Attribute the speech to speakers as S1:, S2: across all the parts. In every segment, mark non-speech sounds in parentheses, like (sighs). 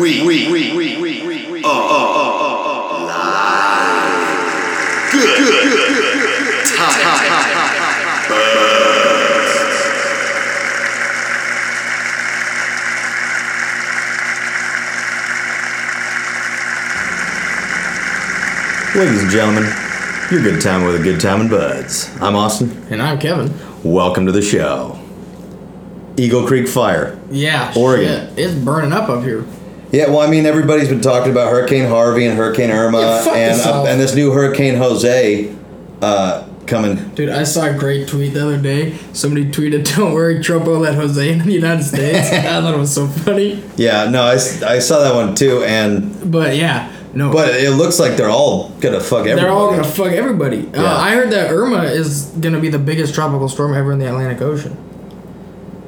S1: we, we, we, we, uh, uh, uh, uh, live. Good, good, good, good, good, good. Time, time, time. Burst.
S2: Ladies and gentlemen, your good time with a good time and buds. I'm Austin.
S3: And I'm Kevin.
S2: Welcome to the show. Eagle Creek Fire.
S3: Yeah.
S2: Oregon.
S3: shit, It's burning up up here.
S2: Yeah, well, I mean, everybody's been talking about Hurricane Harvey and Hurricane Irma
S3: Yeah, fuck
S2: and
S3: yourself.
S2: and this new Hurricane Jose uh, coming.
S3: Dude, I saw a great tweet the other day. Somebody tweeted, (laughs) Don't worry, Trump will let Jose in the
S2: (laughs)
S3: United States. I thought it was so funny.
S2: Yeah, no, I, s- I saw that one too, and
S3: But yeah, no.
S2: but it looks like they're all gonna fuck everybody.
S3: they're all going to fuck everybody.
S2: Yeah.
S3: Uh, I heard that Irma is going to be the biggest tropical storm ever in the Atlantic Ocean.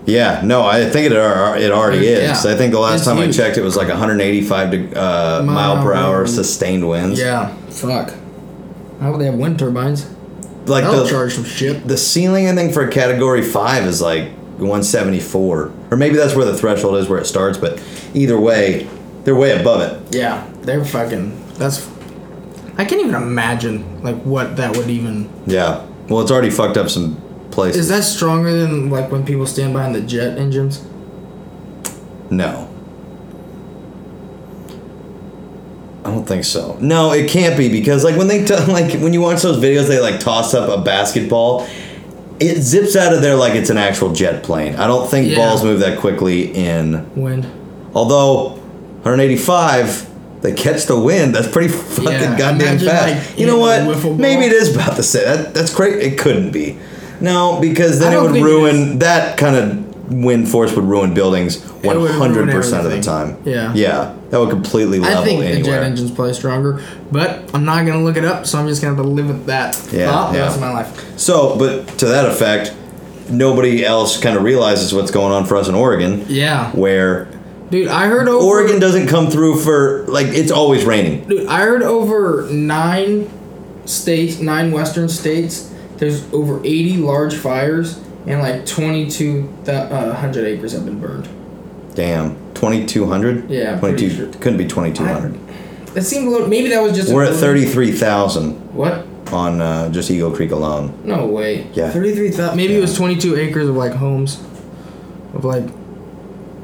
S2: Yeah, no, I think it ar- it already
S3: Yeah.
S2: is. I think the last
S3: It's
S2: time
S3: huge.
S2: I checked, it was like 185 to, uh, mile per hour sustained winds.
S3: Yeah. Fuck. How would they have wind turbines?
S2: like
S3: That'll
S2: the
S3: charge some shit.
S2: the ceiling I think for a Category Five is like 174, or maybe that's where the threshold is where it starts. But either way, they're way above it.
S3: Yeah, they're fucking. That's. I can't even imagine like what that would even.
S2: Yeah. Well, it's already fucked up some places.
S3: Is that stronger than like when people stand behind the jet engines?
S2: no. I don't think so. No, it can't be because like when they t- (laughs) like when you watch those videos, they like toss up a basketball. It zips out of there like it's an actual jet plane. I don't think
S3: Yeah.
S2: balls move that quickly in
S3: Wind.
S2: Although 185, they catch the wind. That's pretty fucking
S3: Yeah,
S2: goddamn
S3: imagine,
S2: fast.
S3: like,
S2: you know
S3: hitting
S2: what?
S3: a wiffle ball.
S2: Maybe it is about the same. That, that's great. It couldn't be. No, because
S3: I
S2: then it
S3: don't
S2: would
S3: think it
S2: ruin that kind of wind force would ruin buildings
S3: would ruin
S2: 100% of the
S3: everything.
S2: time.
S3: Yeah.
S2: Yeah. That would completely level
S3: I think the
S2: anywhere.
S3: jet engines play stronger, but I'm not gonna look it up, so I'm just gonna have to live with that
S2: Yeah,
S3: thought the
S2: yeah.
S3: rest of my life.
S2: so, but to that effect, nobody else kind of realizes what's going on for us in Oregon.
S3: Yeah,
S2: Where
S3: dude, I heard over
S2: Oregon doesn't come through for, like, it's always raining.
S3: Dude, I heard over nine states, nine western states. There's over 80 large fires, and like 2,200 acres have been burned.
S2: Damn, twenty two hundred.
S3: Yeah, I'm
S2: twenty
S3: pretty
S2: two.
S3: sure.
S2: Couldn't be twenty two hundred.
S3: That seemed a little. Maybe that was just.
S2: We're
S3: a
S2: at
S3: little-
S2: thirty three thousand
S3: What?
S2: on uh, just Eagle Creek alone.
S3: No way.
S2: Yeah.
S3: Thirty-three thousand. Maybe it was twenty-two acres of like homes, of like,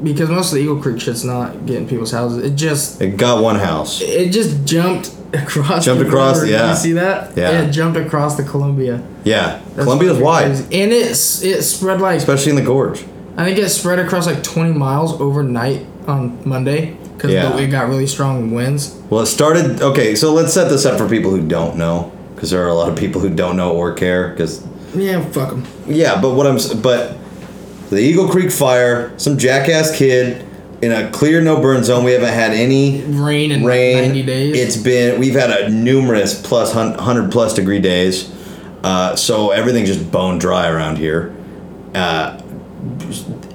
S3: because most of the Eagle Creek shit's not getting people's houses. It just,
S2: It got one house.
S3: it just jumped across.
S2: Jumped
S3: the
S2: across,
S3: river. Did
S2: yeah.
S3: you see that?
S2: Yeah.
S3: It jumped across the Columbia.
S2: Yeah,
S3: That's
S2: Columbia's
S3: fucking
S2: wide,
S3: crazy. and it's it spread like
S2: especially in the gorge.
S3: I think it spread across like twenty miles overnight on Monday because
S2: Yeah.
S3: it got really strong winds.
S2: Well, it started. Okay, so let's set this up for people who don't know, because there are a lot of people who don't know or care. Because
S3: Yeah, fuck them.
S2: yeah, but what I'm s- but the Eagle Creek fire, some jackass kid in a clear no burn zone. We haven't had any
S3: Rain in like,
S2: rain.
S3: ninety days.
S2: It's been we've had a numerous plus hun- hundred plus degree days, uh, so everything's just bone dry around here. Uh,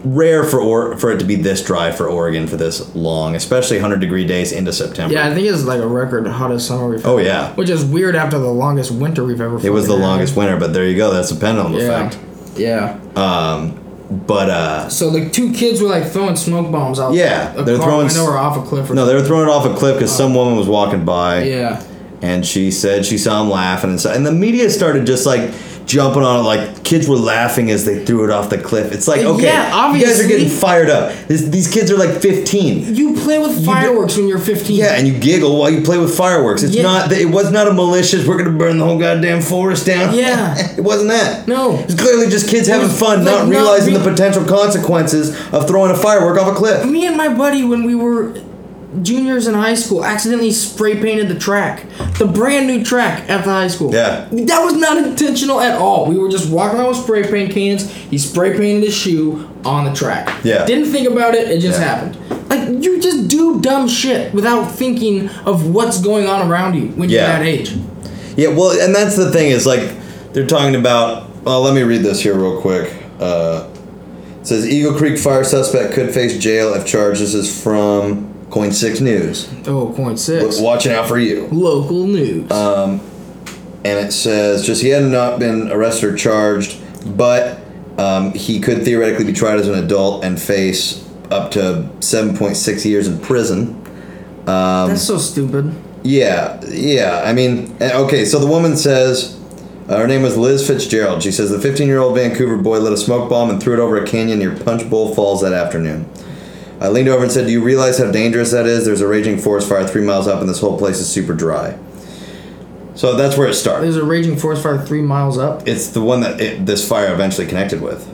S2: rare for or- for it to be this dry for Oregon for this long, especially hundred degree days into September.
S3: Yeah, I think it's like a record hottest summer we've.
S2: Oh, yeah.
S3: Which is weird after the longest winter we've ever.
S2: it was the longest winter, but there you go. That's the pendulum
S3: Yeah.
S2: effect.
S3: Yeah.
S2: But uh,
S3: So like two kids were like throwing smoke bombs out.
S2: Yeah,
S3: a
S2: they're
S3: car
S2: throwing
S3: window
S2: s-
S3: or off a cliff. Or
S2: no, they were throwing it off a cliff because some woman was walking by.
S3: Yeah.
S2: and she said she saw him laughing and so and the media started just like jumping on it like kids were laughing as they threw it off the cliff it's like
S3: Uh, Yeah,
S2: okay you guys are
S3: obviously.
S2: getting fired up this, these kids are like 15
S3: You play with fireworks when you're 15.
S2: yeah and you giggle while you play with fireworks it's
S3: Yeah.
S2: not it was not a malicious we're gonna burn the whole goddamn forest down
S3: Yeah.
S2: (laughs) it wasn't that
S3: No.
S2: it's clearly just kids having
S3: was,
S2: fun
S3: like,
S2: not
S3: not
S2: realizing
S3: re-
S2: the potential consequences of throwing a firework off a cliff
S3: Me and my buddy, when we were juniors in high school, accidentally spray painted the track, the brand new track at the high school.
S2: Yeah.
S3: That was not intentional at all. We were just walking around with spray paint cans. He spray painted his shoe on the track.
S2: Yeah.
S3: Didn't think about it. It just
S2: Yeah.
S3: happened. Like you just do dumb shit without thinking of what's going on around you when you're
S2: Yeah.
S3: that age.
S2: Yeah, well, and that's the thing is like they're talking about. Well, let me read this here real quick. Uh, it says Eagle Creek fire suspect could face jail if charged. This is from Coin Six News.
S3: Oh, point six.
S2: Watching out for you.
S3: Local news.
S2: Um, And it says just he had not been arrested or charged, but um, he could theoretically be tried as an adult and face up to seven point six years in prison.
S3: That's so stupid.
S2: Yeah, yeah. I mean, eh, okay. So the woman says, uh, her name was Liz Fitzgerald. She says the 15-year-old Vancouver boy lit a smoke bomb and threw it over a canyon near Punch Bowl Falls that afternoon. I leaned over and said, "Do you realize how dangerous that is? There's a raging forest fire three miles up, and this whole place is super dry." So that's where it starts.
S3: There's a raging forest fire three miles up.
S2: It's the one that it, this fire eventually connected with.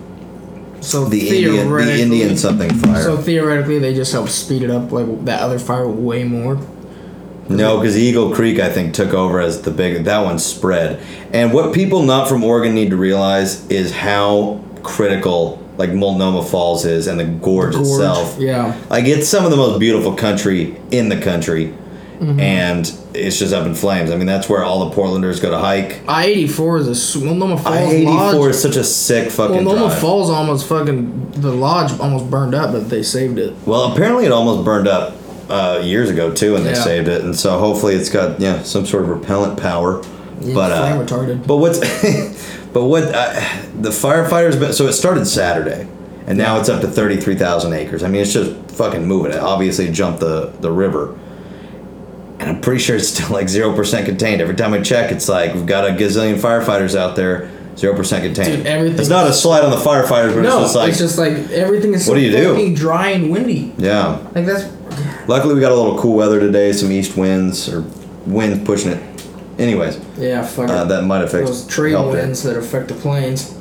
S3: So
S2: The Indian, the
S3: theoretically-
S2: Indian something fire.
S3: So theoretically, they just helped speed it up like that other fire way more.
S2: No, because Eagle Creek, I think, took over as the big. That one spread. And what people not from Oregon need to realize is how critical like Multnomah Falls is and the gorge,
S3: Gorge,
S2: itself.
S3: yeah.
S2: Like it's some of the most beautiful country in the country,
S3: Mm-hmm.
S2: and it's just up in flames. I mean, that's where all the Portlanders go to hike.
S3: I eighty four is a s- Multnomah Falls
S2: I eighty four
S3: lodge.
S2: is such a sick fucking
S3: Multnomah
S2: drive.
S3: Falls almost fucking the lodge almost burned up, but they saved it.
S2: Well, apparently it almost burned up uh, years ago too, and they
S3: Yeah.
S2: saved it. And so hopefully it's got yeah some sort of repellent power.
S3: Yeah,
S2: but uh,
S3: flame retarded.
S2: But what's (laughs) but what uh, the firefighters? Been, so it started Saturday, and now it's up to thirty three thousand acres. I mean, it's just fucking moving. It obviously jumped the the river. And I'm pretty sure it's still like zero percent contained. Every time I check, it's like we've got a gazillion firefighters out there, zero percent contained.
S3: Dude, everything-
S2: it's not a slide on the firefighters, but
S3: No,
S2: it's just like
S3: everything is so
S2: What do you do?
S3: fucking dry and windy.
S2: yeah.
S3: Like that's
S2: Luckily, we got a little cool weather today. Some east winds or winds pushing it. Anyways,
S3: yeah, fuck
S2: uh,
S3: it.
S2: that might affect
S3: those trade winds that affect the planes.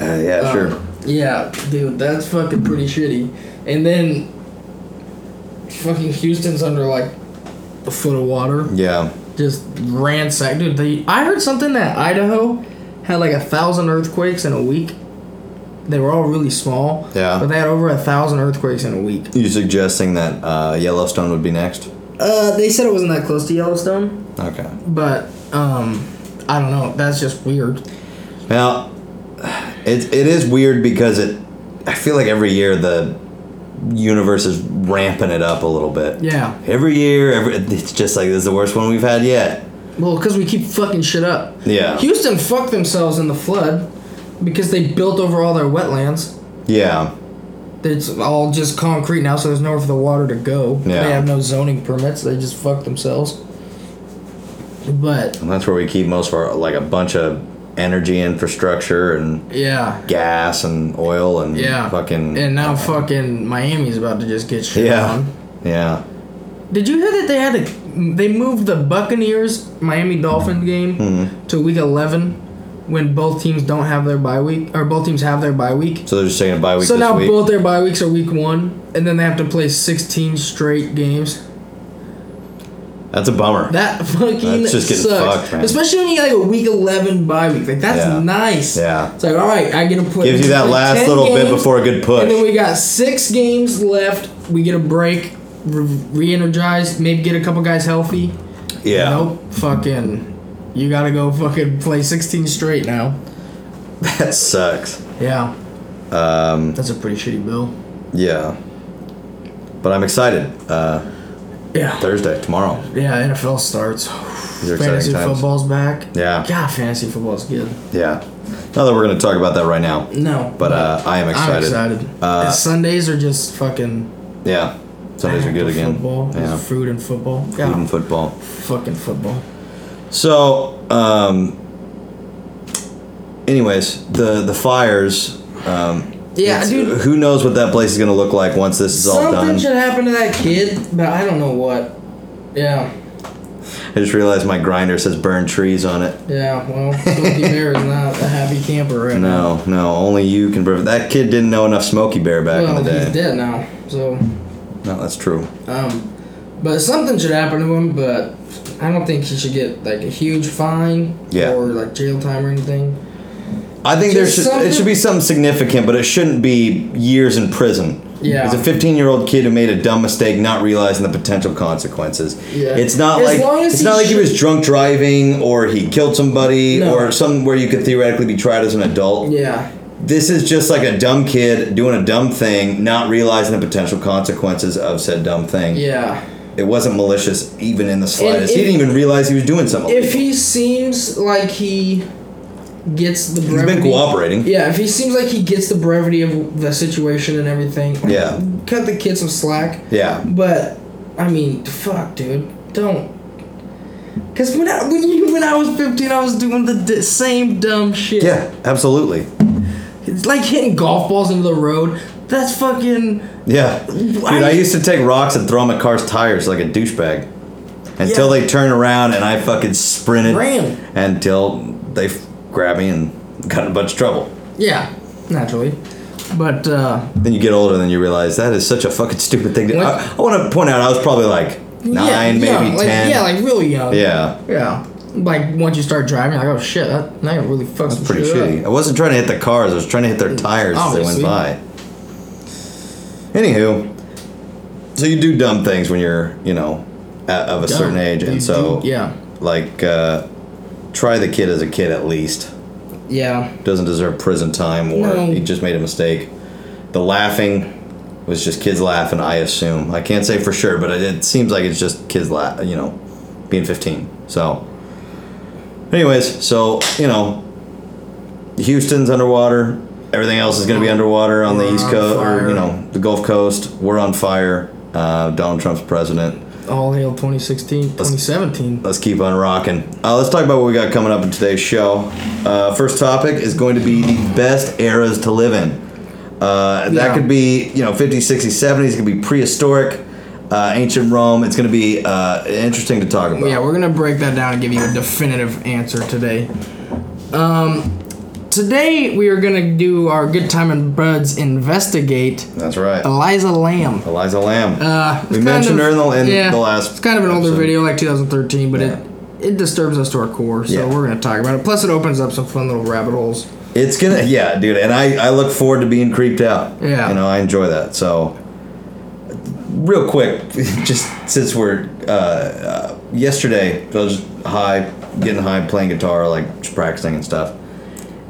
S2: Uh, yeah,
S3: Um,
S2: sure.
S3: Yeah, dude, that's fucking pretty shitty. And then fucking Houston's under like a foot of water.
S2: Yeah,
S3: Just ransacked, dude. They, I heard something that Idaho had like a thousand earthquakes in a week. They were all really small.
S2: Yeah.
S3: But they had over a thousand earthquakes in a week.
S2: you suggesting that uh, Yellowstone would be next?
S3: Uh, they said it wasn't that close to Yellowstone,
S2: Okay.
S3: but um, I don't know. That's just weird.
S2: Now, it it is weird because it. I feel like every year the universe is ramping it up a little bit.
S3: Yeah.
S2: Every year, every it's just like this is the worst one we've had yet.
S3: Well, because we keep fucking shit up.
S2: Yeah.
S3: Houston fucked themselves in the flood because they built over all their wetlands.
S2: Yeah.
S3: It's all just concrete now, so there's nowhere for the water to go.
S2: Yeah.
S3: They have no zoning permits. They just fucked themselves. But
S2: And that's where we keep most of our like a bunch of energy infrastructure and
S3: yeah,
S2: gas and oil and
S3: yeah,
S2: fucking
S3: and now fucking Miami's about to just get shit
S2: yeah
S3: on.
S2: yeah
S3: Did you hear that they had to they moved the Buccaneers Miami Dolphin game
S2: Mm-hmm.
S3: to week 11 when both teams don't have their bye week or both teams have their bye week.
S2: so they're just taking a bye week
S3: So
S2: this
S3: now
S2: week
S3: both their bye weeks are week 1 and then they have to play 16 straight games.
S2: that's a bummer
S3: That (laughs) fucking
S2: That's just getting
S3: sucks.
S2: fucked, man.
S3: Especially when you get like a week 11 bye week. Like that's
S2: Yeah.
S3: nice.
S2: Yeah.
S3: It's like all right, I get to put
S2: gives you that
S3: like
S2: last
S3: 10
S2: little bit
S3: games,
S2: before a good push
S3: And then we got 6 games left. We get a break, re- energize maybe get a couple guys healthy.
S2: yeah
S3: Nope. Fucking. You gotta go fucking play 16 straight now.
S2: that sucks
S3: Yeah. Um. That's a pretty shitty bill.
S2: yeah but I'm excited uh,
S3: Yeah.
S2: Thursday tomorrow
S3: Yeah, NFL starts.
S2: these are
S3: fantasy
S2: exciting times
S3: football's back.
S2: Yeah.
S3: God, fantasy football's good.
S2: yeah not that we're gonna talk about that right now
S3: No.
S2: but uh, I am excited
S3: I'm excited.
S2: Uh,
S3: Uh, Sundays are just fucking.
S2: yeah Sundays are good again
S3: Football.
S2: yeah
S3: It's food and football. God,
S2: Food and football
S3: fucking football.
S2: So, um, anyways, the the fires. Um,
S3: Yeah,
S2: it's-
S3: dude.
S2: Who knows what that place is going to look like once this is all
S3: Something
S2: done?
S3: should happen to that kid, but I don't know what. Yeah.
S2: I just realized my grinder says burn trees on it.
S3: Yeah. Well, Smokey Bear is not a happy camper right now.
S2: No, no, only you can. prove it. That kid didn't know enough Smokey Bear back
S3: well,
S2: in the
S3: he's
S2: day.
S3: dead now. So,
S2: No, that's true.
S3: um, but something should happen to him. But I don't think he should get like a huge fine
S2: Yeah.
S3: or like jail time or anything.
S2: I think there
S3: Just
S2: should it
S3: something-
S2: should be something significant, but it shouldn't be years in prison.
S3: Yeah.
S2: It's a 15 year old kid who made a dumb mistake, not realizing the potential consequences.
S3: Yeah.
S2: It's not
S3: As
S2: like
S3: long as
S2: it's
S3: he
S2: not like he
S3: should-
S2: was drunk driving or he killed somebody
S3: No.
S2: or something where you could theoretically be tried as an adult.
S3: Yeah.
S2: This is just like a dumb kid doing a dumb thing, not realizing the potential consequences of said dumb thing.
S3: Yeah.
S2: It wasn't malicious even in the slightest. he
S3: if-
S2: didn't even realize he was doing something.
S3: If he seems like he gets the
S2: He's
S3: brevity.
S2: been cooperating.
S3: Yeah, if he seems like he gets the brevity of the situation and everything,
S2: Yeah.
S3: cut the kid some slack.
S2: Yeah.
S3: But I mean, fuck, dude, don't. Cause when I when you when I was fifteen, I was doing the, d same dumb shit.
S2: Yeah, absolutely.
S3: It's like hitting golf balls into the road. That's fucking.
S2: Yeah. Dude, I used to take rocks and throw them at cars' tires like a douchebag. Until
S3: Yeah.
S2: they turned around and I fucking sprinted.
S3: Ran.
S2: Until they f- grabbed me and got in a bunch of trouble.
S3: Yeah, naturally. But uh,
S2: Then you get older and then you realize that is such a fucking stupid thing to
S3: What?
S2: I, I want to point out, I was probably like nine,
S3: yeah,
S2: maybe
S3: young,
S2: ten.
S3: Like, yeah, like real young.
S2: yeah.
S3: Yeah. Like once you start driving, you're like oh shit, that that really fucks. some
S2: pretty
S3: shit up.
S2: shitty. I wasn't trying to hit the cars. I was trying to hit their tires as
S3: Mm, Obviously.
S2: they went by. Anywho, so you do dumb things when you're, you know, at, of a
S3: Dumb.
S2: certain age, and
S3: You
S2: so
S3: do- yeah,
S2: like uh, try the kid as a kid at least.
S3: yeah,
S2: Doesn't deserve prison time, or
S3: No.
S2: he just made a mistake. The laughing was just kids laughing. I assume I can't say for sure, but it, it seems like it's just kids laugh. You know, being 15. So, anyways, so you know, Houston's underwater. Everything else is going to be underwater on the
S3: We're
S2: East
S3: on
S2: Coast, or
S3: fire.
S2: you know, the Gulf Coast. We're on fire. Uh, Donald Trump's president.
S3: all hail 2016, 2017.
S2: Let's keep on rocking. Uh, let's talk about what we got coming up in today's show. Uh, first topic is going to be the best eras to live in. Uh, That
S3: Yeah.
S2: could be, you know, 50s, 60s, 70s. It could be prehistoric, uh, ancient Rome. It's going to be uh, interesting to talk about.
S3: Oh, Yeah, we're gonna break that down and give you a definitive answer today. Um, today we are gonna do our good time and buds investigate
S2: That's right.
S3: Eliza Lamb.
S2: Eliza Lamb.
S3: Uh,
S2: we
S3: it's
S2: mentioned
S3: kind of-
S2: her in the, in
S3: yeah,
S2: the last.
S3: It's kind of an older
S2: episode.
S3: video, like 2013, but
S2: Yeah.
S3: it it disturbs us to our core, so
S2: Yeah.
S3: we're gonna talk about it. Plus, it opens up some fun little rabbit holes.
S2: It's gonna, (laughs) yeah, dude, and I, I look forward to being creeped out.
S3: Yeah.
S2: you know, I enjoy that. So, real quick, (laughs) just since we're uh, uh, yesterday, I was high, getting high, playing guitar, like just practicing and stuff.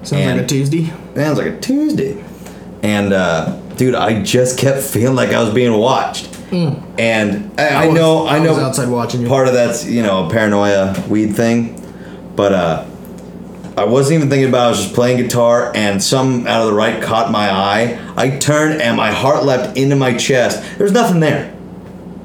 S3: Sounds
S2: And-
S3: like a Tuesday.
S2: Man, it was like a Tuesday, and uh, dude, I just kept feeling like I was being watched. And I, I,
S3: was-
S2: know, I,
S3: Hmm. I
S2: know,
S3: was outside watching you.
S2: Part of that's you know a paranoia weed thing, but uh, I wasn't even thinking about. it. I was just playing guitar, and some out of the right caught my eye. I turned, and my heart leapt into my chest. There was nothing there,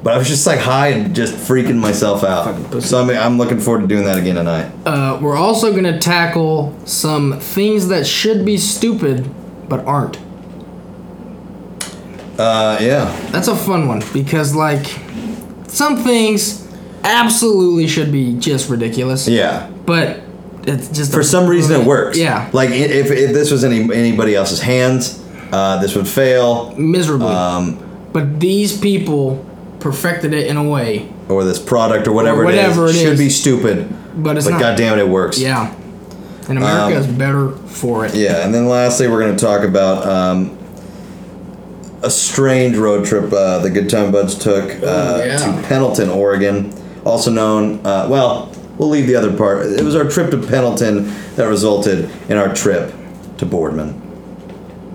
S2: but I was just like high and just freaking myself out.
S3: pussy.
S2: So I'm, I'm looking forward to doing that again tonight.
S3: Uh, we're also going to tackle some things that should be stupid but aren't.
S2: Uh, yeah,
S3: That's a fun one because, like, some things absolutely should be just ridiculous.
S2: yeah.
S3: But it's just.
S2: For some reason, it works.
S3: Yeah.
S2: Like i- if, if this was any anybody else's hands, uh, this would fail.
S3: miserably.
S2: Um,
S3: but these people perfected it in a way.
S2: or this product or whatever,
S3: whatever
S2: it
S3: it
S2: is should
S3: is.
S2: be stupid.
S3: But it's
S2: but
S3: not.
S2: goddamn it, it works.
S3: Yeah. And America is better for it.
S2: Um, Yeah, and then lastly, we're going to talk about um, a strange road trip uh, the Good Time Buds took uh,
S3: Oh, yeah.
S2: to Pendleton, Oregon, also known. Uh, well, we'll leave the other part. It was our trip to Pendleton that resulted in our trip to Boardman.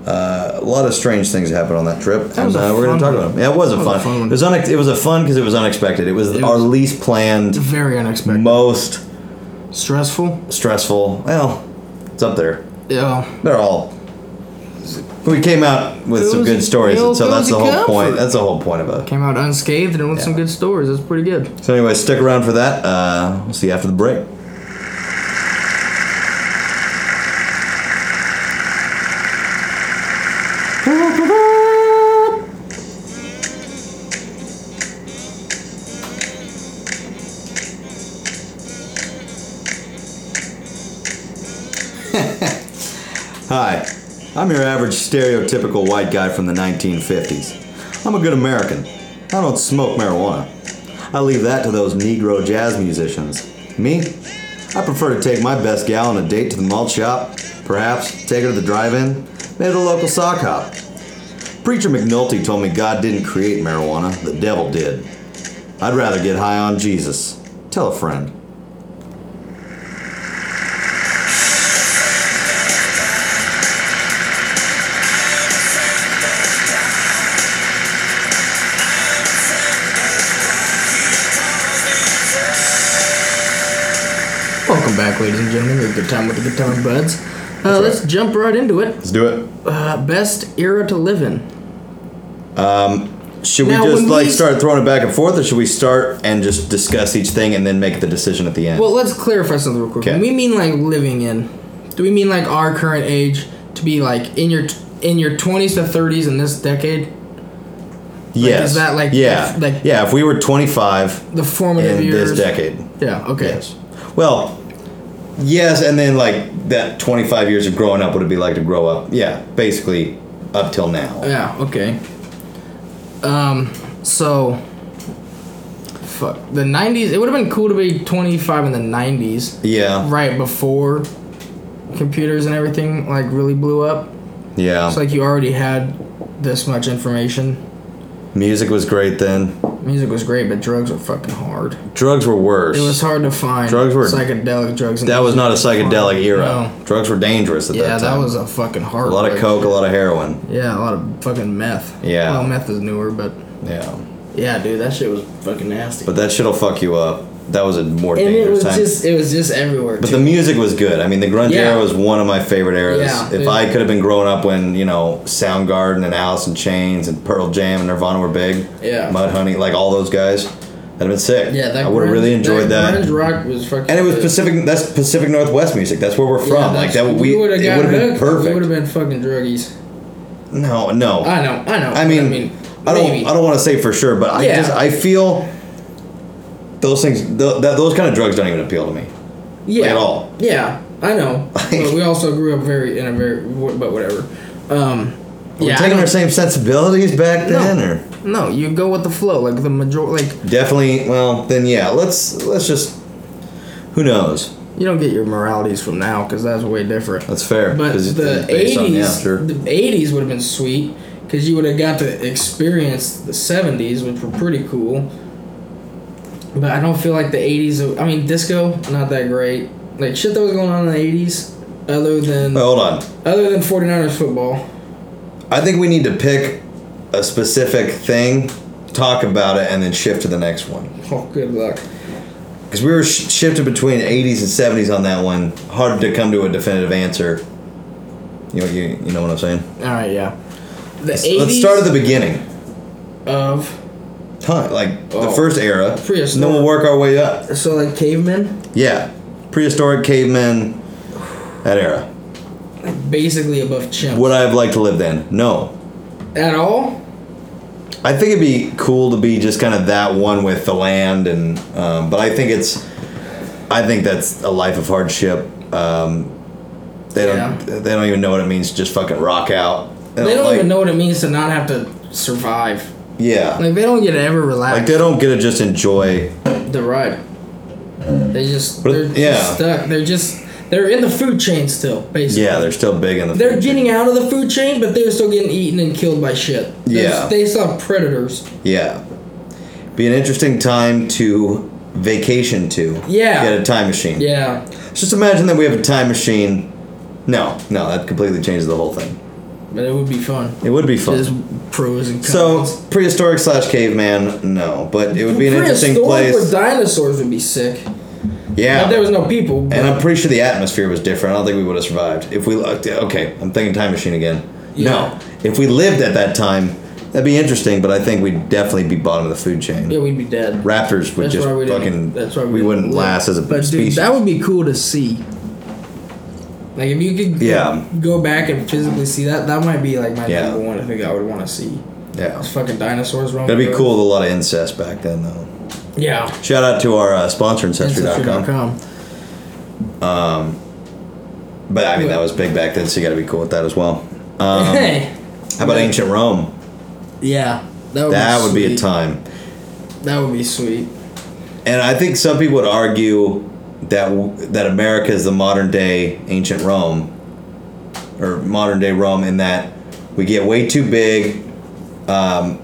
S2: Uh, a lot of strange things happened on that trip, and
S3: was a
S2: uh, we're going
S3: fun
S2: to talk
S3: one.
S2: about them. Yeah, it was a
S3: That was
S2: fun.
S3: a fun one.
S2: It was unex- It was a fun because it was unexpected. It was our
S3: was-
S2: least planned,
S3: Very unexpected.
S2: most
S3: Stressful.
S2: stressful. Well, it's up there
S3: Yeah.
S2: they're all. We came out with some
S3: Those
S2: good stories, and
S3: bills
S2: so
S3: go
S2: that's
S3: to
S2: the whole
S3: comfort.
S2: point. That's the whole point of it.
S3: Came out unscathed and with some good stories. That's pretty good.
S2: So anyway, stick around for that. Uh, we'll see you after the break. Hi, I'm your average stereotypical white guy from the 1950s. I'm a good American. I don't smoke marijuana. I leave that to those Negro jazz musicians. Me? I prefer to take my best gal on a date to the malt shop, perhaps take her to the drive in, maybe the local sock hop. Preacher McNulty told me God didn't create marijuana, the devil did. I'd rather get high on Jesus. Tell a friend.
S3: Welcome back, ladies and gentlemen. We had a good time with the Guitar Buds. Uh, let's jump right into it.
S2: Let's do it.
S3: Uh, best era to live in.
S2: Should we
S3: Now,
S2: just
S3: when
S2: like
S3: we-
S2: start throwing it back and forth, or should we start and just discuss each thing and then make the decision at the end?
S3: Well, let's clarify something real quick.
S2: Okay.
S3: When we mean like living in, do we mean like our current age to be like in your in your twenties to thirties in this decade?
S2: yes.
S3: is that, like,
S2: yeah,
S3: if- like-
S2: yeah? If we were 25
S3: The
S2: in
S3: formative years.
S2: this decade,
S3: Yeah. Okay.
S2: yes. Well, yes, and then like that 25 years of growing up, what it'd be like to grow up. Yeah, basically up till now.
S3: Yeah. Okay. Um. So. Fuck the '90s. It would have been cool to be 25 in the '90s,
S2: Yeah,
S3: right before computers and everything like really blew up.
S2: yeah.
S3: It's like you already had this much information.
S2: Music was great then.
S3: Music was great, but drugs were fucking hard.
S2: Drugs were worse.
S3: It was hard to find.
S2: Drugs were-
S3: psychedelic drugs. and
S2: that was not a
S3: everything.
S2: psychedelic era.
S3: No.
S2: Drugs were dangerous at
S3: Yeah,
S2: that
S3: that
S2: time.
S3: was a fucking hard.
S2: a lot of coke, a lot of heroin.
S3: Yeah, a lot of fucking meth.
S2: Yeah.
S3: Well, meth is newer, but
S2: Yeah.
S3: yeah, dude, that shit was fucking nasty.
S2: But that shit'll fuck you up. That was a more
S3: and
S2: dangerous
S3: it was
S2: time.
S3: just it was just everywhere.
S2: but
S3: too.
S2: the music was good. I mean, the grunge
S3: Yeah.
S2: era was one of my favorite eras.
S3: Yeah,
S2: if
S3: dude.
S2: I could have been growing up when you know Soundgarden and Alice in Chains and Pearl Jam and Nirvana were big,
S3: Yeah.
S2: Mudhoney, like all those guys, that'd have been sick.
S3: yeah, that
S2: I would have
S3: grunge-
S2: really enjoyed that.
S3: Grunge rock was fucking.
S2: And it was
S3: good.
S2: Pacific. That's Pacific Northwest music. That's where we're
S3: Yeah,
S2: from. like
S3: that's-
S2: that, we,
S3: would've
S2: it
S3: got
S2: would have been
S3: hooked, but We would
S2: perfect.
S3: have been fucking druggies.
S2: No, no.
S3: I know, I know.
S2: I
S3: but
S2: mean, I, don't.
S3: maybe.
S2: I don't want to say for sure, but I
S3: Yeah.
S2: just I feel those things. Th- that those kind of drugs don't even appeal to me.
S3: yeah,
S2: at all.
S3: Yeah,
S2: (laughs)
S3: I know. but we also grew up very in a very, wh- but whatever. Um,
S2: We're
S3: yeah, I
S2: taking
S3: don't-
S2: our same sensibilities back
S3: No.
S2: then, or
S3: No, you go with the flow, like the major, like
S2: definitely. Well, then yeah. Let's let's just. Who knows?
S3: you don't get your moralities from now because that's way different.
S2: That's fair.
S3: But
S2: 'cause it's
S3: the
S2: based on- yeah,
S3: eighties,
S2: sure.
S3: the eighties would have been sweet because you would have got to experience the seventies, which were pretty cool. But I don't feel like the eighties. I mean, disco not that great. Like shit that was going on in the eighties, other than
S2: Wait, hold on.
S3: other than 49ers football. (laughs)
S2: I think we need to pick a specific thing, talk about it, and then shift to the next one.
S3: Oh, good luck.
S2: Because we were sh- shifted between '80s and '70s on that one. Hard to come to a definitive answer. You know, you, you know what I'm saying?
S3: All right, yeah. The
S2: So Let's start at the beginning.
S3: of
S2: Time, like the
S3: Oh.
S2: first era.
S3: Prehistoric.
S2: And then we'll work our way up.
S3: so like cavemen.
S2: Yeah, prehistoric cavemen. That era.
S3: basically above chimp.
S2: Would I have liked to live then? No.
S3: At all?
S2: I think it'd be cool to be just kind of that one with the land, and um, but I think it's, I think that's a life of hardship. Um, they don't,
S3: Yeah.
S2: they don't even know what it means. to Just fucking rock out.
S3: They don't
S2: like-
S3: even know what it means to not have to survive.
S2: Yeah, like,
S3: Like they don't get to ever relax
S2: they don't get to just enjoy.
S3: the ride. They just
S2: But-
S3: they're
S2: yeah.
S3: just stuck. They're just they're in the food chain still, basically.
S2: Yeah, they're still big in the.
S3: They're
S2: food chain.
S3: getting out of the food chain, but they're still getting eaten and killed by shit. They're-
S2: Yeah.
S3: They still have predators.
S2: Yeah. Be an interesting time to vacation to.
S3: Yeah.
S2: Get a time machine.
S3: Yeah.
S2: Just imagine that we have a time machine. No, no, that completely changes the whole thing.
S3: But it would be fun.
S2: It would be fun.
S3: There's pros and cons.
S2: so prehistoric slash caveman, no, but it would be an interesting
S3: Prehistoric
S2: place.
S3: With dinosaurs would be sick. But there
S2: Yeah.
S3: was no people.
S2: And I'm pretty sure the atmosphere was different. I don't think we would have survived if we. looked- Okay, I'm thinking time machine again.
S3: Yeah.
S2: No, if we lived at that time, that'd be interesting. But I think we'd definitely be bottom of the food chain.
S3: yeah, we'd be dead.
S2: Raptors would
S3: That's
S2: just
S3: why we didn't-
S2: fucking.
S3: that's why we
S2: we,
S3: didn't
S2: wouldn't
S3: live.
S2: last as a
S3: But dude,
S2: species.
S3: that would be cool to see. Like if you could
S2: Yeah.
S3: go back and physically see that, that might be like my
S2: Yeah.
S3: number one thing I would want to see.
S2: yeah,
S3: Those fucking dinosaurs roaming.
S2: that'd be
S3: around.
S2: cool with a lot of incest back then, though.
S3: Yeah.
S2: Shout out to our uh, sponsor, Ancestry.com.
S3: Ancestry.com.
S2: But I mean, that was big back then, so you got to be cool with that as well.
S3: (laughs)
S2: Um,
S3: Hey.
S2: how about ancient Rome?
S3: Yeah. That would,
S2: That
S3: be,
S2: would be a
S3: Oh, sweet.
S2: time,
S3: That would be sweet.
S2: and I think some people would argue that w- that America is the modern day ancient Rome, or modern day Rome, in that we get way too big. Um,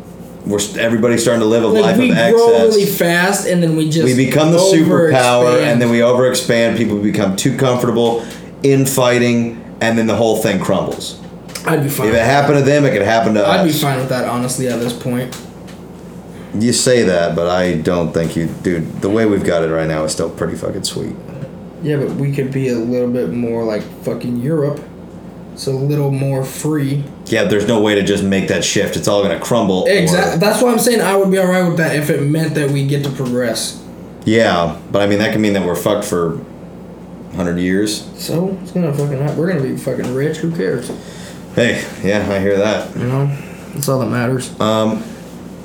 S2: we're st- everybody's starting to live a
S3: Like
S2: life
S3: we
S2: of excess.
S3: grow really fast and then we just
S2: we become the superpower
S3: overexpand.
S2: and then we overexpand people become too comfortable infighting and then the whole thing crumbles
S3: I'd be fine.
S2: if
S3: with
S2: it
S3: that.
S2: happened to them it could happen to
S3: I'd be
S2: us
S3: fine with that honestly at this point.
S2: you say that but i don't think you dude the way we've got it right now is still pretty fucking sweet
S3: Yeah, but we could be a little bit more like fucking Europe. It's a little more free.
S2: Yeah, there's no way to just make that shift. It's all gonna crumble. or-
S3: Exactly. That's why I'm saying I would be all right with that if it meant that we get to progress.
S2: yeah, but I mean that could mean that we're fucked for hundred years.
S3: So it's gonna fucking. hap- We're gonna be fucking rich. Who cares?
S2: Hey, yeah, I hear that.
S3: You know, that's all that matters.
S2: Uh,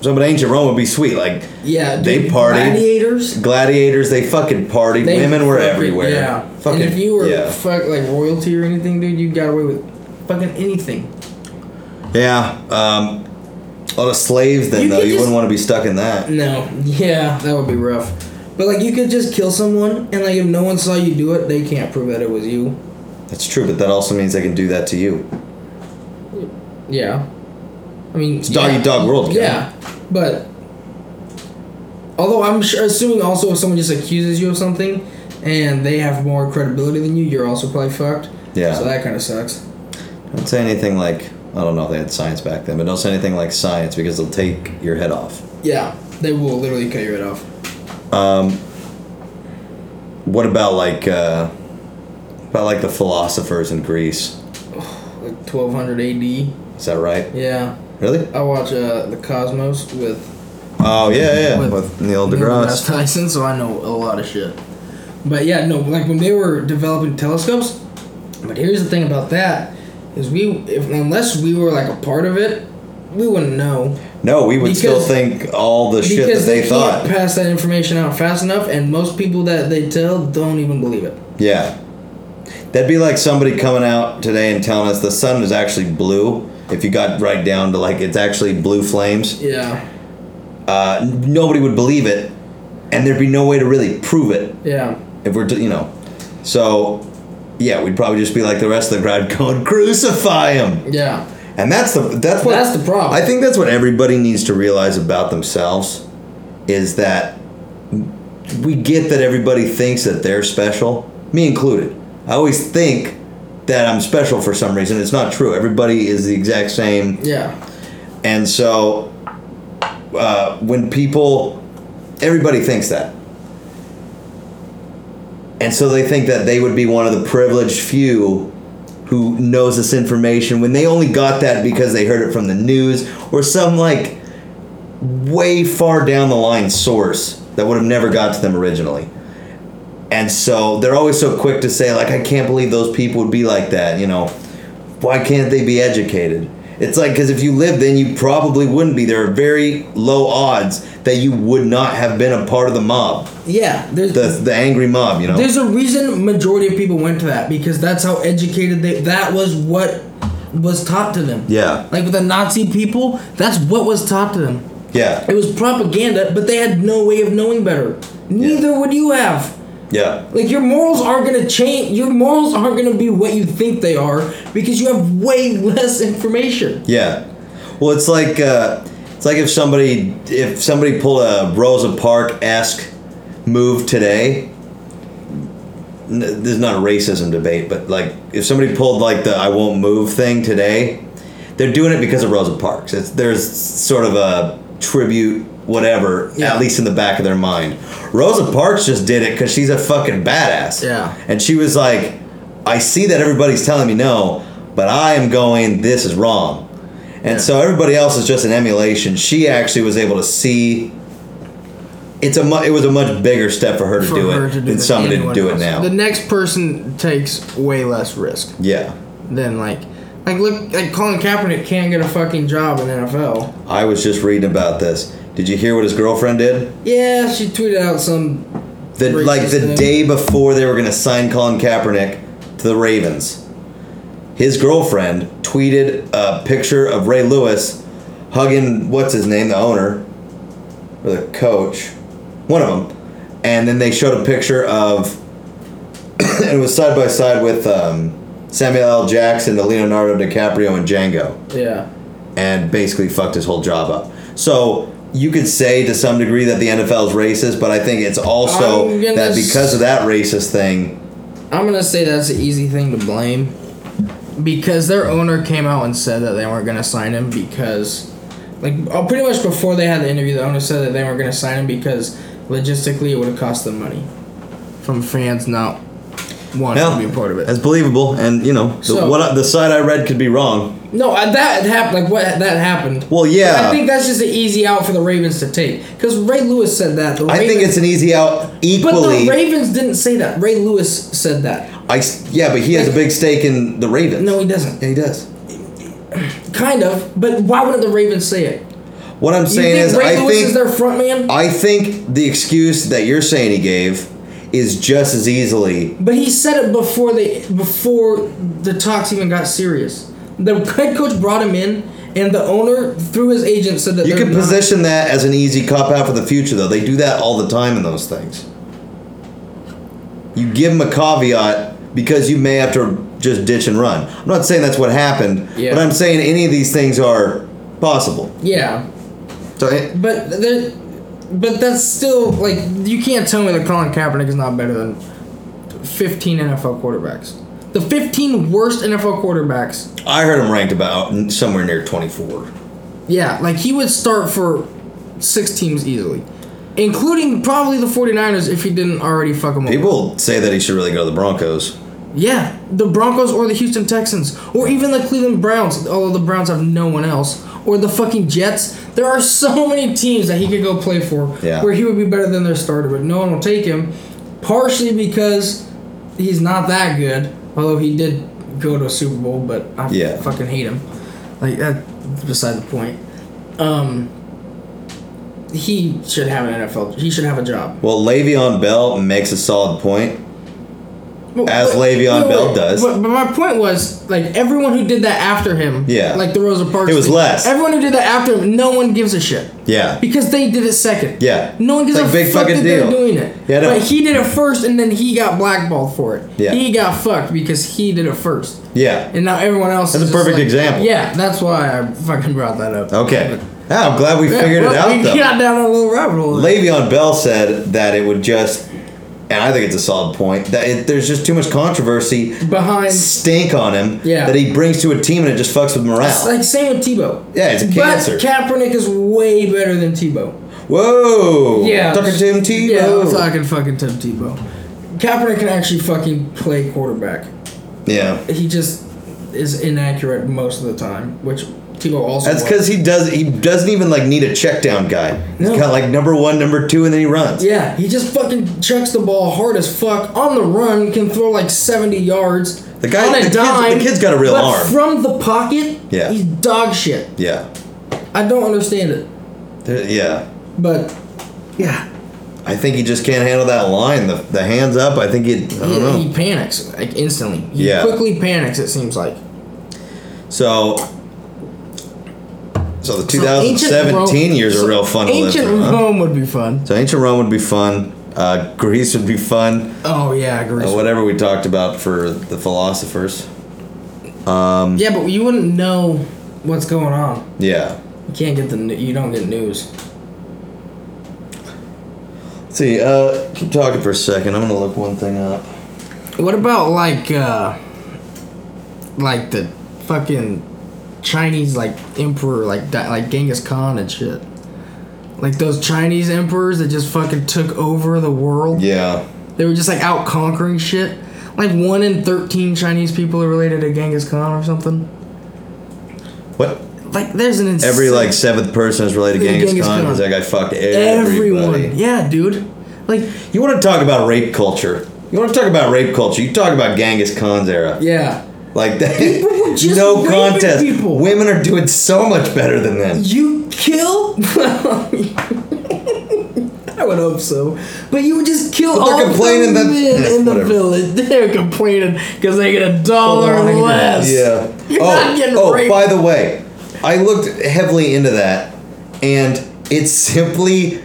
S2: So, but ancient Rome would be sweet. Like
S3: yeah,
S2: they
S3: dude,
S2: partied.
S3: Gladiators.
S2: gladiators, they fucking partied.
S3: They
S2: Women were
S3: fucking-
S2: everywhere.
S3: Yeah.
S2: Fucking,
S3: and if you were
S2: yeah.
S3: fuck like royalty or anything, dude, you got away with fucking anything.
S2: Yeah, um, a lot of slaves then
S3: You
S2: though.
S3: could
S2: You
S3: just-
S2: wouldn't want to be stuck in that.
S3: No. Yeah, that would be rough. But like, you could just kill someone, and like, if no one saw you do it, they can't prove that it was you.
S2: That's true, but that also means they can do that to you.
S3: Yeah. I mean,
S2: It's dog eat dog world, Kevin.
S3: Yeah, but although I'm sure, assuming also if someone just accuses you of something and they have more credibility than you, you're also probably fucked.
S2: Yeah.
S3: So that kind of sucks.
S2: Don't say anything like I don't know if they had science back then, but don't say anything like science because they'll take your head off.
S3: Yeah, they will literally cut your head off.
S2: What about like uh, about like the philosophers in Greece?
S3: Like 1200 AD.
S2: Is that right?
S3: Yeah.
S2: Really?
S3: I watch uh, the Cosmos with
S2: Oh yeah, yeah,
S3: With-
S2: with, Neil
S3: Neil
S2: deGrasse.
S3: deGrasse Tyson, so I know a lot of shit. But yeah, no, like when they were developing telescopes. But here's the thing about that is we, if unless we were like a part of it, we wouldn't know.
S2: No, we would still
S3: Because-
S2: think all the shit that they, thought.
S3: can't pass that information out fast enough, and most people that they tell don't even believe it.
S2: Yeah. That'd be like somebody coming out today and telling us the sun is actually blue. If you got right down to like it's actually blue flames,
S3: Yeah,
S2: uh, n- nobody would believe it, and there'd be no way to really prove it
S3: yeah,
S2: if we're t- you know. So, yeah, we'd probably just be like the rest of the crowd (laughs) going crucify him,
S3: yeah.
S2: and that's the that's what
S3: That's the problem.
S2: I think that's what everybody needs to realize about themselves is that we get that everybody thinks that they're special, me included. I always think that I'm special for some reason. It's not true. Everybody is the exact same.
S3: yeah,
S2: And so uh, when people, everybody thinks that. And so they think that they would be one of the privileged few who knows this information when they only got that because they heard it from the news or some like way far down the line source that would have never got to them originally. And so they're always so quick to say like I can't believe those people would be like that, you know. Why can't they be educated? It's like cuz if you lived then you probably wouldn't be there are very low odds that you would not have been a part of the mob,
S3: yeah. There's
S2: the the angry mob, you know.
S3: there's a reason majority of people went to that because that's how educated they. That was what was taught to them.
S2: Yeah.
S3: Like with the Nazi people, that's what was taught to them.
S2: yeah.
S3: It was propaganda, but they had no way of knowing better. Neither would you have.
S2: Yeah.
S3: Like your morals aren't gonna change. Your morals aren't gonna be what you think they are because you have way (laughs) less information.
S2: Yeah. Well, it's like uh, it's like if somebody if somebody pulled a Rosa Park esque move today. N- this is not a racism debate, but like if somebody pulled like the "I won't move" thing today, they're doing it because of Rosa Parks. It's, there's sort of a tribute, whatever,
S3: Yeah.
S2: at least in the back of their mind. Rosa Parks just did it because she's a fucking badass.
S3: Yeah.
S2: And she was like, I see that everybody's telling me no, but I am going, this is wrong. And so everybody else is just an emulation. She actually was able to see. It's a mu- it was a much bigger step for her to,
S3: for
S2: do,
S3: her
S2: it
S3: to
S2: than
S3: that
S2: somebody to
S3: anyone
S2: do it
S3: else.
S2: now.
S3: The next person takes way less risk
S2: yeah,
S3: than like, like look, like Colin Kaepernick can't get a fucking job in the NFL.
S2: I was just reading about this. Did you hear what his girlfriend did?
S3: Yeah, she tweeted out some.
S2: The,
S3: Racist
S2: like the
S3: thing.
S2: day before they were going to sign Colin Kaepernick to the Ravens, his girlfriend tweeted a picture of Ray Lewis hugging what's his name, the owner or the coach, one of them, and then they showed a picture of (coughs) and it was side by side with um, Samuel L. Jackson, the Leonardo DiCaprio, and Django
S3: Yeah,
S2: and basically fucked his whole job up. So you could say to some degree that the NFL is racist, but I think it's also
S3: I'm gonna
S2: that
S3: s-
S2: because of that racist thing.
S3: I'm gonna say that's an easy thing to blame because their owner came out and said that they weren't gonna sign him because, like, uh, pretty much before they had the interview, the owner said that they weren't gonna sign him because logistically it would have cost them money from fans not wanted
S2: Hell,
S3: to be a part of it.
S2: That's believable, and you know the,
S3: So-
S2: what I, the side I read could be wrong.
S3: No, uh, that happened. Like what that happened.
S2: Well, yeah.
S3: I think that's just an easy out for the Ravens to take because Ray Lewis said that. The
S2: I
S3: Ravens,
S2: think it's an easy out
S3: But
S2: equally.
S3: the Ravens didn't say that. Ray Lewis said that.
S2: I s yeah, but he has a big stake in the Ravens.
S3: No, he doesn't.
S2: yeah, he does.
S3: Kind of. But why wouldn't the Ravens say it?
S2: What I'm
S3: You
S2: saying
S3: think
S2: is,
S3: Ray
S2: I
S3: Lewis
S2: think
S3: is their front man?
S2: I think the excuse that you're saying he gave is just as easily.
S3: But he said it before they before the talks even got serious. The head coach brought him in, and the owner through his agent said that
S2: You
S3: they're
S2: could
S3: not-
S2: position that as an easy cop out for the future, though. They do that all the time in those things. You give them a caveat because you may have to just ditch and run. I'm not saying that's what happened,
S3: Yeah.
S2: but I'm saying any of these things are possible.
S3: Yeah,
S2: So, eh,
S3: but there, but that's still like you can't tell me that Colin Kaepernick is not better than fifteen NFL quarterbacks. The fifteen worst NFL quarterbacks
S2: I heard him ranked about somewhere near 24.
S3: Yeah, like he would start for six teams easily, including probably the 49ers if he didn't already fuck them up.
S2: People say that he should really go to the Broncos.
S3: Yeah, the Broncos or the Houston Texans or even the Cleveland Browns, although the Browns have no one else, or the fucking Jets. There are so many teams that he could go play for
S2: Yeah.
S3: where he would be better than their starter, but no one will take him, partially because he's not that good, although he did go to a Super Bowl, but I
S2: Yeah.
S3: fucking hate him. Like that beside the point. Um he should have an NFL. He should have a job.
S2: Well, Le'Veon Bell makes a solid point. As Le'Veon Bell does.
S3: But, but my point was, like everyone who did that after him,
S2: Yeah.
S3: like the Rosa Parks.
S2: It was
S3: thing,
S2: less.
S3: Everyone who did that after him, no one gives a shit
S2: Yeah.
S3: because they did it second.
S2: Yeah.
S3: no one gives
S2: Like,
S3: a
S2: big
S3: fuck
S2: fucking
S3: that they're
S2: deal.
S3: doing it.
S2: Yeah, I know.
S3: but he did it first, and then he got blackballed for it.
S2: Yeah.
S3: he got fucked because he did it first,
S2: Yeah.
S3: and now everyone else.
S2: That's
S3: is
S2: a
S3: just
S2: perfect
S3: like-
S2: example.
S3: Yeah, that's why I fucking brought that up.
S2: Okay. Yeah, I'm glad we
S3: (laughs) Yeah,
S2: figured
S3: well,
S2: it out,
S3: We
S2: though.
S3: got down a little rabbit hole. there.
S2: Le'Veon Bell said that it would just, and I think it's a solid point, that it, there's just too much controversy,
S3: Behind
S2: stink on him,
S3: Yeah.
S2: that he brings to a team and it just fucks with
S3: It's
S2: morale.
S3: like same with Tebow.
S2: Yeah, it's a cancer.
S3: But Kaepernick is way better than Tebow.
S2: Whoa! Talking Tim Tebow.
S3: Yeah, I'm talking fucking Tim Tebow. Kaepernick can actually fucking play quarterback.
S2: Yeah.
S3: He just is inaccurate most of the time, which Tebow also.
S2: That's
S3: was.
S2: because he does. He doesn't even like need a check down guy. He's
S3: No.
S2: kind of like number one, number two, and then he runs.
S3: Yeah, he just fucking chucks the ball hard as fuck on the run. Can throw like seventy yards.
S2: The guy-
S3: on a
S2: the kid's- the
S3: dime,
S2: kid's got a real
S3: but
S2: arm.
S3: From the pocket,
S2: Yeah.
S3: he's dog shit.
S2: Yeah.
S3: I don't understand it,
S2: There- Yeah.
S3: but yeah,
S2: I think he just can't handle that line. The, the hands up. I think he. I don't know.
S3: he, he panics like instantly. He
S2: Yeah.
S3: quickly panics. It seems like.
S2: So, so the
S3: So ancient
S2: 2017
S3: Rome-
S2: years
S3: so
S2: are real fun to live
S3: Ancient
S2: through. huh?
S3: Rome would be fun.
S2: So ancient Rome would be fun. Uh, Greece would be fun.
S3: Oh yeah, I agree.
S2: Uh, whatever we talked about for the philosophers.
S3: yeah, but you wouldn't know what's going on.
S2: Yeah.
S3: You can't get the n- you don't get news.
S2: Let's see, uh, keep talking for a second. I'm gonna look one thing up.
S3: What about like uh like the fucking Chinese like emperor like that like Genghis Khan and shit. Like those Chinese emperors that just fucking took over the world.
S2: Yeah.
S3: They were just like out conquering shit. Like one in thirteen Chinese people are related to Genghis Khan or something.
S2: What?
S3: Like there's an insane
S2: Every like seventh person is related to
S3: Yeah,
S2: Genghis,
S3: Genghis
S2: Khan
S3: Khan.
S2: because that guy fucked
S3: Everyone.
S2: everybody.
S3: Yeah, dude. Like,
S2: You want to talk about rape culture? You want to talk about rape culture? You talk about Genghis Khan's era.
S3: yeah.
S2: Like (laughs) that,
S3: were just
S2: no
S3: raping
S2: contest.
S3: people.
S2: Women are doing so much better than them.
S3: You kill? (laughs) I would hope so. But you would just kill
S2: But they're
S3: all
S2: complaining
S3: the
S2: that- (laughs)
S3: men
S2: Yeah,
S3: in the
S2: whatever.
S3: village. (laughs) They're complaining because they get a dollar less.
S2: Yeah.
S3: You're
S2: oh,
S3: not getting
S2: oh,
S3: raped.
S2: by the way, I looked heavily into that, and it's simply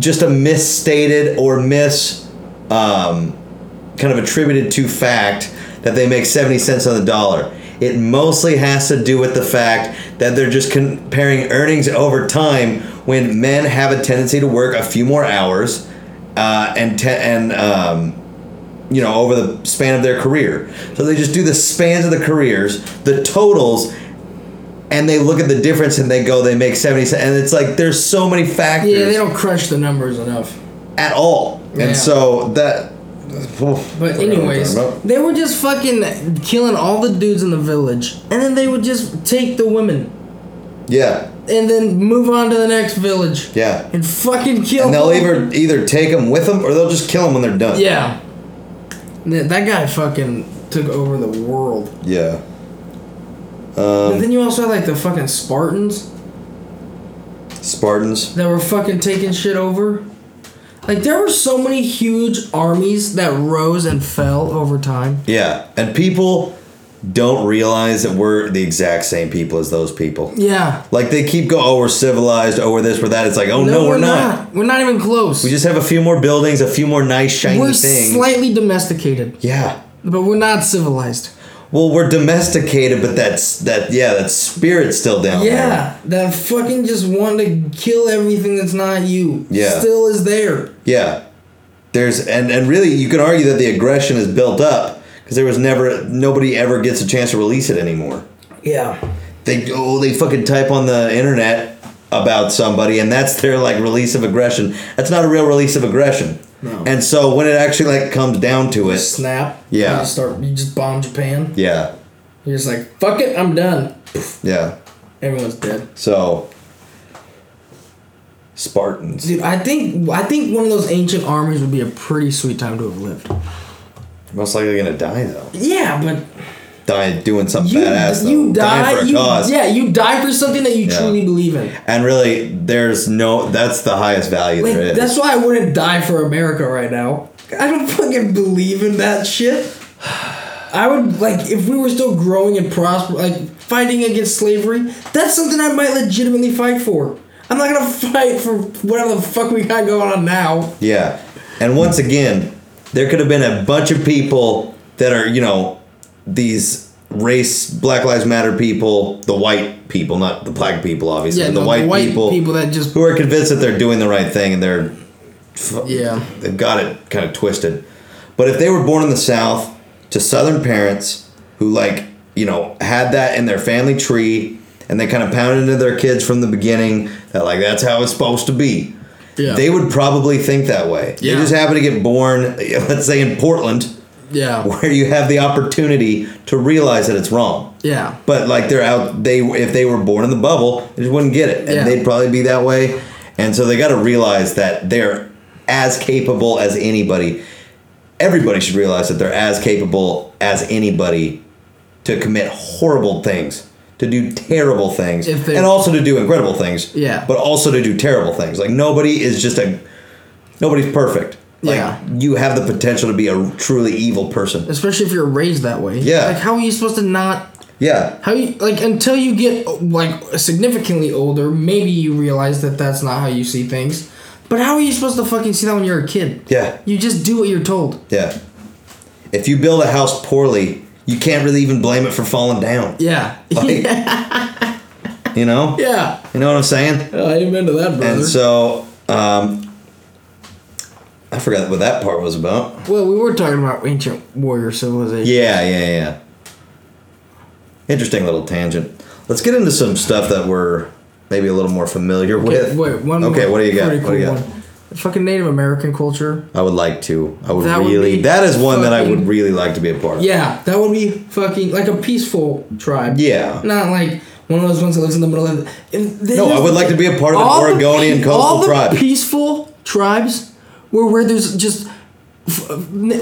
S2: just a misstated or mis, um, kind of attributed to fact that they make seventy cents on the dollar. It mostly has to do with the fact that they're just comparing earnings over time when men have a tendency to work a few more hours, uh, and te- and um, you know over the span of their career so they just do the spans of the careers the totals and they look at the difference and they go they make 70 cents and it's like there's so many factors
S3: Yeah, they don't crush the numbers enough.
S2: at all
S3: Yeah.
S2: and so that
S3: But anyways, they were just fucking killing all the dudes in the village, and then they would just take the women,
S2: yeah,
S3: and then move on to the next village,
S2: yeah.
S3: and fucking kill.
S2: And they'll
S3: them.
S2: either either take them with them or they'll just kill them when they're done.
S3: Yeah. Th- That guy fucking took over the world.
S2: Yeah. Um,
S3: but then you also had like the fucking Spartans
S2: Spartans.
S3: that were fucking taking shit over. Like there were so many huge armies that rose and fell over time.
S2: Yeah, and people don't realize that we're the exact same people as those people.
S3: Yeah.
S2: Like they keep going, oh, we're civilized, oh, we're this, we're that. It's like, oh no, we're, not.
S3: We're not even close.
S2: We just have a few more buildings, a few more nice shiny
S3: we're
S2: things.
S3: slightly domesticated,
S2: yeah.
S3: but we're not civilized.
S2: Well, we're domesticated, but that's that. Yeah, that spirit's still down there.
S3: Yeah, that fucking just want to kill everything that's not you.
S2: Yeah.
S3: Still is there.
S2: Yeah. There's and and really, you can argue that the aggression is built up because there was never nobody ever gets a chance to release it anymore.
S3: Yeah.
S2: they oh they fucking type on the internet about somebody and that's their like release of aggression that's not a real release of aggression
S3: No.
S2: and so when it actually like comes down to it
S3: Snap.
S2: Yeah.
S3: You just start. You just bomb Japan.
S2: yeah
S3: You're just like fuck it. I'm done.
S2: yeah
S3: Everyone's dead.
S2: so spartans
S3: Dude, I think I think one of those ancient armies would be a pretty sweet time to have lived.
S2: most likely gonna die though
S3: Yeah, but
S2: die doing something
S3: you
S2: badass though.
S3: you die.
S2: Dying for a
S3: you,
S2: cause
S3: Yeah, you die for something that you
S2: Yeah.
S3: truly believe in.
S2: and really there's no that's the highest value
S3: Like
S2: there is
S3: that's why I wouldn't die for America right now. I don't fucking believe in that shit. I would like if we were still growing and prosper, like fighting against slavery. That's something I might legitimately fight for. I'm not gonna (laughs) fight for whatever the fuck we got going on now.
S2: Yeah. And once again, there could have been a bunch of people that are, you know, these race, Black Lives Matter people, the white people, not the black people, obviously, but the,
S3: no,
S2: white people,
S3: that just
S2: who are convinced that they're doing the right thing and they're,
S3: yeah
S2: they've got it kind of twisted. But if they were born in the South to Southern parents who, like, you know, had that in their family tree and they kind of pounded into their kids from the beginning that, like, that's how it's supposed to be
S3: yeah
S2: they would probably think that way.
S3: Yeah.
S2: They just happen to get born, (laughs) let's say in Portland, (laughs)
S3: yeah
S2: where you have the opportunity to realize that it's wrong.
S3: yeah
S2: But like they're out, they if they were born in the bubble, they just wouldn't get it, and
S3: Yeah.
S2: they'd probably be that way. And so they got to realize that they're as capable as anybody. Everybody should realize that they're as capable as anybody to commit horrible things, to do terrible things,
S3: If they-
S2: and also to do incredible things.
S3: Yeah.
S2: But also to do terrible things. Like nobody is just a nobody's perfect. Like
S3: Yeah.
S2: you have the potential to be a truly evil person.
S3: especially if you're raised that way.
S2: Yeah.
S3: like how are you supposed to not
S2: Yeah.
S3: How you like until you get like significantly older, maybe you realize that that's not how you see things. But how are you supposed to fucking see that when you're a kid?
S2: Yeah.
S3: You just do what you're told.
S2: Yeah. If you build a house poorly, you can't really even blame it for falling down.
S3: (laughs) Yeah.
S2: Like, you know?
S3: yeah.
S2: You know what I'm saying?
S3: I amen to that, brother.
S2: And so, um, I forgot what that part was about.
S3: well, we were talking about ancient warrior civilization.
S2: Yeah, yeah, yeah. Interesting little tangent. Let's get into some stuff that we're maybe a little more familiar with.
S3: Wait, one more
S2: okay, what do you got?
S3: pretty
S2: What do you
S3: cool
S2: got?
S3: one. Fucking Native American culture.
S2: I would like to. I would
S3: That would
S2: really.
S3: be
S2: that is one that I would
S3: fucking-
S2: really like to be a part of.
S3: Yeah, that would be fucking like a peaceful tribe.
S2: Yeah.
S3: Not like one of those ones that lives in the middle of. if they-
S2: No, I would like to be a part of an
S3: All the
S2: Oregonian
S3: pe-
S2: coastal
S3: all the
S2: tribe.
S3: peaceful tribes where where there's just f-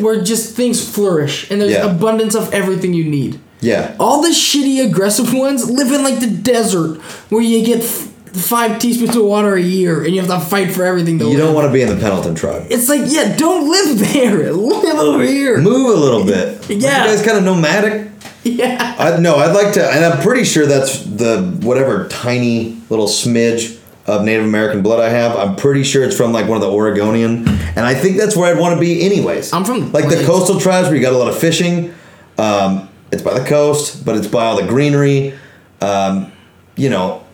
S3: where just things flourish and there's
S2: Yeah.
S3: abundance of everything you need.
S2: Yeah.
S3: All the shitty aggressive ones live in like the desert where you get f- five teaspoons of water a year and you have to fight for everything. To
S2: You
S3: live.
S2: don't want to be in the Pendleton tribe.
S3: It's like yeah, don't live (laughs) there. Live over here.
S2: Move a little bit.
S3: Yeah.
S2: You guys kind of nomadic.
S3: (laughs) Yeah.
S2: I no, I'd like to, and I'm pretty sure that's the whatever tiny little smidge of Native American blood I have. I'm pretty sure it's from like one of the Oregonian, and I think that's where I'd want to be anyways.
S3: I'm from the
S2: like the
S3: plains.
S2: coastal tribes where you got a lot of fishing. Um, it's by the coast, but it's by all the greenery. Um, you know,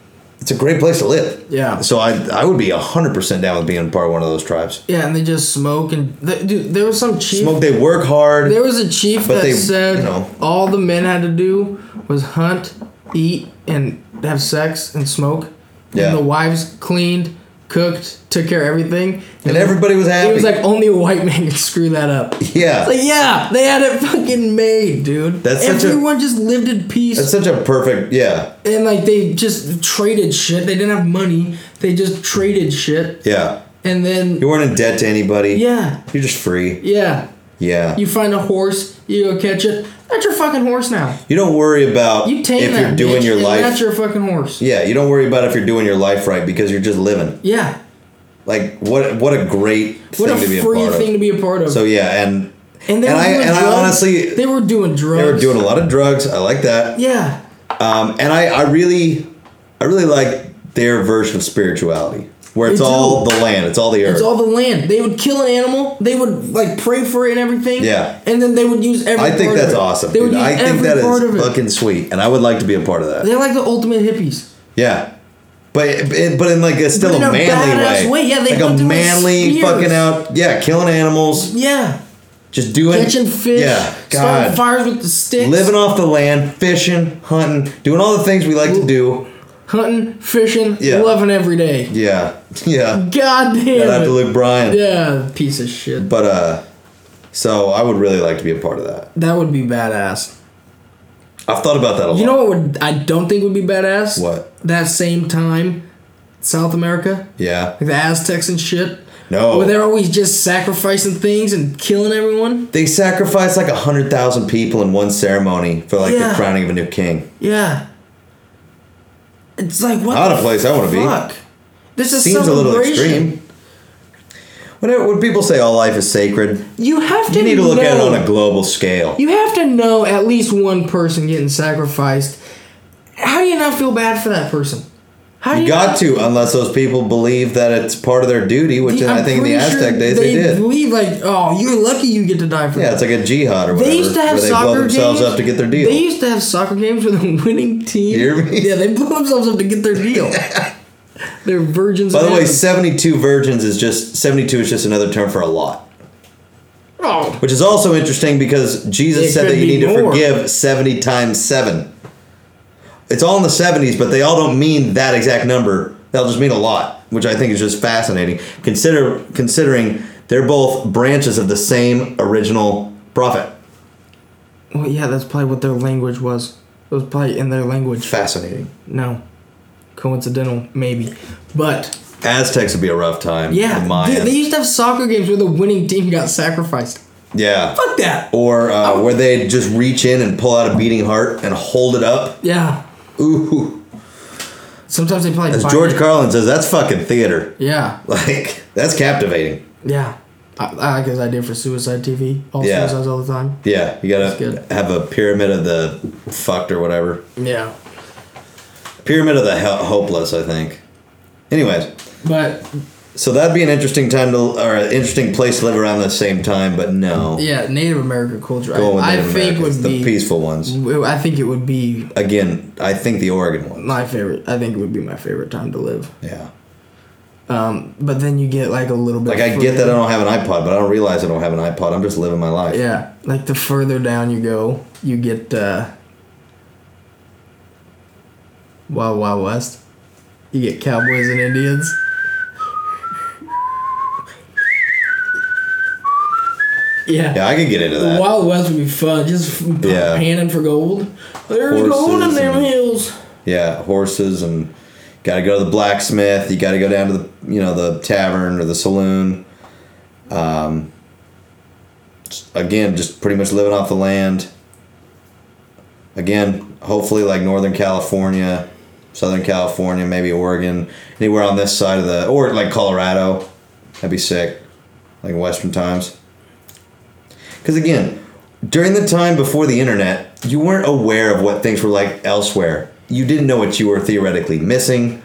S2: it's a great place to live.
S3: Yeah.
S2: So I I would be hundred percent down with being part of one of those tribes.
S3: Yeah, and they just smoke and th- dude, there was some chief.
S2: Smoke. They work hard.
S3: There was a chief
S2: But
S3: that
S2: they-
S3: said
S2: you know.
S3: all the men had to do was hunt, eat, and have sex and smoke.
S2: Yeah.
S3: And the wives cleaned, cooked, took care of everything.
S2: And everybody was happy.
S3: It was like only a white man could screw that up.
S2: Yeah.
S3: It's like yeah, they had it fucking made, dude.
S2: That's such a-
S3: everyone just lived in peace.
S2: That's such a perfect, yeah,
S3: and like they just traded shit. They didn't have money. They just traded shit.
S2: yeah.
S3: And then
S2: You weren't in debt to anybody.
S3: yeah,
S2: You're just free.
S3: yeah.
S2: Yeah.
S3: You
S2: You,
S3: find a horse, you go catch it. That's your fucking horse now.
S2: don't worry about
S3: You tame
S2: if
S3: that.
S2: you're doing
S3: bitch,
S2: your
S3: and
S2: life.
S3: That's your fucking horse.
S2: yeah, you don't worry about if you're doing your life right because you're just living.
S3: Yeah.
S2: Like what? What a great
S3: What
S2: thing
S3: a
S2: to be a
S3: free
S2: part
S3: thing to
S2: of.
S3: be a part of.
S2: So yeah, and
S3: and they
S2: and
S3: were
S2: I-
S3: doing
S2: and I
S3: drugs.
S2: honestly-
S3: they were doing drugs.
S2: they were doing a lot of drugs. I like that.
S3: Yeah.
S2: Um, and I, I really, I really like their version of spirituality, where it's
S3: They do.
S2: all the land, it's all the earth.
S3: It's all the land. They would kill an animal. They would like pray for it and everything.
S2: Yeah.
S3: And then they would use every.
S2: I think
S3: part
S2: that's
S3: of it.
S2: awesome.
S3: They would
S2: Dude.
S3: use
S2: I think
S3: every
S2: that
S3: part of
S2: is
S3: it.
S2: fucking sweet, and I would like to be a part of that.
S3: They're like the ultimate hippies.
S2: Yeah. But it, but in like a still
S3: in
S2: a
S3: a
S2: manly
S3: badass
S2: way.
S3: way, yeah, they
S2: like
S3: put
S2: a
S3: them with
S2: manly
S3: spears.
S2: fucking out. Yeah, killing animals,
S3: Yeah.
S2: just doing
S3: Catching fish.
S2: Yeah,
S3: Starting
S2: God,
S3: fires with the sticks.
S2: living off the land, fishing, hunting, doing all the things we like to do.
S3: hunting, fishing,
S2: Yeah.
S3: loving every day.
S2: Yeah, (laughs) yeah.
S3: God damn
S2: Shout out
S3: it.
S2: to Luke Bryan.
S3: Yeah, piece of shit.
S2: But uh, so I would really like to be a part of that.
S3: That would be badass.
S2: I've thought about that a lot.
S3: You know what would I don't think would be badass?
S2: What?
S3: That same time, South America,
S2: yeah.
S3: like the Aztecs and shit.
S2: No.
S3: Where they're always just sacrificing things and killing everyone.
S2: They sacrificed like a hundred thousand people in one ceremony for like the
S3: Yeah.
S2: crowning of a new king.
S3: Yeah. It's like what?
S2: Not
S3: the
S2: a place I wanna be.
S3: Fuck. This is
S2: Seems a little extreme. Whenever, when people say all life is sacred,
S3: You have to.
S2: You need to look
S3: know,
S2: at it on a global scale.
S3: You have to know at least one person getting sacrificed. How do you not feel bad for that person? How do
S2: You
S3: you
S2: got
S3: not-
S2: to, unless those people believe that it's part of their duty, which I
S3: I'm
S2: think in the
S3: pretty
S2: Aztec
S3: sure
S2: days they, did.
S3: Believe like, oh, you're lucky you get to die for
S2: Yeah,
S3: that.
S2: it's like a jihad or whatever,
S3: They used to have
S2: where they
S3: soccer
S2: blow themselves
S3: games.
S2: up to get their deal.
S3: They used to have soccer games with the (laughs) winning team.
S2: You hear me?
S3: Yeah, they blew themselves up to get
S2: (laughs)
S3: their deal. They're virgins.
S2: By the
S3: in
S2: way,
S3: heaven.
S2: seventy-two virgins is just seventy-two is just another term for a lot,
S3: oh,
S2: which is also interesting because Jesus
S3: It
S2: said
S3: could
S2: that you
S3: be
S2: need to
S3: more.
S2: forgive seventy times seven. It's all in the seventies, but they all don't mean that exact number. They'll just mean a lot, which I think is just fascinating. Consider considering they're both branches of the same original prophet.
S3: well, yeah, that's probably what their language was. It was probably in their language.
S2: Fascinating.
S3: No, coincidental, maybe, but
S2: Aztecs would be a rough time.
S3: yeah,
S2: The
S3: they,
S2: Mayans.
S3: they used to have soccer games where the winning team got sacrificed.
S2: yeah.
S3: Fuck that.
S2: Or uh, where they just reach in and pull out a beating heart and hold it up.
S3: Yeah,
S2: Ooh.
S3: sometimes they probably
S2: As
S3: buy
S2: George
S3: it.
S2: Carlin says, that's fucking theater. (laughs)
S3: Yeah,
S2: Like, that's captivating.
S3: yeah. I, I like his idea for Suicide TV. All
S2: Yeah.
S3: suicides all the time.
S2: Yeah, you
S3: good.
S2: gotta have a pyramid of the fucked or whatever.
S3: Yeah.
S2: Pyramid of the hel- hopeless, I think. Anyways,
S3: But
S2: so that'd be an interesting time to, or an interesting place to live around the same time, but no.
S3: yeah, Native American culture.
S2: Going with
S3: I,
S2: Native
S3: I think
S2: Americans,
S3: would
S2: the
S3: be
S2: peaceful ones.
S3: I think it would be
S2: Again, I think the Oregon one.
S3: my favorite. I think it would be my favorite time to live.
S2: Yeah.
S3: But then you get like a little bit.
S2: Like I get that I don't have an iPod, but I don't realize I don't have an iPod. I'm just living my life.
S3: Yeah, like the further down you go, you get uh, Wild Wild West. You get cowboys and Indians. Yeah.
S2: Yeah, I could get into
S3: The
S2: that.
S3: Wild West would be fun. Just f-
S2: Yeah.
S3: panning for gold. There's
S2: Horses
S3: gold in them
S2: and-
S3: hills.
S2: Yeah, horses and got to go to the blacksmith. You got to go down to the you know the tavern or the saloon. Um, just- again, just pretty much living off the land. Again, hopefully like Northern California, Southern California, maybe Oregon, anywhere on this side of the or like Colorado, that'd be sick. Like Western times. Because again, during the time before the internet, you weren't aware of what things were like elsewhere. You didn't know what you were theoretically missing.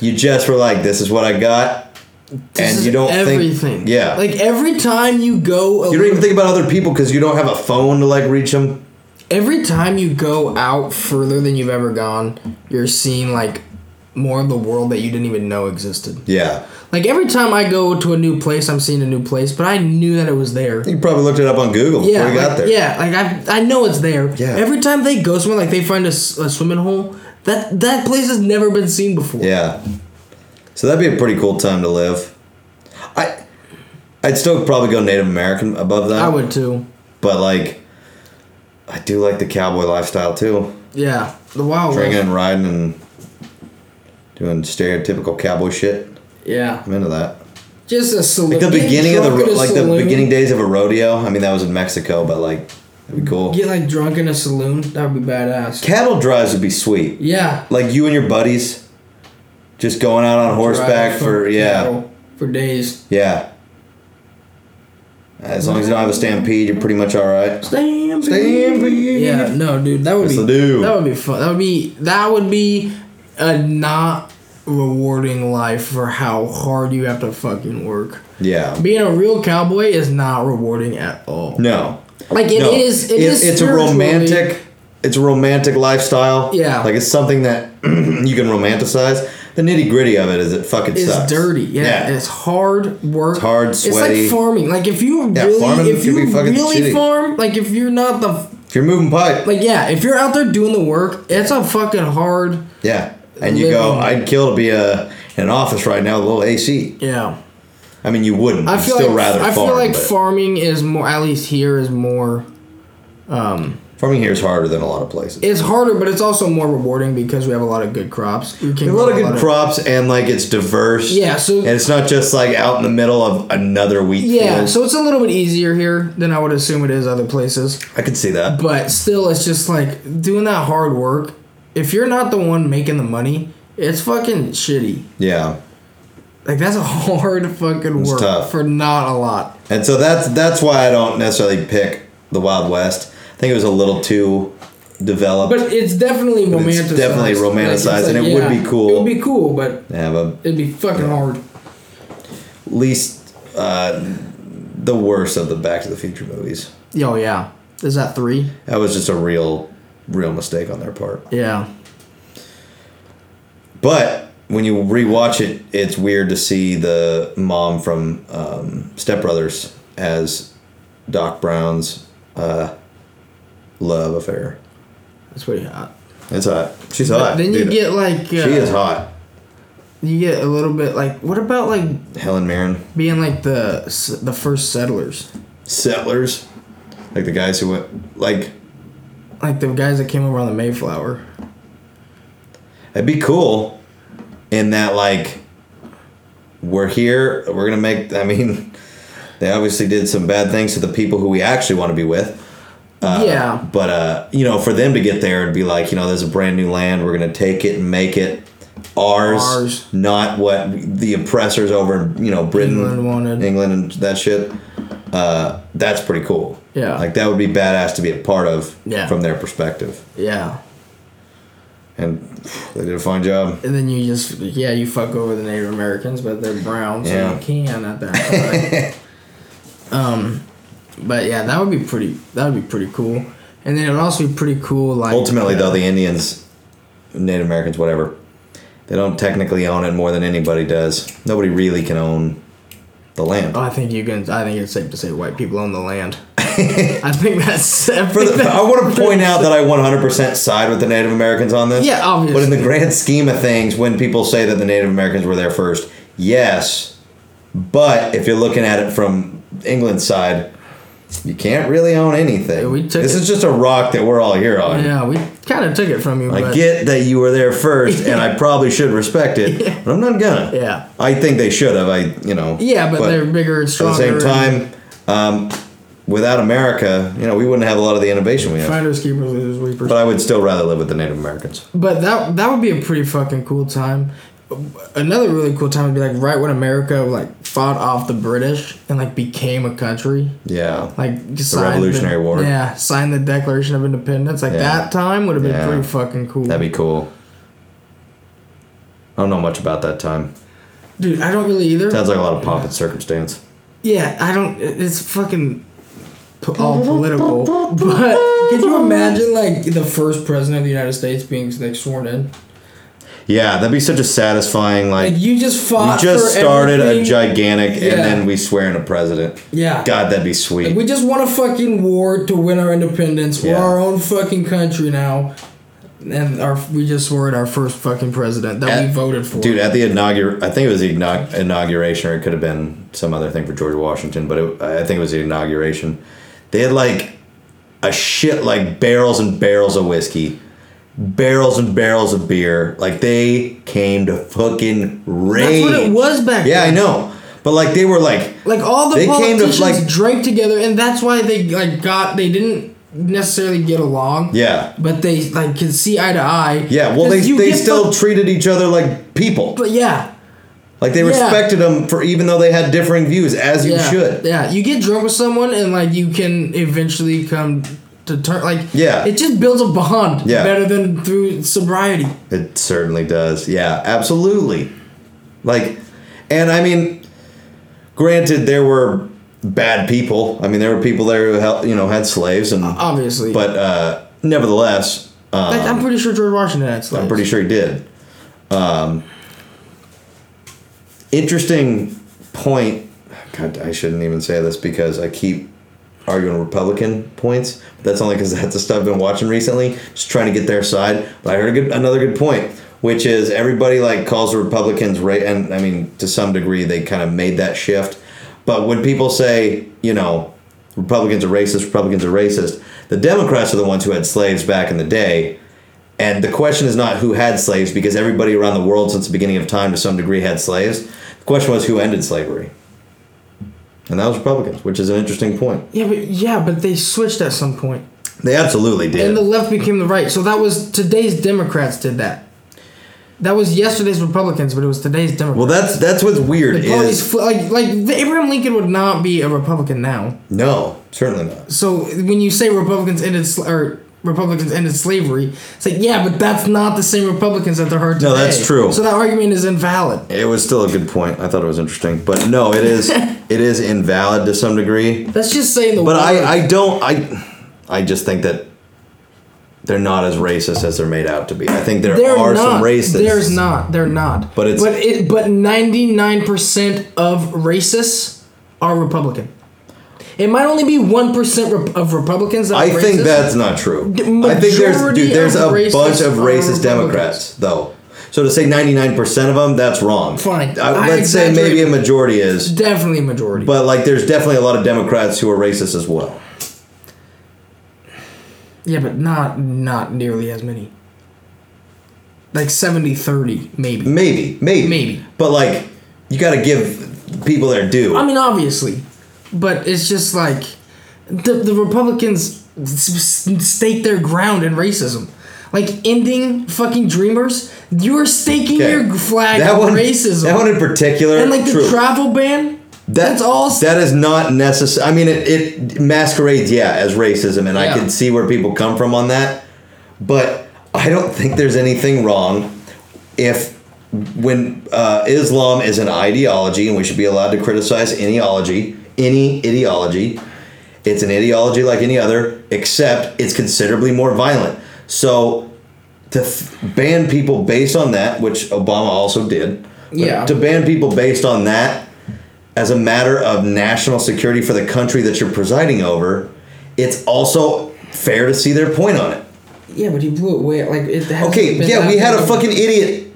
S2: You just were like, "This is what I got,"
S3: This
S2: and
S3: is
S2: you don't
S3: everything.
S2: think, yeah,
S3: Like every time you go, a
S2: you don't even think about other people because you don't have a phone to like reach them.
S3: every time you go out further than you've ever gone, you're seeing like more of the world that you didn't even know existed.
S2: Yeah,
S3: Like every time I go to a new place, I'm seeing a new place, but I knew that it was there.
S2: you probably looked it up on Google before
S3: Yeah,
S2: you got
S3: like-
S2: there.
S3: yeah. Like I, I know it's there.
S2: Yeah.
S3: Every time they go somewhere, like they find a, s- a swimming hole, that that place has never been seen before.
S2: yeah. So that'd be a pretty cool time to live. I, I'd still probably go Native American above that.
S3: I would too.
S2: But like, I do like the cowboy lifestyle too.
S3: Yeah, the Wild
S2: Drinking
S3: West.
S2: and riding and doing stereotypical cowboy shit.
S3: Yeah,
S2: I'm into that.
S3: just a saloon.
S2: Like the beginning of the ro- like the
S3: saloon.
S2: beginning days of a rodeo. I mean, that was in Mexico, but like, that'd be cool.
S3: Get like drunk in a saloon. That would be badass.
S2: Cattle drives would be sweet.
S3: Yeah.
S2: Like you and your buddies, just going out on horseback
S3: Drive
S2: for yeah,
S3: cattle For days.
S2: yeah. As long as you don't have a stampede, you're pretty much all right.
S3: Stampede.
S2: Stampede.
S3: Yeah, no, dude, that would
S2: Yes,
S3: be
S2: I do.
S3: that would be fun. That would be that would be a not rewarding life for how hard you have to fucking work.
S2: Yeah.
S3: Being a real cowboy is not rewarding at all.
S2: No.
S3: Like it
S2: no.
S3: is. it is
S2: It's a
S3: spiritually-
S2: romantic. It's a romantic lifestyle.
S3: Yeah.
S2: Like it's something that (clears throat) you can romanticize. The nitty gritty of it is it fucking
S3: It's
S2: sucks.
S3: dirty. Yeah,
S2: Yeah.
S3: it's hard work. It's
S2: hard, sweaty.
S3: It's like farming. Like if you
S2: Yeah, farming
S3: really, if
S2: can
S3: you
S2: be fucking
S3: really
S2: shitty.
S3: farm, like if you're not the
S2: If you're moving pipe.
S3: like yeah, if you're out there doing the work, it's a fucking hard.
S2: yeah. And you go,
S3: Living.
S2: I'd kill to be a, in an office right now with a little AC.
S3: Yeah.
S2: I mean, you wouldn't.
S3: I
S2: You'd
S3: feel
S2: still
S3: like
S2: rather
S3: I
S2: farm.
S3: feel like
S2: but
S3: farming is more at least here is more
S2: farming here is harder than a lot of places.
S3: it's harder but it's also more rewarding because we have a lot of good crops. We can
S2: a lot of
S3: grow
S2: good crops and like it's diverse.
S3: Yeah, so-
S2: and it's not just like out in the middle of another wheat
S3: Yeah,
S2: field.
S3: so it's a little bit easier here than I would assume it is other places.
S2: I could see that.
S3: But still it's just like doing that hard work. If you're not the one making the money, it's fucking shitty.
S2: Yeah.
S3: Like that's a (laughs) hard fucking work
S2: tough.
S3: for not a lot.
S2: And so that's that's why I don't necessarily pick the Wild West. I think it was a little too developed.
S3: But it's definitely
S2: it's
S3: romanticized.
S2: definitely
S3: Like, it's
S2: romanticized, and it would be cool.
S3: It would be cool, but
S2: to have a
S3: it'd be fucking hard.
S2: least uh, the worst of the Back to the Future movies.
S3: Yo, yeah. Is that three?
S2: That was just a real real mistake on their part.
S3: Yeah.
S2: But when you rewatch it, it's weird to see the mom from um, Step Brothers as Doc Brown's uh, love affair.
S3: That's pretty hot.
S2: It's hot. She's
S3: But
S2: hot.
S3: then you
S2: dude.
S3: get like uh,
S2: she is hot.
S3: You get a little bit like what about like
S2: Helen Mirren.
S3: being like the s- the first settlers,
S2: settlers, like the guys who went. Like,
S3: like the guys that came over on the Mayflower.
S2: it'd be cool, in that like, we're here. We're gonna make. I mean, (laughs) they obviously did some bad things to the people who we actually want to be with.
S3: yeah.
S2: But uh, you know, for them to get there and be like, you know, there's a brand new land. We're gonna take it and make it ours,
S3: Ours.
S2: not what the oppressors over you know Britain,
S3: England wanted.
S2: England and that shit. Uh, that's pretty cool.
S3: Yeah.
S2: like that would be badass to be a part of.
S3: Yeah.
S2: from their perspective.
S3: Yeah.
S2: and they did a fine job.
S3: And then you just yeah you fuck over the Native Americans, but they're brown, so
S2: Yeah.
S3: you can
S2: (laughs)
S3: at that point. um, but yeah, that would be pretty. That would be pretty cool. And then it would also be pretty cool. Like
S2: Ultimately, though, the Indians, Native Americans, whatever, they don't technically own it more than anybody does. Nobody really can own the land.
S3: Oh, I think you can. I think it's safe to say white people own the
S2: (laughs)
S3: land. I think that's. I
S2: For
S3: think (laughs)
S2: the,
S3: that's-
S2: I want to point out
S3: (laughs)
S2: that I 100% side with the Native Americans on this.
S3: Yeah, obviously.
S2: But in the grand scheme of things, when people say that the Native Americans were there first, yes. But if you're looking at it from England's side, you can't really own anything.
S3: Yeah, we took
S2: this
S3: it.
S2: is just a rock that we're all here on.
S3: Yeah, we kind of took it from you.
S2: I
S3: but
S2: get that you were there first,
S3: (laughs)
S2: and I probably should respect it, but I'm not gonna.
S3: Yeah.
S2: I think they should have. I, you know.
S3: Yeah, but, they're bigger and
S2: At the
S3: stronger.
S2: same
S3: and
S2: time, um, without America, you know, we wouldn't have a lot of the innovation we have.
S3: finders keepers, losers weepers.
S2: But
S3: But,
S2: I would still rather live with the Native Americans.
S3: that that would be a pretty fucking cool time. Another really cool time would be like right when America like fought off the British and like became a country.
S2: Yeah.
S3: Like the
S2: Revolutionary War.
S3: Yeah, signed the Declaration of Independence. Like
S2: Yeah.
S3: that time would have been
S2: Yeah.
S3: pretty fucking cool.
S2: That'd be cool. I don't know much about that time.
S3: Dude, I don't really either.
S2: Sounds like a lot of pomp and circumstance.
S3: Yeah, I don't. It's fucking po- all political. But could you imagine like the first president of the United States being like sworn in?
S2: Yeah, that'd be such a satisfying like.
S3: Like you just
S2: we
S3: fought.
S2: just
S3: for
S2: started a
S3: everything.
S2: gigantic,
S3: Yeah.
S2: and then we swear in a president.
S3: Yeah.
S2: God, that'd be sweet.
S3: Like, we just won a fucking war to win our independence.
S2: Yeah.
S3: We're our own fucking country now. and our we just sworn our first fucking president that we
S2: At-
S3: voted for.
S2: Dude, at the inaugur, I think it was the inaug- inauguration, or it could have been some other thing for George Washington, but it, I think it was the inauguration. They had like a shit, like barrels and barrels of whiskey, barrels and barrels of beer. Like they came to fucking
S3: that's
S2: rage.
S3: what it was back.
S2: Yeah, I
S3: then.
S2: know, but like they were like,
S3: Like all the
S2: They came to,
S3: politicians
S2: like-
S3: drank together, and that's why they like got they didn't necessarily get along.
S2: yeah,
S3: But they like could see eye to eye.
S2: yeah. Well, they
S3: 'Cause you
S2: they
S3: get
S2: still
S3: fuck-
S2: treated each other like people.
S3: but yeah.
S2: Like they
S3: Yeah.
S2: respected them for even though they had differing views, as you
S3: yeah,
S2: should.
S3: Yeah, you get drunk with someone, and like you can eventually come to turn. Like
S2: Yeah.
S3: it just builds a bond.
S2: Yeah.
S3: better than through sobriety.
S2: It certainly does. Yeah, absolutely. Like, and I mean, granted, there were bad people. I mean, there were people there who hel- you know had slaves and,
S3: Obviously,
S2: but uh, nevertheless, uh,
S3: like, I'm pretty sure George Washington had slaves.
S2: I'm pretty sure he did. Um, interesting point. God, I shouldn't even say this because I keep arguing Republican points. But that's only because that's the stuff I've been watching recently. Just trying to get their side. But I heard a good, another good point, which is everybody like calls the Republicans right, and I mean to some degree they kind of made that shift. But when people say, you know, Republicans are racist, Republicans are racist, the Democrats are the ones who had slaves back in the day. And the question is not who had slaves, because everybody around the world since the beginning of time to some degree had slaves. The question was who ended slavery. And that was Republicans, which is an interesting point.
S3: Yeah, but yeah, but they switched at some point,
S2: They absolutely
S3: and
S2: did.
S3: the left became the right. So that was today's Democrats did that. That was yesterday's Republicans, but it was today's Democrats.
S2: Well, that's that's what's weird
S3: Like, all these
S2: is
S3: fl- like like Abraham Lincoln would not be a Republican now.
S2: no, certainly not.
S3: So when you say Republicans ended sl- or Republicans ended slavery, it's like yeah, but that's not the same Republicans that there are today.
S2: No, that's true.
S3: So that argument is invalid.
S2: It was still a good point. I thought it was interesting, but no, it
S3: (laughs)
S2: is it is invalid to some degree.
S3: That's just saying the.
S2: But
S3: word.
S2: I I don't I I just think that they're not as racist as they're made out to be. I think there
S3: They're
S2: are
S3: not.
S2: some racists.
S3: There's not. They're not.
S2: But it's-
S3: but it but ninety nine percent of racists are Republican. It might only be one percent of Republicans that are
S2: I think
S3: racist.
S2: that's not true.
S3: The
S2: I think there's
S3: majority
S2: dude, there's
S3: of
S2: a
S3: racists
S2: bunch of
S3: are
S2: racist
S3: Republicans.
S2: Democrats though. So to say 99% of them, that's wrong.
S3: Fine.
S2: I-
S3: I
S2: let's say maybe a
S3: exaggerated.
S2: majority is,
S3: definitely a majority.
S2: but like there's definitely a lot of Democrats who are racist as well.
S3: yeah, but not not nearly as many. Like 70 30 maybe.
S2: Maybe, maybe,
S3: Maybe.
S2: But like, you got to give people their due.
S3: I mean, obviously, but it's just like the the Republicans s- s- stake their ground in racism. Like ending fucking Dreamers, you are staking
S2: Okay.
S3: your flag on racism.
S2: That one in particular,
S3: and like the
S2: true.
S3: travel ban,
S2: That-
S3: that's all. s-
S2: That is not necessary. I mean, it, it masquerades, yeah, as racism, and
S3: Yeah.
S2: I can see where people come from on that. But I don't think there's anything wrong if when uh, Islam is an ideology, and we should be allowed to criticize anyology, any ideology. It's an ideology like any other, except it's considerably more violent. So to th- ban people based on that, which Obama also did. but
S3: Yeah.
S2: To ban people based on that as a matter of national security for the country that you're presiding over, it's also fair to see their point on it.
S3: yeah, but he blew it way. Like it. Hasn't
S2: Okay,
S3: been
S2: yeah,
S3: that
S2: we had a
S3: long.
S2: fucking idiot.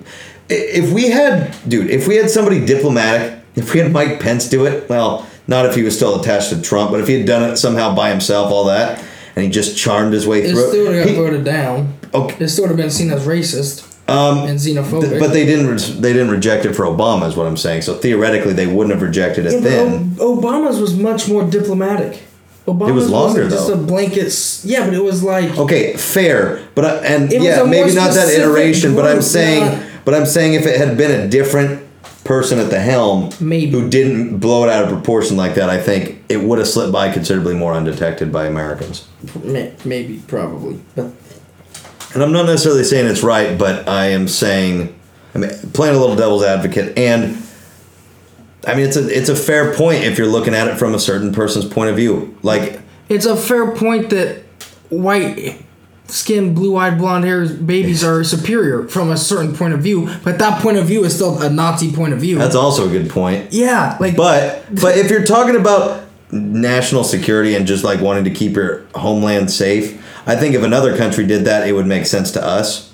S2: I- If we had, dude, if we had somebody diplomatic, if we had Mike Pence do it, well, not if he was still attached to Trump, but if he had done it somehow by himself, all that, and he just charmed his way
S3: It
S2: through
S3: still
S2: it.
S3: got
S2: He-
S3: voted down.
S2: okay,
S3: It still would have been seen as racist and xenophobic.
S2: Th- Um, but they didn't. Re- they didn't reject it for Obama, is what I'm saying. So theoretically, they wouldn't have rejected it
S3: Yeah, but
S2: then.
S3: O- Obama's was much more diplomatic. Obama's
S2: longer,
S3: wasn't just
S2: though. Oh.
S3: a blanket. s- Yeah, but it was like
S2: Okay, fair, but I, and
S3: It was
S2: yeah,
S3: a
S2: maybe
S3: more
S2: not that
S3: specific
S2: iteration. But I'm
S3: group, uh,
S2: saying,
S3: not-
S2: but I'm saying, if it had been a different person at the helm,
S3: Maybe.
S2: who didn't blow it out of proportion like that, I think it would have slipped by considerably more undetected by Americans.
S3: may- maybe, probably, but
S2: And I'm not necessarily saying it's right, but I am saying, I mean, playing a little devil's advocate, and I mean, it's a it's a fair point if you're looking at it from a certain person's point of view. Like,
S3: it's a fair point that white skinned, blue eyed, blonde haired babies are superior from a certain point of view. But that point of view is still a Nazi point of view.
S2: that's also a good point.
S3: yeah, like
S2: But but if you're talking about national security and just like wanting to keep your homeland safe, I think if another country did that, it would make sense to us.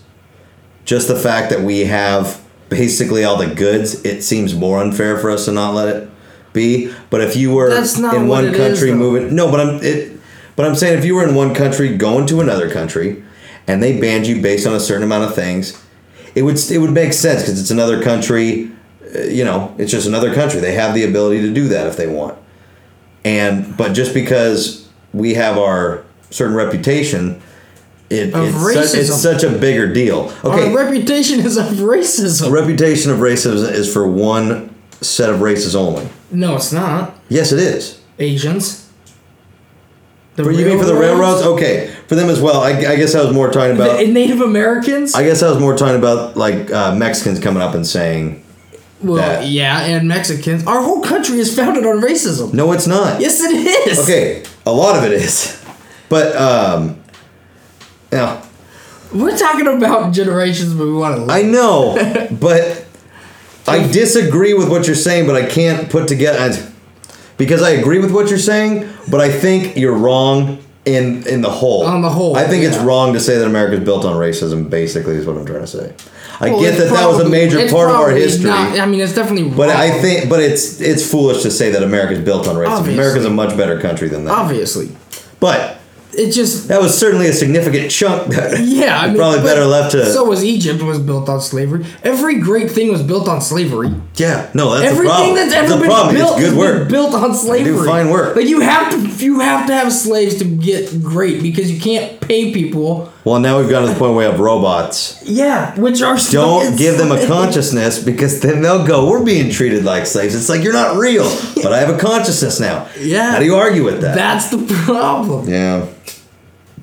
S2: Just the fact that we have basically all the goods, it seems more unfair for us to not let it be. But if you were
S3: That's not
S2: in
S3: what
S2: one
S3: it
S2: country
S3: is, though.
S2: moving, no, but I'm it, but I'm saying if you were in one country going to another country, and they banned you based on a certain amount of things, it would it would make sense because it's another country. uh, You know, it's just another country. They have the ability to do that if they want. And but just because we have our certain reputation, it,
S3: Of
S2: it's, such, it's
S3: racism.
S2: such a bigger deal. Okay,
S3: Our reputation is of racism.
S2: reputation of racism is for one set of races only.
S3: no, it's not.
S2: Yes, it is.
S3: Asians. The
S2: But you mean for the railroads? Oh,
S3: railroads?
S2: Okay, for them as well. I, I guess I was more talking about.
S3: The Native Americans?
S2: I guess I was more talking about like uh, Mexicans coming up and saying,
S3: well,
S2: that.
S3: yeah, and Mexicans. Our whole country is founded on racism.
S2: "No, it's not."
S3: Yes, it is.
S2: Okay, a lot of it is, but um, yeah,
S3: We're talking about generations, but we want to.
S2: I know,
S3: (laughs)
S2: but I disagree with what you're saying. But I can't put together I, because I agree with what you're saying, but I think you're wrong in in the whole.
S3: On the whole,
S2: I think it's
S3: yeah.
S2: wrong to say that America's built on racism. Basically, is what I'm trying to say. I
S3: Well,
S2: get
S3: it's
S2: that that was a
S3: probably-
S2: major
S3: it's
S2: part of our
S3: probably
S2: history.
S3: not- I mean, it's definitely.
S2: But
S3: wrong.
S2: I think, but it's it's foolish to say that America's built on racism.
S3: Obviously.
S2: America's a much better country than that.
S3: obviously
S2: But
S3: it just
S2: that was certainly a significant chunk. That (laughs)
S3: yeah. I mean,
S2: probably
S3: but-
S2: better left to.
S3: So was Egypt was built on slavery. Every great thing was built on slavery.
S2: yeah, no, that's the
S3: Everything
S2: problem.
S3: that's
S2: That's
S3: ever
S2: the
S3: been
S2: problem.
S3: built
S2: it's
S3: has
S2: good
S3: been
S2: work.
S3: built on slavery.
S2: fine work.
S3: Like you have to you have to have slaves to get great because you can't pay people.
S2: well, now we've gotten to the point where we have
S3: (laughs)
S2: robots.
S3: Yeah, which are
S2: Don't give
S3: (laughs)
S2: them a
S3: conscience.
S2: consciousness because then they'll go, "We're being treated like slaves." It's like you're not
S3: (laughs)
S2: real, but I have a consciousness now.
S3: Yeah.
S2: How do you argue with that?
S3: That's the problem.
S2: yeah.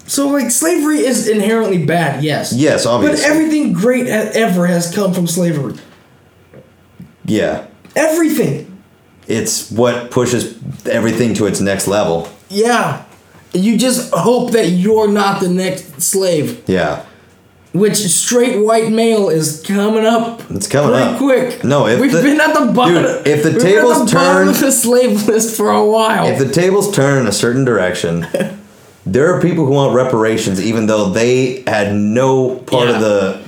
S3: So like slavery is inherently bad. Yes.
S2: Yes, obviously.
S3: But everything great e- ever has come from slavery.
S2: Yeah.
S3: Everything.
S2: It's what pushes everything to its next level.
S3: Yeah. You just hope that you're not the next slave,
S2: Yeah.
S3: which straight white male is coming up.
S2: It's coming
S3: pretty
S2: up.
S3: quick.
S2: No, if
S3: we've
S2: the-
S3: been at the bottom,
S2: Dude, if the
S3: we've been at
S2: tables
S3: the bottom
S2: turn-
S3: of the slave list for a while.
S2: If the tables turn in a certain
S3: (laughs)
S2: direction, there are people who want reparations, even though they had no part
S3: Yeah.
S2: of the,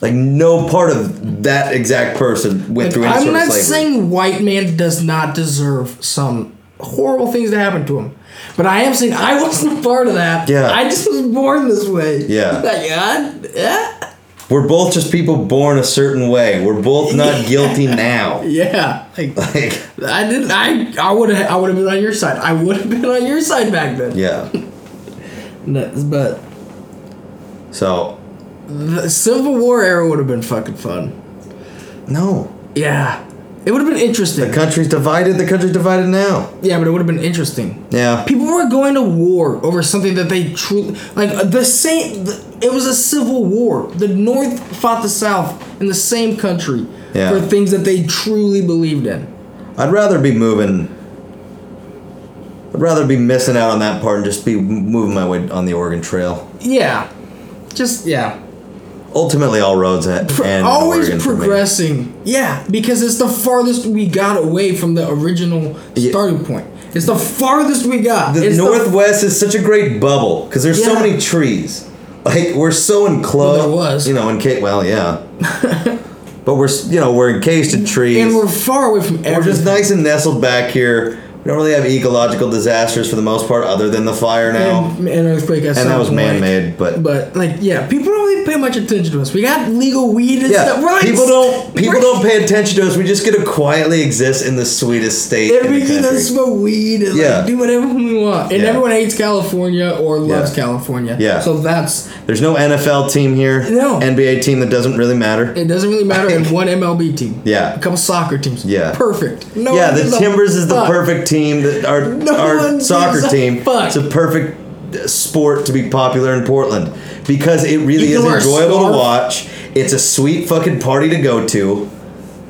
S2: like no part of that exact person went through any
S3: I'm
S2: sort
S3: not
S2: of slavery.
S3: saying white man does not deserve some horrible things that happened to him, but I am saying I wasn't a part of that.
S2: Yeah.
S3: I just was born this way.
S2: Yeah.
S3: (laughs) Like, I- yeah,
S2: We're both just people born a certain way. We're both
S3: (laughs)
S2: not guilty now.
S3: yeah. Like,
S2: Like,
S3: I didn't. I I would have. I would have been on your side. I would have been on your side back then.
S2: yeah.
S3: No, but
S2: So
S3: the Civil War era would have been fucking fun.
S2: no,
S3: Yeah, it would have been
S2: the
S3: interesting.
S2: country's divided. The country's divided now.
S3: yeah, but it would have been interesting.
S2: Yeah.
S3: People were going to war over something that they truly like. The same. The, it was a civil war. The North fought the South in the same country
S2: Yeah.
S3: for things that they truly believed in.
S2: I'd rather be moving. I'd rather be missing out on that part and just be m- moving my way on the Oregon Trail.
S3: Yeah, just yeah.
S2: ultimately all roads at
S3: Pro-
S2: and
S3: always
S2: Oregon
S3: progressing. Yeah, because it's the farthest we got away from the original
S2: Yeah.
S3: starting point. It's the farthest we got.
S2: For me. The
S3: it's
S2: Northwest is such a great bubble because there's so
S3: Yeah.
S2: many trees. Like we're so enclosed.
S3: Well, there was.
S2: you know, encased. Well,
S3: (laughs)
S2: yeah, but we're s- you know we're encased in trees.
S3: and we're far away from
S2: We're just
S3: everything.
S2: nice and nestled back here. We don't really have ecological disasters for the most part, other than the fire now.
S3: And, and earthquake
S2: and
S3: at
S2: that
S3: some
S2: was
S3: point.
S2: man-made, but
S3: But like, yeah, people don't really pay much attention to us. We got legal weed and
S2: yeah,
S3: stuff. We're like,
S2: people don't people
S3: we're-
S2: don't pay attention to us. We just get to quietly exist in the sweetest state.
S3: And
S2: in
S3: we
S2: the
S3: can
S2: country.
S3: just smoke weed and
S2: Yeah.
S3: like do whatever we want. And
S2: Yeah.
S3: everyone hates California or loves
S2: Yeah.
S3: California.
S2: Yeah.
S3: So that's
S2: There's no NFL team here.
S3: No.
S2: NBA team that doesn't really matter.
S3: it doesn't really matter.
S2: (laughs)
S3: And one MLB team.
S2: Yeah.
S3: A couple soccer teams.
S2: Yeah.
S3: Perfect. No
S2: yeah,
S3: one gives
S2: the
S3: a
S2: Timbers is the
S3: fuck.
S2: perfect team. That our
S3: (laughs) No one
S2: our
S3: gives
S2: soccer
S3: a
S2: team.
S3: fuck.
S2: It's a perfect uh, sport to be popular in Portland because it really
S3: You
S2: is
S3: can wear a
S2: enjoyable
S3: scarf.
S2: to watch. It's a sweet fucking party to go to.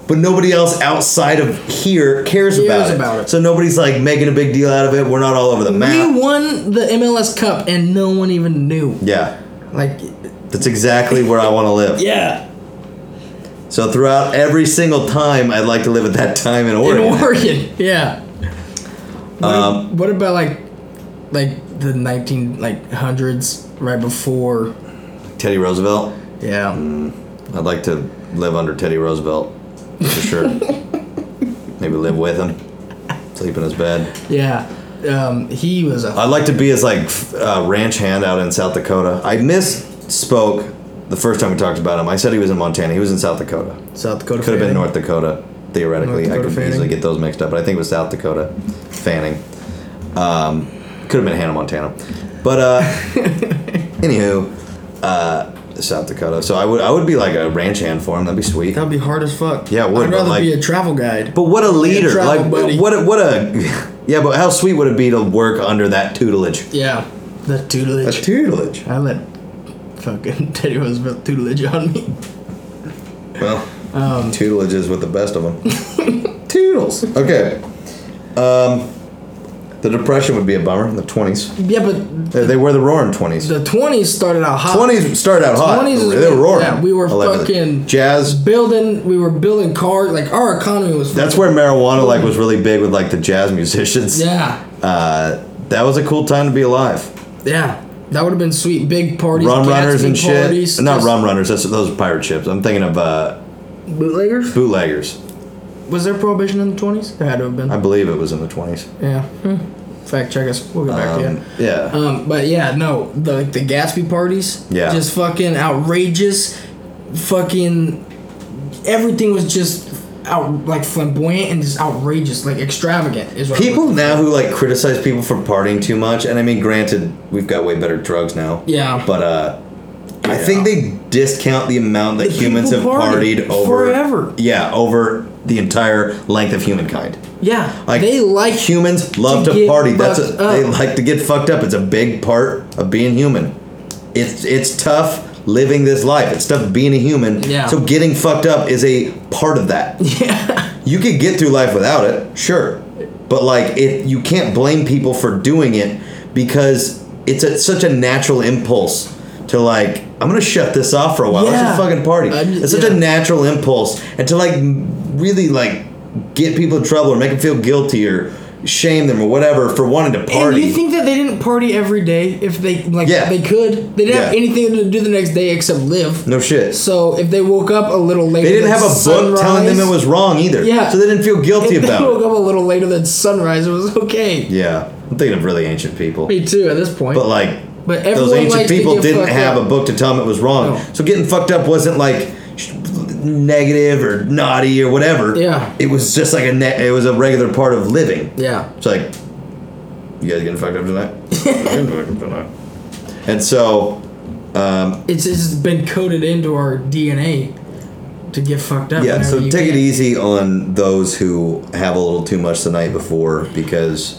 S2: But nobody else outside of here cares, about,
S3: Cares
S2: it.
S3: about it.
S2: So nobody's like making a big deal out of it. We're not all over the map.
S3: We won the MLS Cup and no one even knew.
S2: yeah,
S3: Like,
S2: that's exactly where I want to live.
S3: yeah.
S2: So throughout every single time, I'd like to live at that time in
S3: In
S2: (laughs) Oregon.
S3: Oregon, yeah. What,
S2: Um,
S3: what about like like the nineteen like hundreds, right before.
S2: Teddy Roosevelt.
S3: Yeah.
S2: Mm. I'd like to live under Teddy Roosevelt for sure. Maybe live with him, sleep in his bed.
S3: Yeah. Um, he was a
S2: I'd like to be his like f- uh, ranch hand out in South Dakota. I misspoke the first time we talked about him. I said he was in Montana. He was in South Dakota.
S3: South Dakota.
S2: Could have been
S3: fan.
S2: North Dakota, theoretically.
S3: North Dakota
S2: I could
S3: Fanning.
S2: easily get those mixed up, but I think it was South Dakota Fanning. Um, could have been Hannah Montana, but
S3: (laughs)
S2: uh, anywho, uh, South Dakota. So I would I would be like a ranch hand for him. That'd be sweet.
S3: That'd be hard as fuck.
S2: Yeah, it would,
S3: I'd
S2: but,
S3: rather
S2: like-
S3: be a travel guide.
S2: But what a leader!
S3: travel
S2: Like
S3: buddy.
S2: what a, what a yeah. But how sweet would it be to work under that tutelage?
S3: yeah. The
S2: A
S3: tutelage.
S2: tutelage.
S3: I let fucking (laughs) Teddy Roosevelt tutelage on me.
S2: Well,
S3: Um,
S2: tutelage is with the best of them.
S3: (laughs)
S2: Toodles. Okay. Um, the Depression would be a bummer. The twenties.
S3: Yeah, but
S2: They, they were the roaring twenties.
S3: the twenties started out hot.
S2: Twenties started out hot.
S3: 20s is
S2: they were
S3: when-
S2: roaring.
S3: yeah, we were fucking-
S2: jazz.
S3: building. We were building cars. Like our economy was.
S2: That's where marijuana like was really big with like the jazz musicians.
S3: Yeah.
S2: Uh, that was a cool time to be alive.
S3: Yeah. That would have been sweet. Big parties.
S2: Rum runners
S3: Gatsby
S2: and shit.
S3: parties,
S2: Not
S3: just
S2: rum runners. That's those are pirate ships. I'm thinking of uh,
S3: Bootleggers.
S2: bootleggers.
S3: Was there prohibition in the twenties? There had to have been.
S2: I believe it was in the twenties.
S3: yeah. Hmm. Fact check us. We'll get back to
S2: Um,
S3: you.
S2: yeah.
S3: Um, but yeah, no, the, like the Gatsby parties,
S2: Yeah.
S3: just fucking outrageous, fucking everything was just out like flamboyant and just outrageous, like extravagant is what it
S2: people
S3: was.
S2: now who like criticize people for partying too much and i mean granted we've got way better drugs now
S3: Yeah.
S2: but uh i think they discount the amount that
S3: The
S2: humans have
S3: people party
S2: partied over
S3: forever.
S2: yeah over the entire length of humankind
S3: yeah,
S2: like
S3: they like
S2: humans love
S3: to
S2: to,
S3: get
S2: party that's a,
S3: fucked up.
S2: they like to get fucked up it's a big part of being human it's it's tough living this life it's tough being a human
S3: Yeah.
S2: so getting fucked up is a part of that
S3: (laughs) Yeah,
S2: you could get through life without it, sure, but like it, you can't blame people for doing it because it's a, such a natural impulse to like I'm gonna shut this off for a while. Let's just
S3: Yeah.
S2: fucking party.
S3: I'm-
S2: it's such a
S3: yeah.
S2: natural impulse, and to like m- really like get people in trouble or make them feel guilty or shame them or whatever for wanting to party.
S3: and you think that they didn't party every day if they like
S2: Yeah.
S3: they could, they didn't have
S2: Yeah.
S3: anything to do the next day except live.
S2: no shit.
S3: So if they woke up a little later,
S2: They didn't
S3: than
S2: have a book telling them
S3: sunrise-
S2: it was wrong either.
S3: Yeah.
S2: So they didn't feel guilty
S3: If they
S2: about
S3: woke
S2: it.
S3: up a little later than sunrise, it was okay.
S2: Yeah. I'm thinking of really ancient people.
S3: Me too. At this point,
S2: But like,
S3: But
S2: those
S3: everyone
S2: ancient
S3: likes to
S2: people
S3: get
S2: didn't
S3: fucked
S2: have
S3: up.
S2: a book to tell them it was wrong.
S3: No.
S2: So getting fucked up wasn't like sh- negative or naughty or whatever.
S3: Yeah.
S2: it was just like a ne- it was a regular part of living.
S3: yeah.
S2: It's like, you guys getting fucked up
S3: (laughs)
S2: tonight? I'm getting fucked up tonight. And so,
S3: it's it's been coded into our DNA to get fucked up.
S2: yeah.
S3: whenever
S2: So
S3: you
S2: take it
S3: can.
S2: easy on those who have a little too much the night before because.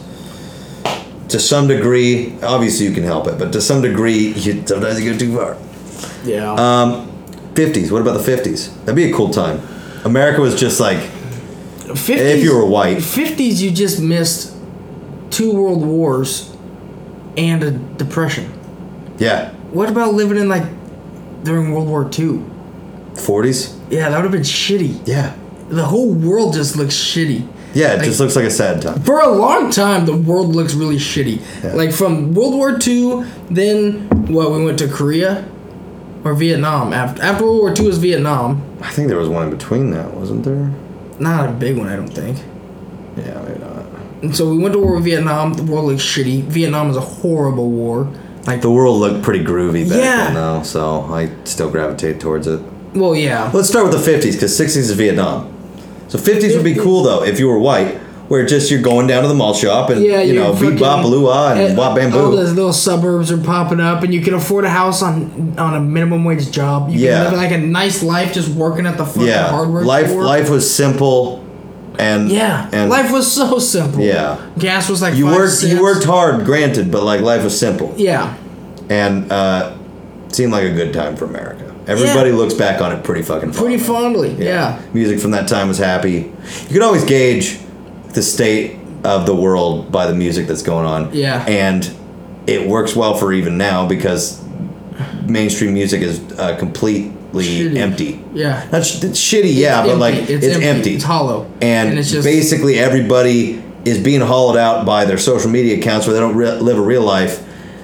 S2: To some degree, obviously you can help it, but to some degree, (laughs) you, sometimes you go too far.
S3: Yeah.
S2: Um, 50s. What about the 50s? That'd be a cool time. America was just like,
S3: 50s,
S2: if you were white.
S3: 50s, you just missed two world wars and a depression.
S2: yeah,
S3: What about living in like during World War II?
S2: 40s?
S3: Yeah, that would have been shitty.
S2: Yeah.
S3: The whole world just looks shitty.
S2: Yeah, it
S3: Like-
S2: just looks like a sad time.
S3: For a long time, the world looks really shitty.
S2: Yeah.
S3: Like from World War II, then what? We went to Korea or Vietnam. After after World War II was Vietnam.
S2: I think there was one in between that, wasn't there?
S3: Not a big one, I don't think.
S2: Yeah, maybe not.
S3: And so we went to war with Vietnam. The war looked shitty. Vietnam is a horrible war. Like,
S2: The world looked pretty groovy back
S3: Yeah.
S2: then, though, so I still gravitate towards it.
S3: well, yeah,
S2: Let's start with the 50s, because 60s is Vietnam. So 50s would be cool, though, if you were white, where just you're going down to the mall shop and,
S3: yeah,
S2: you
S3: you're
S2: know, beat
S3: fucking-
S2: bop loo ah and
S3: eh,
S2: wop
S3: All
S2: bamboo.
S3: those little suburbs are popping up, and you can afford a house on on a minimum wage job. You
S2: Yeah.
S3: can live like a nice life just working at the fucking
S2: Yeah,
S3: hardware
S2: life
S3: store.
S2: life was simple, and
S3: Yeah,
S2: and
S3: life was so simple.
S2: Yeah.
S3: gas was like
S2: You
S3: five
S2: worked.
S3: cents.
S2: You worked hard, granted, but like life was simple,
S3: Yeah,
S2: and uh, seemed like a good time for America. Everybody looks back on it pretty fucking.
S3: pretty
S2: fondly.
S3: fondly. Yeah.
S2: Music from that time was happy. You could always gauge the state of the world by the music that's going on.
S3: Yeah.
S2: And it works well for even now because mainstream music is uh, completely
S3: Shitty.
S2: empty.
S3: yeah,
S2: Not sh- it's shitty, yeah, but like it's, empty.
S3: it's hollow,
S2: and,
S3: it's just
S2: basically everybody is being hollowed out by their social media accounts where they don't re- live a real life.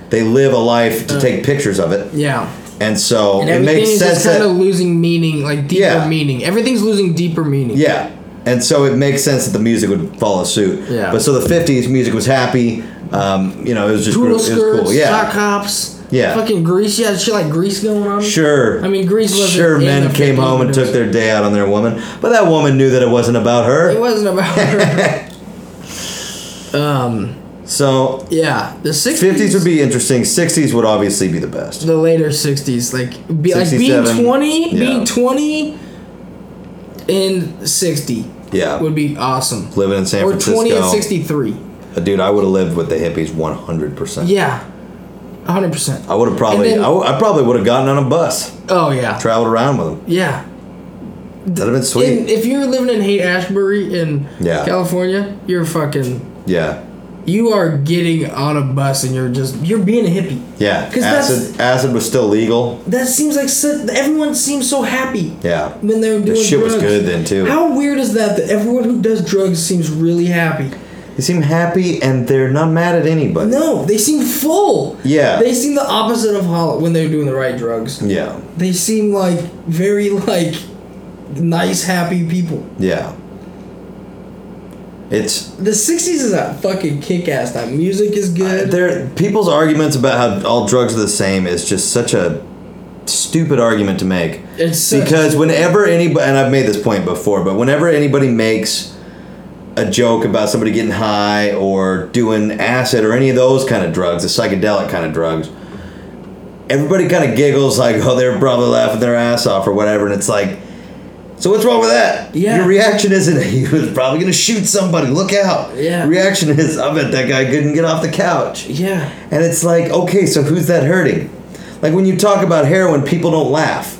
S2: They live a life to take pictures of it,
S3: Yeah.
S2: and so
S3: Uh. And
S2: it
S3: everything
S2: makes
S3: is
S2: sense
S3: just kind
S2: that
S3: of losing meaning, like deeper
S2: Yeah.
S3: meaning. Everything's losing deeper meaning.
S2: yeah, and so it makes sense that the music would follow suit.
S3: Yeah.
S2: But so the '50s music was happy. Um, you know, it was just
S3: Poodle
S2: it was
S3: skirts,
S2: cool. Yeah.
S3: sock hops.
S2: Yeah.
S3: Fucking grease. Yeah, shit like grease going on.
S2: Sure.
S3: I mean, Grease wasn't
S2: Sure,
S3: in
S2: men
S3: the
S2: came
S3: 50s,
S2: home and
S3: but it
S2: took
S3: was-
S2: their day out on their woman, but that woman knew that it wasn't about
S3: It
S2: her.
S3: wasn't
S2: (laughs)
S3: about her. um.
S2: So,
S3: Yeah. The sixties.
S2: 50s would be interesting. 60s would obviously be the best.
S3: the later sixties, like be, like being
S2: 67,
S3: twenty,
S2: yeah.
S3: being twenty, and sixty
S2: Yeah.
S3: would be awesome.
S2: Living in San
S3: Or twenty and
S2: Francisco. uh,
S3: sixty-three.
S2: Dude, I would have lived with the hippies 100%.
S3: Yeah. Hundred percent.
S2: I would have probably
S3: And then-
S2: I would- I probably would have gotten on a bus,
S3: Oh yeah.
S2: traveled around with them.
S3: Yeah.
S2: That'd have been sweet.
S3: And if you're living in Haight Ashbury in
S2: Yeah.
S3: California, you're fucking.
S2: yeah.
S3: You are getting on a bus and you're just you're being a hippie.
S2: Yeah.
S3: 'Cause that's-
S2: Acid acid was still legal.
S3: That seems like so, everyone seems so happy.
S2: Yeah.
S3: When they're doing
S2: shit was
S3: drugs.
S2: good then, too.
S3: How weird is that? That everyone who does drugs seems really happy.
S2: They seem happy and they're not mad at anybody.
S3: No, they seem full.
S2: Yeah.
S3: They seem the opposite of hollow when they're doing the right drugs.
S2: Yeah.
S3: They seem like very (laughs) like nice, happy people.
S2: Yeah. It's
S3: The '60s is a fucking kick-ass time. Music is good.
S2: there people's arguments about how all drugs are the same is just such a stupid argument to make
S3: It's such-
S2: because whenever anybody and I've made this point before but whenever anybody makes a joke about somebody getting high or doing acid or any of those kind of drugs the psychedelic kind of drugs everybody kind of giggles like oh they're probably laughing their ass off or whatever and it's like so what's wrong with that?
S3: Yeah.
S2: Your reaction isn't (laughs) he was probably gonna shoot somebody. Look out.
S3: Yeah.
S2: Reaction is I bet that guy couldn't get off the couch.
S3: yeah.
S2: And it's like, okay, so who's that hurting? Like when you talk about heroin, people don't laugh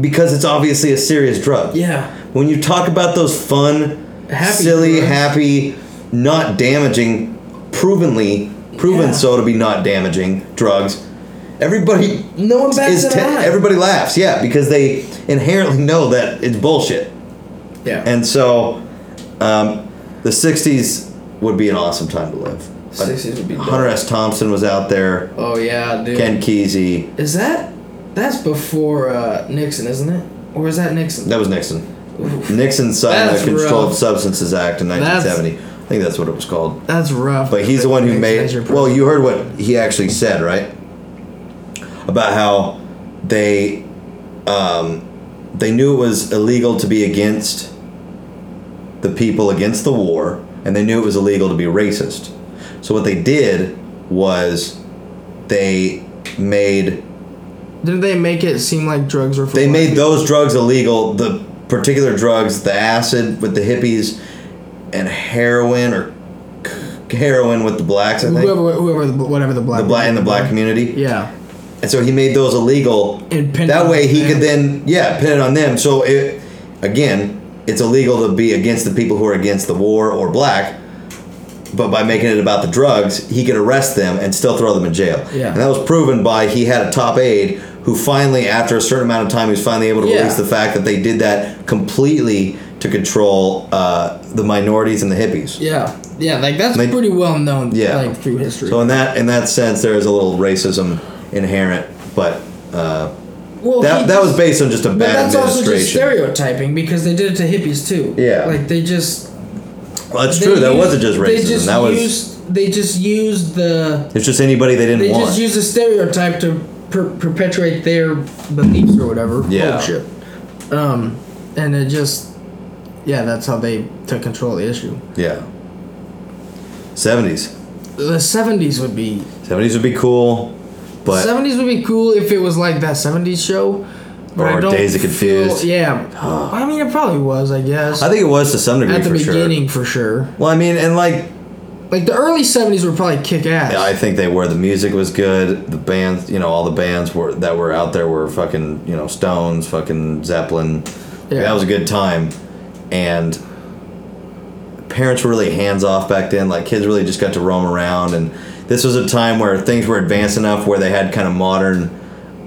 S2: because it's obviously a serious drug.
S3: Yeah.
S2: When you talk about those fun,
S3: Happy
S2: silly,
S3: drugs.
S2: happy, not damaging, provenly proven
S3: Yeah.
S2: so to be not damaging drugs, everybody
S3: No one backs
S2: is
S3: it
S2: te-
S3: up.
S2: everybody laughs, yeah, because they inherently know that it's bullshit.
S3: Yeah.
S2: And so, um, the '60s would be an awesome time to live.
S3: 60s would be dope.
S2: Hunter S. Thompson was out there.
S3: oh yeah, dude.
S2: Ken Kesey.
S3: Is that that's before uh, Nixon, isn't it? Or is that Nixon?
S2: That was Nixon. Nixon signed
S3: That's
S2: the Controlled
S3: rough.
S2: Substances Act in
S3: That's-
S2: 1970. I think that's what it was called.
S3: That's rough.
S2: But he's the one who made. Well, you heard what he actually said, right? About how they um, they knew it was illegal to be against the people against the war, and they knew it was illegal to be racist. So what they did was they made
S3: didn't they make it seem like drugs were? For
S2: They
S3: black
S2: made
S3: people?
S2: those drugs illegal. The particular drugs, the acid with the hippies, and heroin or c- heroin with the blacks. I think
S3: whoever, whoever, the- whatever the black.
S2: the black in the black community.
S3: Yeah.
S2: And so he made those illegal.
S3: And pin it
S2: that
S3: on
S2: way he
S3: them.
S2: could then yeah pin it on them. So it again, it's illegal to be against the people who are against the war or black. But by making it about the drugs, he could arrest them and still throw them in jail.
S3: Yeah.
S2: And that was proven by he had a top aide who finally, after a certain amount of time, he was finally able to
S3: Yeah.
S2: release the fact that they did that completely to control uh, the minorities and the hippies.
S3: Yeah. Yeah. Like that's
S2: They-
S3: pretty well known.
S2: Yeah.
S3: Like through history.
S2: So in that in that sense, there is a little racism inherent, but uh,
S3: well, he
S2: that, that was
S3: just-
S2: based on just a
S3: But
S2: bad
S3: that's also just
S2: administration.
S3: stereotyping because they did it to hippies too.
S2: Yeah.
S3: Like they just.
S2: Well, that's
S3: they
S2: true. That
S3: used-
S2: wasn't just
S3: they
S2: racism. that was
S3: used- They just used the.
S2: it's just anybody they didn't
S3: They
S2: want.
S3: just use a stereotype to per- perpetuate their beliefs or whatever.
S2: Yeah.
S3: Bullshit. Um, and it just, yeah, that's how they took control of the issue.
S2: yeah. Seventies.
S3: The seventies would be
S2: Seventies would be cool, but
S3: seventies would be cool if it was like that seventies show. but I
S2: Or
S3: don't
S2: Days of
S3: feel-
S2: Confused.
S3: yeah, I mean it probably was, I guess.
S2: I think it was to some degree
S3: at the
S2: for sure.
S3: beginning for sure.
S2: Well, I mean, and like
S3: Like the early seventies were probably kick ass.
S2: I think they were. The music was good. The bands, you know, all the bands were that were out there were fucking, you know, Stones, fucking Zeppelin.
S3: Yeah.
S2: That was a good time, and parents were really hands off back then. Like kids really just got to roam around, and this was a time where things were advanced enough where they had kind of modern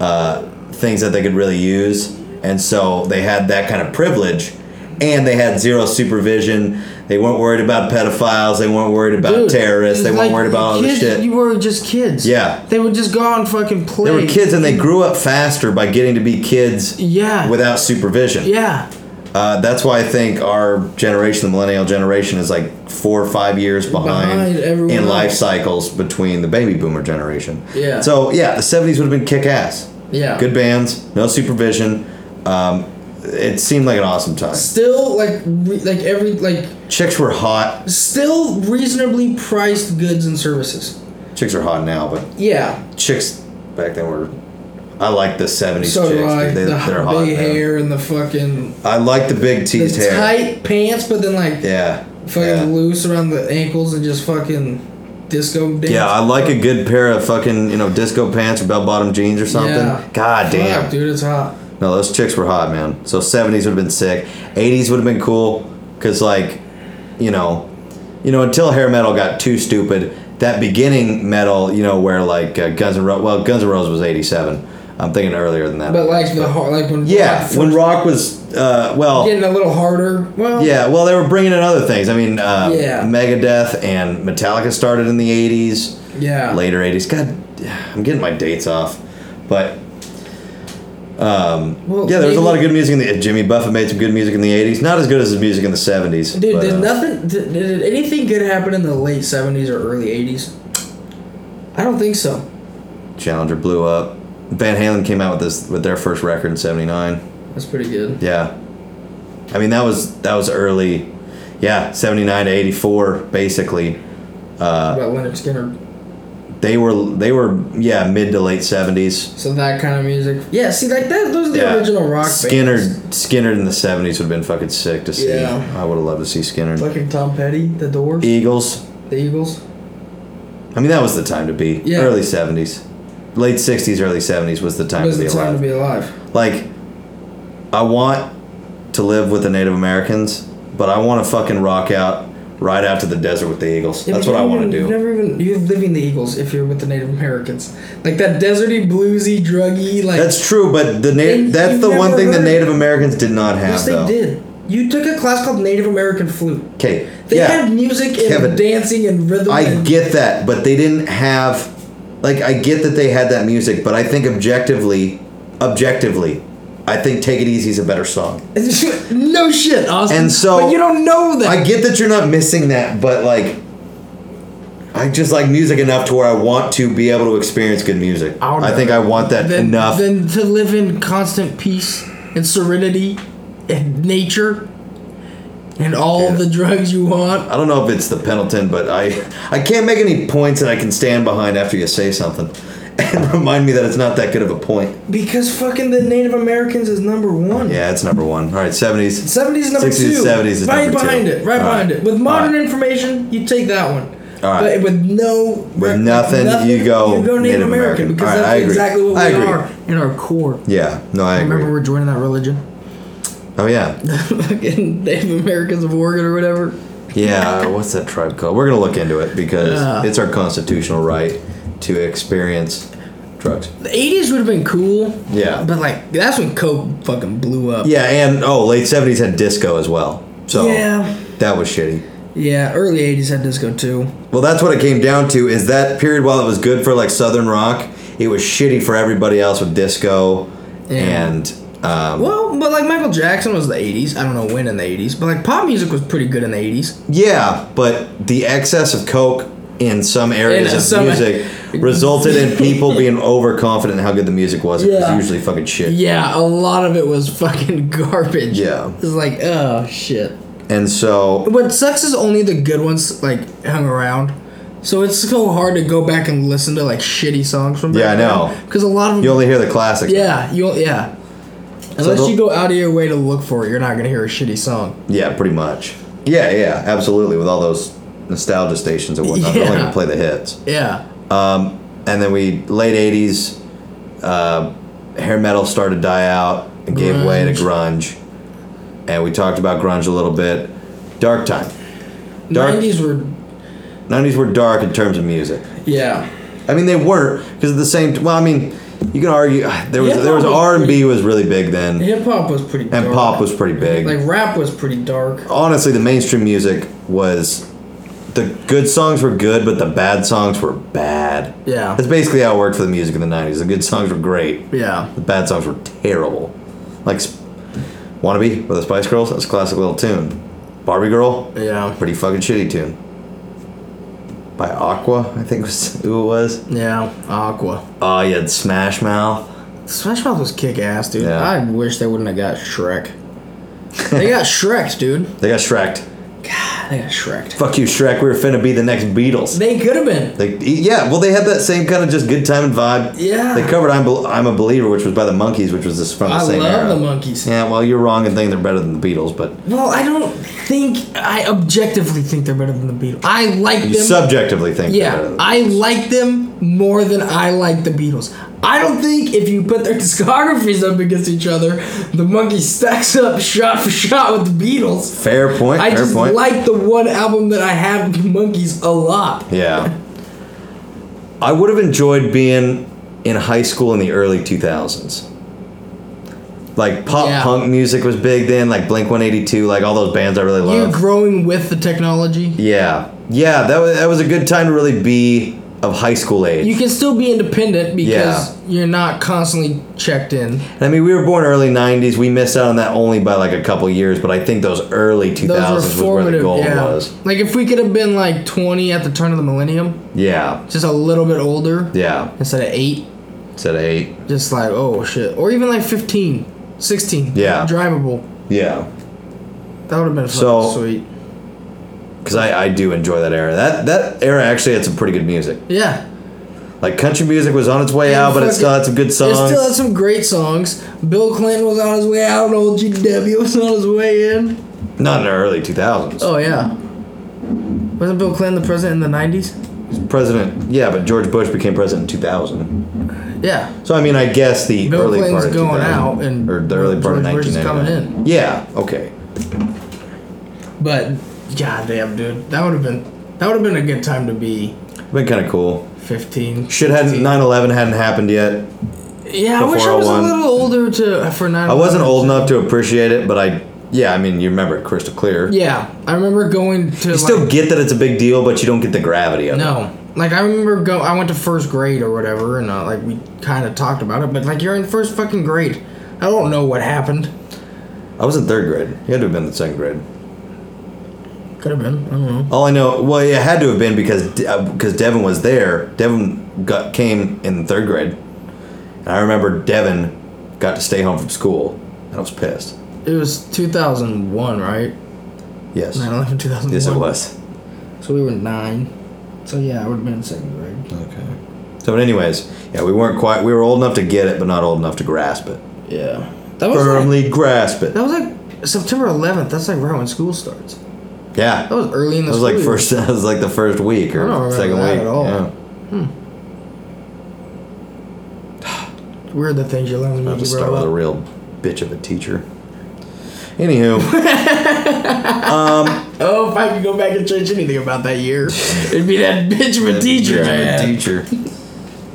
S2: uh, things that they could really use, and so they had that kind of privilege. and they had zero supervision. They weren't worried about pedophiles. They weren't worried about
S3: Dude,
S2: terrorists. They weren't
S3: like,
S2: worried about all this
S3: kids-
S2: shit.
S3: You were just kids.
S2: Yeah.
S3: They would just go out and fucking play.
S2: they were kids and they grew up faster by getting to be kids
S3: Yeah.
S2: without supervision.
S3: Yeah.
S2: Uh, that's why I think our generation, the millennial generation, is like four or five years behind,
S3: Behind everyone
S2: in life
S3: else.
S2: cycles between the baby boomer generation.
S3: Yeah.
S2: So yeah, the seventies would have been kick ass.
S3: Yeah.
S2: Good bands, no supervision. Um, it seemed like an awesome time.
S3: Still like re- like every like
S2: Chicks were hot.
S3: still reasonably priced goods and services.
S2: Chicks are hot now, but
S3: Yeah.
S2: chicks back then were. I like the seventies
S3: So
S2: chicks.
S3: do I.
S2: dude. They,
S3: the
S2: are
S3: big
S2: hot. man.
S3: hair and the fucking
S2: I like the big
S3: the
S2: teased hair.
S3: tight pants, but then like
S2: Yeah.
S3: fucking
S2: yeah.
S3: loose around the ankles and just fucking disco dance.
S2: Yeah, I like a good pair of fucking you know disco pants or bell bottom jeans or something.
S3: Yeah.
S2: God
S3: Fuck,
S2: damn.
S3: dude, it's hot.
S2: No, those chicks were hot, man. So seventies would have been sick. Eighties would have been cool, cause like, you know, you know until hair metal got too stupid. That beginning metal, you know, where like uh, Guns N' Roses. Well, Guns N' Roses was eighty seven. I'm thinking earlier than that.
S3: But like the hard, like when
S2: yeah,
S3: rock
S2: when
S3: first-
S2: rock was uh, well,
S3: getting a little harder. Well,
S2: yeah, well, they were bringing in other things. I mean, uh,
S3: Yeah.
S2: Megadeth and Metallica started in the 80s.
S3: Yeah.
S2: Later 80s. God, I'm getting my dates off. But
S3: Well,
S2: yeah, there was a
S3: maybe-
S2: lot of good music in the. uh, Jimmy Buffett made some good music in the 80s. Not as good as his music in the 70s.
S3: Dude,
S2: but,
S3: did
S2: uh,
S3: nothing? Did, did anything good happen in the late seventies or early eighties? I don't think so.
S2: Challenger blew up. Van Halen came out with this with their first record in 79.
S3: That's pretty good.
S2: Yeah. I mean, that was that was early. Yeah, 79 to 84 basically. Uh,
S3: What about Leonard Skinner.
S2: They were they were yeah, mid to late 70s.
S3: So that kind of music. Yeah, see, like that. Those are the original rock
S2: Skinner,
S3: bands.
S2: Skinner in the seventies would have been fucking sick to see.
S3: Yeah.
S2: I would have loved to see Skinner.
S3: Fucking Tom Petty, The Doors,
S2: Eagles.
S3: The Eagles.
S2: I mean, that was the time to be.
S3: Yeah.
S2: Early seventies, late sixties, early seventies was the time
S3: Was
S2: to
S3: the
S2: be
S3: time
S2: alive.
S3: to be alive.
S2: like, I want to live with the Native Americans, but I want to fucking rock out right out to the desert with the Eagles.
S3: Yeah,
S2: That's
S3: but
S2: what I
S3: you
S2: want to
S3: never-
S2: do.
S3: You never even you're living the Eagles if you're with the Native Americans, like that deserty, bluesy, druggy. Like
S2: that's true, but the
S3: And
S2: native that's
S3: you've
S2: the one
S3: never
S2: thing the
S3: heard-
S2: Native Americans did not have
S3: yes, they
S2: though.
S3: did. You took a class called Native American flute.
S2: Okay.
S3: They had music and
S2: Kevin,
S3: dancing and rhythm.
S2: I
S3: and-
S2: get that, but they didn't have like I get that they had that music, but I think objectively, objectively, I think "Take It Easy" is a better song.
S3: (laughs) no shit, Austin.
S2: And so-
S3: but you don't know that.
S2: I get that you're not missing that, but like, I just like music enough to where I want to be able to experience good music.
S3: I'll
S2: I think I
S3: never-
S2: want that
S3: than,
S2: enough.
S3: than to live in constant peace and serenity and nature and all
S2: Dude.
S3: the drugs you want.
S2: I don't know if it's the Pendleton, but I I can't make any points that I can stand behind after you say something, (laughs) and remind me that it's not that good of a point.
S3: Because fucking the Native Americans is number one.
S2: Yeah, it's number one. All right, seventies.
S3: 70s number
S2: 60s,
S3: two.
S2: 70s is
S3: right
S2: number two.
S3: behind it. Right
S2: All
S3: behind
S2: right.
S3: it. With modern
S2: All right.
S3: information, you take that one.
S2: All right.
S3: But with no
S2: With nothing, you go
S3: you go Native,
S2: Native
S3: American,
S2: American.
S3: because
S2: All right,
S3: that's
S2: I agree.
S3: exactly what we
S2: I agree.
S3: are in our core.
S2: Yeah, no, I
S3: Remember
S2: agree.
S3: we're joining that religion,
S2: Oh yeah.
S3: (laughs) fucking Native Americans of Oregon or whatever.
S2: Yeah, what's that tribe called? We're gonna look into it because
S3: Yeah.
S2: it's our constitutional right to experience drugs.
S3: The eighties would have been cool.
S2: Yeah.
S3: But like that's when Coke fucking blew up.
S2: Yeah, and oh, late seventies had disco as well. So
S3: Yeah.
S2: that was shitty.
S3: Yeah, early eighties had disco too.
S2: Well, that's what it came down to. Is that period while it was good for like southern rock, it was shitty for everybody else with disco
S3: Yeah.
S2: and um,
S3: Well, but like Michael Jackson was the eighties. I don't know when in the eighties, but like pop music was pretty good in the eighties.
S2: Yeah, but the excess of coke in some areas
S3: In
S2: of
S3: some- (laughs)
S2: music resulted in people being overconfident in how good the music was. It
S3: Yeah.
S2: was usually fucking shit.
S3: Yeah, a lot of it was (laughs) fucking garbage.
S2: Yeah.
S3: It's like, oh shit.
S2: And so
S3: What sucks is only the good ones like hung around. So it's so hard to go back and listen to like shitty songs from back
S2: Yeah, I know.
S3: Because a lot of them
S2: you only hear the classics.
S3: Yeah, you will yeah. Unless
S2: the-
S3: you go out of your way to look for it, you're not gonna hear a shitty song.
S2: Yeah, pretty much. Yeah, yeah, absolutely. With all those nostalgia stations and whatnot, they're only
S3: Yeah.
S2: gonna play the hits.
S3: Yeah,
S2: And then we late '80s, uh, hair metal started to die out and gave way to grunge. And we talked about grunge a little bit. Dark time. Dark
S3: nineties were.
S2: 90s were dark in terms of music.
S3: Yeah,
S2: I mean, they weren't because at the same. T- well, I mean, You can argue ah, there was
S3: Hip-hop
S2: there was
S3: was
S2: R and B
S3: pretty-
S2: was really big then,
S3: Hip hop was pretty.
S2: and
S3: dark.
S2: pop was pretty big.
S3: Like rap was pretty dark.
S2: honestly, the mainstream music was the good songs were good, but the bad songs were bad.
S3: Yeah.
S2: that's basically how it worked for the music in the '90s. The good songs were great.
S3: Yeah.
S2: The bad songs were terrible. Like Sp- "Wannabe" by the Spice Girls, that's a classic little tune. "Barbie Girl,"
S3: Yeah.
S2: pretty fucking shitty tune. By Aqua, I think was (laughs) who it was.
S3: Yeah. Aqua.
S2: Oh, you had Smash Mouth.
S3: Smash Mouth was kick ass, dude.
S2: Yeah.
S3: I wish they wouldn't have got Shrek.
S2: (laughs)
S3: they got Shreked, dude.
S2: They got Shrek'd.
S3: They got Shreked.
S2: Fuck you, Shrek. We were finna be the next Beatles.
S3: They could have been.
S2: They, yeah, well, they had that same kind of just good time and vibe.
S3: Yeah.
S2: They covered "I'm, Bel- I'm a Believer," which was by the Monkees, which was just from the
S3: I
S2: same
S3: love
S2: era.
S3: the Monkees.
S2: Yeah, well, you're wrong in thinking they're better than the Beatles, but
S3: Well, I don't think I objectively think they're better than the Beatles. I like
S2: you
S3: them.
S2: subjectively think they're better
S3: yeah,
S2: than
S3: I like them more than I like the Beatles. I don't think if you put their (laughs) discographies up against each other, the Monkees stacks up shot for shot with the Beatles.
S2: Fair point.
S3: I
S2: fair
S3: just
S2: point.
S3: like the one album that I have with the Monkees a lot.
S2: yeah. I would have enjoyed being in high school in the early 2000s. Like pop
S3: Yeah.
S2: punk music was big then, like Blink 182, like all those bands I really
S3: You
S2: love.
S3: growing with the technology.
S2: yeah, yeah, that was that was a good time to really be of high school age.
S3: You can still be independent because
S2: Yeah.
S3: you're not constantly checked in.
S2: I mean, we were born early '90s. We missed out on that only by like a couple years, but I think those early 2000s
S3: Those
S2: was where
S3: were
S2: the
S3: formative.
S2: gold
S3: yeah.
S2: was.
S3: Like if we could have been like 20 at the turn of the millennium,
S2: Yeah,
S3: just a little bit older
S2: yeah.
S3: instead of 8,
S2: It's at eight.
S3: just like oh shit, or even like 15, 16.
S2: Yeah.
S3: Drivable.
S2: Yeah,
S3: That would have been fucking
S2: So-
S3: sweet.
S2: because I, I do enjoy that era. That that era actually had some pretty good music.
S3: Yeah.
S2: Like country music was on its way
S3: And
S2: out, but it
S3: fucking-
S2: still had some good songs.
S3: It still had some great songs. Bill Clinton was on his way out, old GW was on his way in.
S2: Not in the early 2000s.
S3: Oh yeah. Wasn't Bill Clinton the president in the 90s?
S2: President, yeah, but George Bush became president in 2000.
S3: Yeah.
S2: So I mean, I guess the
S3: Bill
S2: early
S3: Clinton's
S2: part of
S3: going
S2: 2000
S3: out and
S2: or the early part of
S3: George Bush is
S2: 1999.
S3: coming
S2: Yeah. Okay.
S3: But goddamn, dude, that would have been that would have been a good time to be
S2: Been kind of cool.
S3: 15.
S2: Shit hadn't
S3: 16.
S2: 9/11 hadn't happened yet.
S3: Yeah, I
S2: before
S3: wish I was a
S2: 01.
S3: little older to for nine.
S2: I wasn't old enough to appreciate it, but I, yeah, I mean, you remember it crystal clear.
S3: Yeah, I remember going to
S2: You
S3: like,
S2: still get that it's a big deal, but you don't get the gravity of it.
S3: no. Like I remember go I went to first grade or whatever and uh, like we kind of talked about it, but like you're in first fucking grade. I don't know what happened.
S2: I was in third grade. You had to have been in second grade.
S3: Could have been. I don't know.
S2: All I know, well, it had to have been because De- uh, because Devin was there. Devin got came in third grade, and I remember Devin got to stay home from school, and I was pissed.
S3: It was 2001, right?
S2: Yes,
S3: 9/11 2001.
S2: yes, it was.
S3: So we were 9. So yeah, I would have been in second grade.
S2: Okay. So, but anyways, yeah, we weren't quite. We were old enough to get it, but not old enough to grasp it.
S3: Yeah. That was like-
S2: Firmly grasp it.
S3: That was like September 11th. That's like right when school starts.
S2: Yeah.
S3: That was early in the
S2: That was
S3: school
S2: like
S3: year.
S2: first. (laughs) That was like the first week or
S3: I don't remember
S2: second
S3: that
S2: week.
S3: at all.
S2: Yeah.
S3: Weird the things you learn when
S2: I have
S3: you
S2: to start
S3: grow
S2: with a
S3: up.
S2: real bitch of a teacher. Anywho,
S3: Oh, if I could go back and change anything about
S2: (laughs)
S3: that year, it'd be that bitch of (laughs) a teacher
S2: bitch of a
S3: man.
S2: teacher.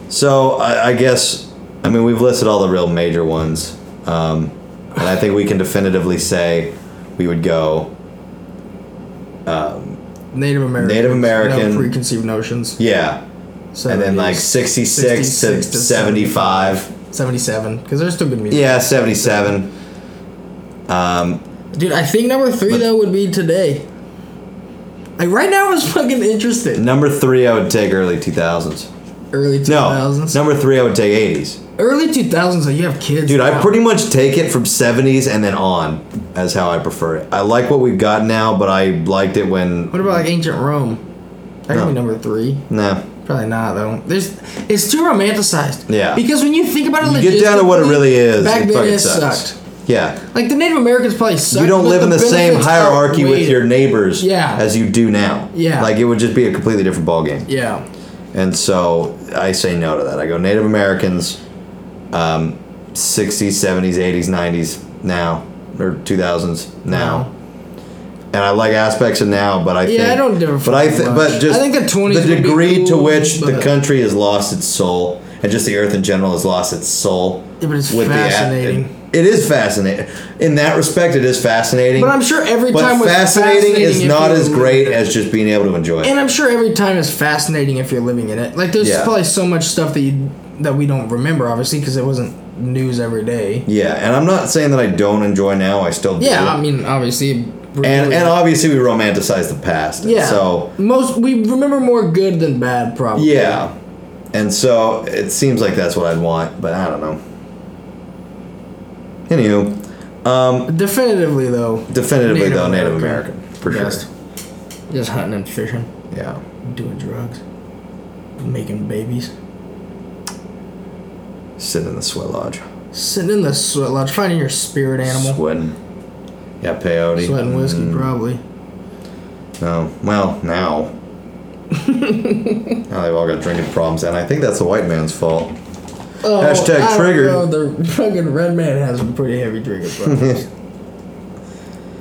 S2: So I, I guess I mean we've listed all the real major ones, um, and I think we can definitively say we would go.
S3: Native American.
S2: Native American.
S3: No preconceived notions.
S2: Yeah, and then like 66, to, 75.
S3: 77. Because there's still good music.
S2: Yeah, 77.
S3: Dude, I think number three, though, would be today. Like, right now is (laughs) fucking interesting.
S2: Number three, I would take early 2000s.
S3: Early 2000s.
S2: No, number three, I would take 80s.
S3: Early 2000s, like, you have kids.
S2: Dude, I
S3: now.
S2: pretty much take it from 70s and then on as how I prefer it. I like what we've got now, but I liked it when.
S3: What about like ancient Rome? That could
S2: No.
S3: be number three.
S2: Nah.
S3: Probably not though. There's it's too romanticized.
S2: Yeah.
S3: Because when you think about it,
S2: You get down to what it really is.
S3: Back
S2: it
S3: then,
S2: fucking
S3: it
S2: sucks.
S3: sucked.
S2: Yeah.
S3: Like the Native Americans probably sucked.
S2: You don't
S3: but
S2: live in the same
S3: benefits
S2: hierarchy with
S3: outweighed
S2: your
S3: it.
S2: neighbors
S3: Yeah.
S2: as you do now.
S3: Yeah.
S2: Like it would just be a completely different ballgame.
S3: Yeah.
S2: And so I say no to that. I go Native Americans, um, 60s, 70s, 80s, 90s now, or 2000s now. And I like aspects of now, but I think.
S3: I don't differ
S2: But I
S3: from
S2: thi-
S3: much.
S2: but just
S3: I think the 20s
S2: the
S3: would be
S2: degree to
S3: cool,
S2: which the
S3: but-
S2: country has lost its soul and just the earth in general has lost its soul.
S3: Yeah, but it's
S2: the a-
S3: fascinating.
S2: it is fascinating. In that respect, it is fascinating.
S3: But I'm sure every
S2: But
S3: time was
S2: fascinating, is
S3: if
S2: not
S3: you
S2: as
S3: were-
S2: great as just being able to enjoy it.
S3: And I'm sure every time is fascinating if you're living in it. Like there's
S2: Yeah.
S3: probably so much stuff that you that we don't remember, obviously, because it wasn't news every day.
S2: Yeah, and I'm not saying that I don't enjoy now. I still do.
S3: Yeah, I mean, obviously.
S2: and and obviously we romanticize the past. and
S3: yeah,
S2: So
S3: most we remember more good than bad, probably.
S2: yeah, and so it seems like that's what I'd want, but I don't know. Anywho,
S3: Definitively though,
S2: definitively
S3: Native
S2: though, Native
S3: American.
S2: American, for
S3: Best.
S2: sure.
S3: just hunting and fishing,
S2: Yeah.
S3: doing drugs, making babies,
S2: Sit in the sweat lodge.
S3: sitting in the sweat lodge, finding your spirit animal,
S2: Sweating. Yeah, peyote.
S3: sweating whiskey, probably.
S2: No. Well,
S3: (laughs)
S2: now. now they've all got drinking problems, and I think that's the white man's fault.
S3: Oh,
S2: Hashtag
S3: I don't
S2: triggered.
S3: know, The fucking red man has a pretty heavy drinking
S2: (laughs)
S3: problems.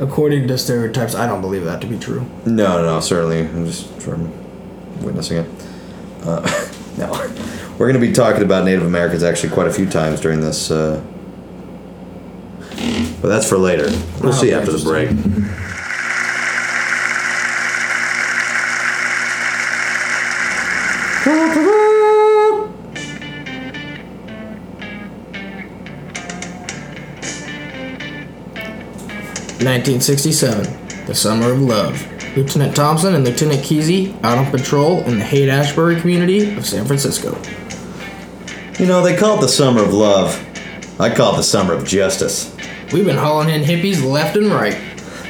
S3: According to stereotypes, I don't believe that to be true.
S2: No, no, certainly. I'm just sort of witnessing it. Uh, (laughs) no. We're going to be talking about Native Americans actually quite a few times during this. Uh, but that's for later. We'll see
S3: Wow,
S2: after the break.
S3: Nineteen sixty-seven, the summer of love. Lieutenant Thompson and Lieutenant Kesey out on patrol in the Haight Ashbury community of San Francisco.
S2: You know, they call it the summer of love. I call it the summer of justice.
S3: We've been hauling in hippies left and right.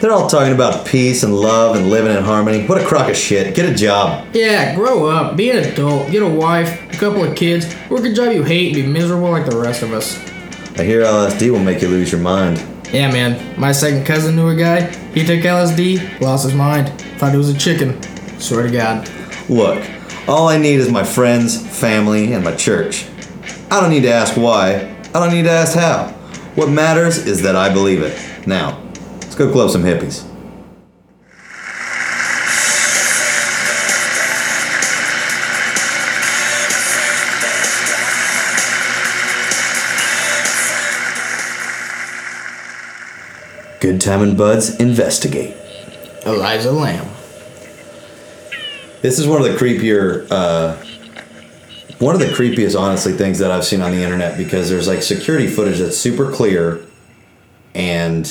S2: They're all talking about peace and love and living in harmony. What a crock of shit. Get a job.
S3: Yeah, grow up, be an adult, get a wife, a couple of kids, work a job you hate, and be miserable like the rest of us.
S2: I hear LSD will make you lose your mind.
S3: Yeah, man. My second cousin knew a guy. He took LSD, lost his mind, thought he was a chicken. Swear to God.
S2: Look, all I need is my friends, family, and my church. I don't need to ask why. I don't need to ask how. What matters is that I believe it. Now, let's go club some hippies. Good time and buds investigate.
S3: Eliza Lamb.
S2: This is one of the creepier, uh, one of the creepiest, honestly, things that I've seen on the internet because there's like security footage that's super clear, and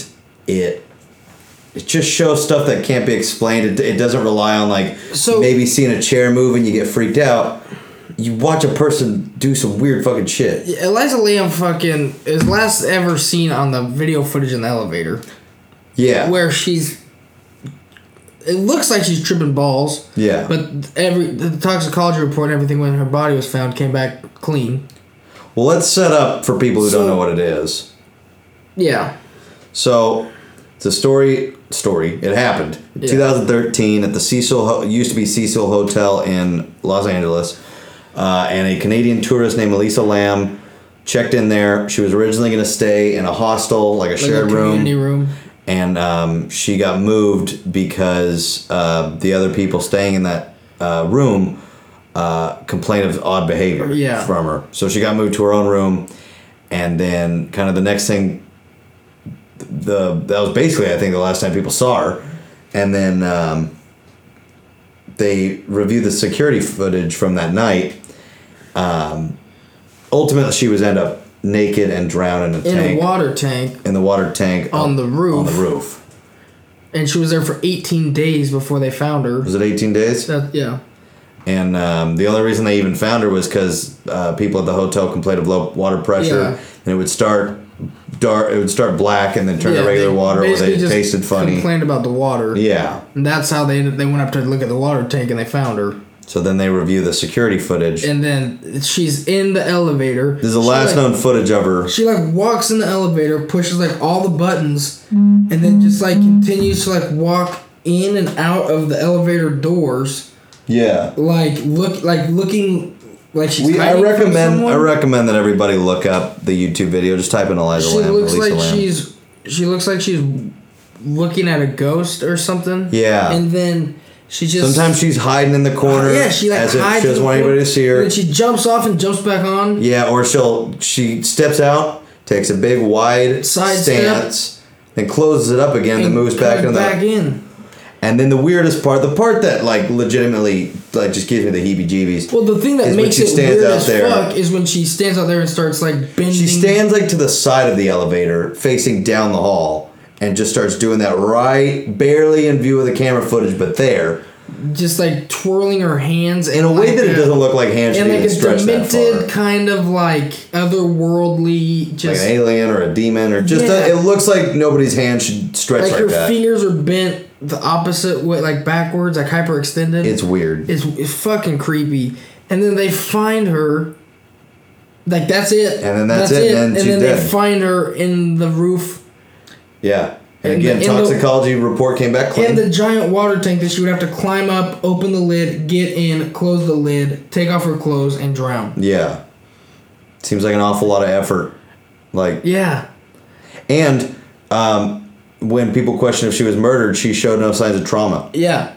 S2: it it just shows stuff that can't be explained. It, it doesn't rely on like
S3: So-
S2: maybe seeing a chair move and you get freaked out. You watch a person do some weird fucking shit.
S3: Eliza Lamb fucking is last ever seen on the video footage in the elevator
S2: Yeah,
S3: where she's. It looks like she's tripping balls.
S2: Yeah.
S3: But every the toxicology report and everything when her body was found came back clean.
S2: well, let's set up for people who don't
S3: So-
S2: know what it is.
S3: Yeah.
S2: So, it's a story. Story. It happened. in
S3: Yeah.
S2: 2013 at the Cecil Ho- it used to be Cecil Hotel in Los Angeles, uh, and a Canadian tourist named Elisa Lamb checked in there. She was originally going to stay in a hostel, like a
S3: Like
S2: shared
S3: a community room.
S2: and um, she got moved because uh, the other people staying in that uh, room uh, complained of odd behavior
S3: Oh, Yeah.
S2: from her. So she got moved to her own room, and then kind of the next thing, the that was basically I think the last time people saw her, and then um, they reviewed the security footage from that night. Um, ultimately, she was end up naked and drowned in a
S3: In
S2: tank
S3: a water tank.
S2: in the water tank
S3: On the
S2: on
S3: roof.
S2: the roof.
S3: And she was there for 18 days before they found her.
S2: was it 18 days?
S3: That, yeah.
S2: And um, the only reason they even found her was because uh, people at the hotel complained of low water pressure,
S3: Yeah.
S2: and it would start dark. It would start black and then turn
S3: Yeah,
S2: to regular
S3: they
S2: water, or
S3: basically
S2: they
S3: just
S2: tasted funny.
S3: Complained about the water.
S2: Yeah.
S3: And that's how they they went up to look at the water tank and they found her.
S2: So then they review the security footage.
S3: And then she's in the elevator.
S2: There's the last
S3: she like,
S2: known footage of her.
S3: She like walks in the elevator, pushes like all the buttons, and then just like continues to like walk in and out of the elevator doors,
S2: Yeah.
S3: like look like looking like she's.
S2: We, I
S3: hiding from
S2: recommend I
S3: someone.
S2: recommend that everybody look up the YouTube video. Just type in Eliza
S3: She
S2: Lamb.
S3: looks
S2: Elisa
S3: like
S2: Lamb.
S3: she's she looks like she's looking at a ghost or something.
S2: Yeah.
S3: And then She just
S2: Sometimes she's hiding in the corner.
S3: yeah, she like
S2: as if
S3: hides
S2: she doesn't
S3: in the
S2: want anybody
S3: corner,
S2: to see her.
S3: And then she jumps off and jumps back on.
S2: Yeah, or she'll she steps out, takes a big wide
S3: Side step.
S2: stance, then closes it up again, then
S3: and
S2: moves back
S3: comes
S2: into
S3: back
S2: the
S3: in.
S2: and then the weirdest part, the part that like legitimately like just gives me the heebie jeebies.
S3: Well, the thing that
S2: Is when
S3: makes
S2: she
S3: it
S2: stands
S3: weird
S2: out
S3: as
S2: there.
S3: fuck is when she stands out there and starts like bending.
S2: She stands like to the side of the elevator, facing down the hall, and just starts doing that right barely in view of the camera footage, but there.
S3: just like twirling her hands
S2: In a way that it doesn't look like hands should
S3: and like
S2: even
S3: a
S2: stretch that far.
S3: demented kind of like otherworldly,
S2: Like
S3: just
S2: an
S3: like,
S2: alien or a demon or just
S3: Yeah.
S2: a, it looks like nobody's hand should stretch like,
S3: her
S2: that.
S3: fingers are bent the opposite way, like backwards, like hyperextended.
S2: It's weird.
S3: it's, it's fucking creepy. And then they find her. Like that's it.
S2: And then that's it, and
S3: And,
S2: she's
S3: then
S2: dead.
S3: they find her in the roof
S2: yeah. And
S3: And
S2: again,
S3: the- and the-
S2: toxicology report came back clean.
S3: in the giant water tank that she would have to climb up, open the lid, get in, close the lid, take off her clothes, and drown.
S2: yeah. Seems like an awful lot of effort. Like
S3: Yeah.
S2: and um, when people questioned if she was murdered, she showed no signs of trauma.
S3: Yeah.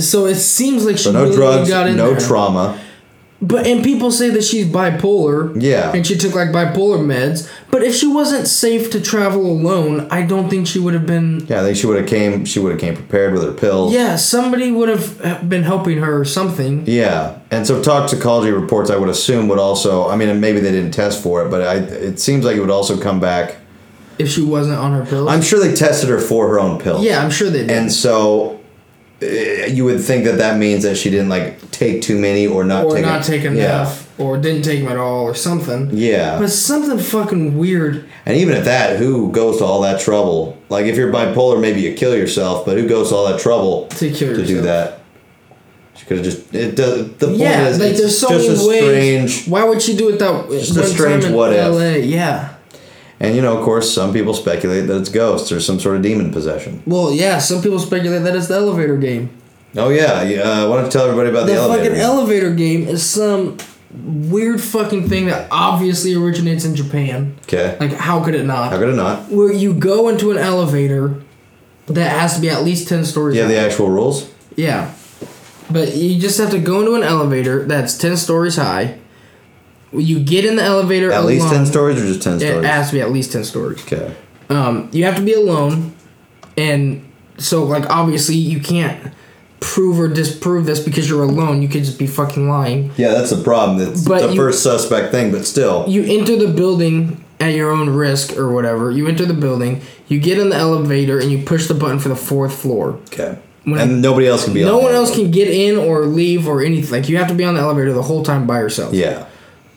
S3: So it seems like she
S2: So no
S3: really
S2: drugs,
S3: got in
S2: no
S3: there.
S2: trauma.
S3: But and people say that she's bipolar.
S2: Yeah.
S3: And she took like bipolar meds. But if she wasn't safe to travel alone, I don't think she would have been.
S2: Yeah, I think she would have came she would have came prepared with her pills.
S3: Yeah, somebody would have been helping her or something.
S2: Yeah, and so toxicology reports I would assume would also. I mean, and maybe they didn't test for it, but I, it seems like it would also come back.
S3: If she wasn't on her pills.
S2: I'm sure they tested her for her own pills.
S3: yeah, I'm sure they did.
S2: and so uh, you would think that that means that she didn't like take too many or not
S3: or
S2: take
S3: not take
S2: yeah.
S3: enough, or didn't take them at all, or something.
S2: Yeah,
S3: But something fucking weird.
S2: and even at that, who goes to all that trouble? Like if you're bipolar, maybe you kill yourself, but who goes to all that trouble
S3: To kill
S2: to do
S3: yourself.
S2: that? She could have just. It does. The point
S3: Yeah,
S2: is,
S3: like
S2: it's
S3: there's so
S2: just
S3: many
S2: a
S3: ways.
S2: strange.
S3: Why would she do it that?
S2: a
S3: one time
S2: strange
S3: in
S2: what if.
S3: LA? Yeah.
S2: And you know, of course, some people speculate that it's ghosts or some sort of demon possession.
S3: Well, yeah, some people speculate that it's the elevator game.
S2: Oh yeah, yeah, uh, why don't you tell everybody about
S3: The,
S2: the, elevator?
S3: fucking elevator game is some weird fucking thing that obviously originates in Japan.
S2: okay,
S3: Like, how could it not?
S2: how could it not?
S3: Where you go into an elevator that has to be at least 10 stories
S2: Yeah,
S3: high.
S2: the actual rules.
S3: Yeah. But you just have to go into an elevator that's 10 stories high. You get in the elevator
S2: At least ten
S3: alone.
S2: stories or just ten
S3: It
S2: stories.
S3: has to be at least 10 stories.
S2: okay.
S3: um, you have to be alone, and so like obviously you can't prove or disprove this because you're alone. You could just be fucking lying.
S2: Yeah, that's the problem. It's
S3: But
S2: the
S3: you-
S2: first suspect thing, but still.
S3: You enter the building at your own risk or whatever. You enter the building, you get in the elevator, and you push the button for the fourth floor.
S2: okay.
S3: When
S2: and
S3: I-
S2: nobody else can be.
S3: No
S2: on
S3: one
S2: that.
S3: else can get in or leave or anything. Like you have to be on the elevator the whole time by yourself.
S2: Yeah.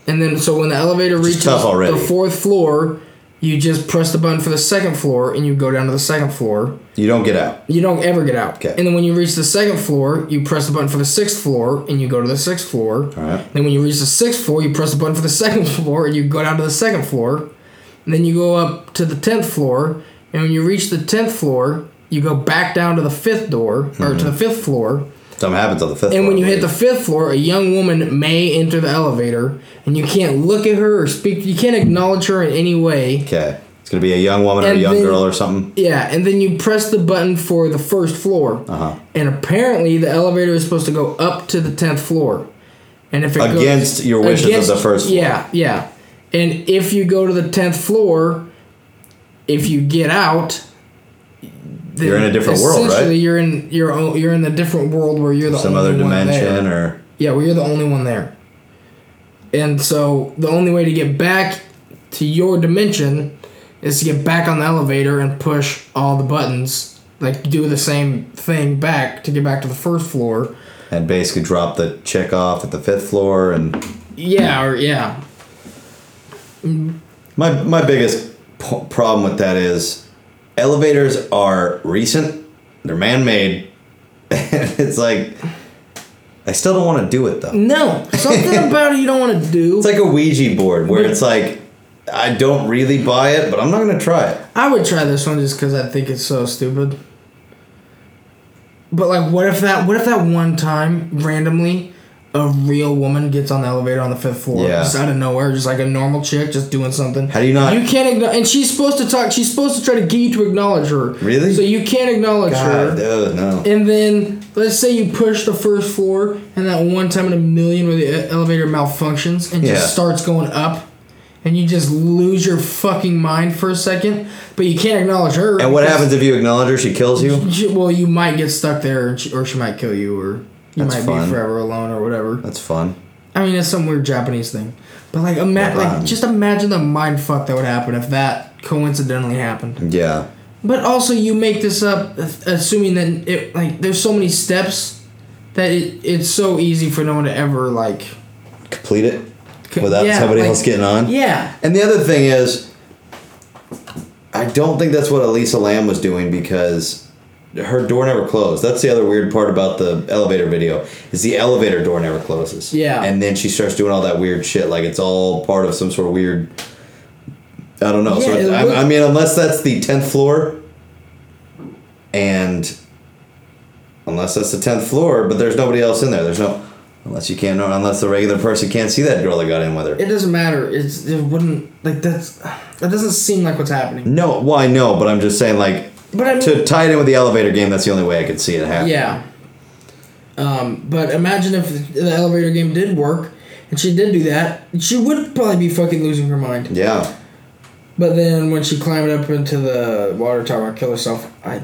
S3: And then so when the elevator reaches
S2: tough already.
S3: the fourth floor, you just press the button for the second floor and you go down to the second floor.
S2: You don't get out.
S3: You don't ever get out.
S2: Okay.
S3: And then when you reach the second floor, you press the button for the sixth floor and you go to the sixth floor.
S2: Alright.
S3: Then when you reach the sixth floor, you press the button for the second (laughs) floor and you go down to the second floor. And then you go up to the tenth floor. And when you reach the tenth floor, you go back down to the fifth door or
S2: Mm-hmm.
S3: to the fifth floor.
S2: Something happens on the fifth.
S3: And when
S2: floor,
S3: you hit
S2: right?
S3: the fifth floor, a young woman may enter the elevator and you can't look at her or speak. You can't acknowledge her in any way.
S2: Okay. It's gonna be a young woman or a
S3: And
S2: young
S3: then-
S2: girl or something.
S3: Yeah, and then you press the button for the first floor.
S2: Uh-huh.
S3: And apparently, the elevator is supposed to go up to the tenth floor. And if it goes-
S2: Against your wishes
S3: against-
S2: of the first floor.
S3: yeah, yeah. And if you go to the tenth floor, if you get out, then
S2: You're in a different world, right?
S3: essentially You're in your own. You're in the different world where you're the
S2: Some
S3: only
S2: other
S3: one
S2: dimension
S3: there.
S2: or
S3: Yeah, well, you're the only one there. And so the only way to get back to your dimension is to get back on the elevator and push all the buttons. Like, do the same thing back to get back to the first floor.
S2: and basically drop the chick off at the fifth floor and
S3: Yeah, or yeah.
S2: My my biggest p- problem with that is elevators are recent, they're man-made, (laughs) and it's like I still don't want to do it though.
S3: No, something (laughs) about it you don't want to do.
S2: It's like a Ouija board where it's like I don't really buy it, but I'm not gonna try it.
S3: I would try this one just because I think it's so stupid. But like, what if that? What if that one time randomly, a real woman gets on the elevator on the fifth floor,
S2: Yeah.
S3: just out of nowhere, just like a normal chick, just doing something.
S2: How do you not-
S3: You can't acknowledge, and she's supposed to talk. She's supposed to try to get you to acknowledge her.
S2: Really?
S3: So you can't acknowledge
S2: God,
S3: her,
S2: oh, no.
S3: and then Let's say you push the first floor, and that one time in a million where the e- elevator malfunctions and
S2: Yeah.
S3: just starts going up, and you just lose your fucking mind for a second, but you can't acknowledge her.
S2: And what
S3: because
S2: happens if you acknowledge her? She kills you.
S3: she- well, you might get stuck there, and she, or she might kill you, or you
S2: That's
S3: might
S2: fun.
S3: be forever alone, or whatever.
S2: That's fun.
S3: I mean, it's some weird Japanese thing, but like, ima-
S2: um,
S3: like just imagine the mind fuck that would happen if that coincidentally happened.
S2: Yeah.
S3: But also, you make this up, assuming that it like there's so many steps that it, it's so easy for no one to ever like
S2: Complete it
S3: c-
S2: without
S3: yeah,
S2: somebody
S3: like-
S2: else getting on.
S3: Yeah,
S2: And the other thing is, I don't think that's what Elisa Lamb was doing because her door never closed. That's the other weird part about the elevator video is the elevator door never closes.
S3: Yeah.
S2: And then she starts doing all that weird shit like it's all part of some sort of weird. I don't know.
S3: Yeah, it
S2: so I,
S3: look-
S2: I mean, unless that's the tenth floor, and unless that's the tenth floor, but there's nobody else in there. There's no. Unless you can't, unless the regular person can't see that girl that got in with her.
S3: it doesn't matter. It's it wouldn't like that's that doesn't seem like what's happening.
S2: No, well, I know, but I'm just saying, like,
S3: But I mean,
S2: to tie it in with the elevator game, that's the only way I could see it happen.
S3: yeah. Um, but imagine if the elevator game did work, and she did do that, she would probably be fucking losing her mind.
S2: Yeah.
S3: But then when she climbed up into the water tower and killed herself, I,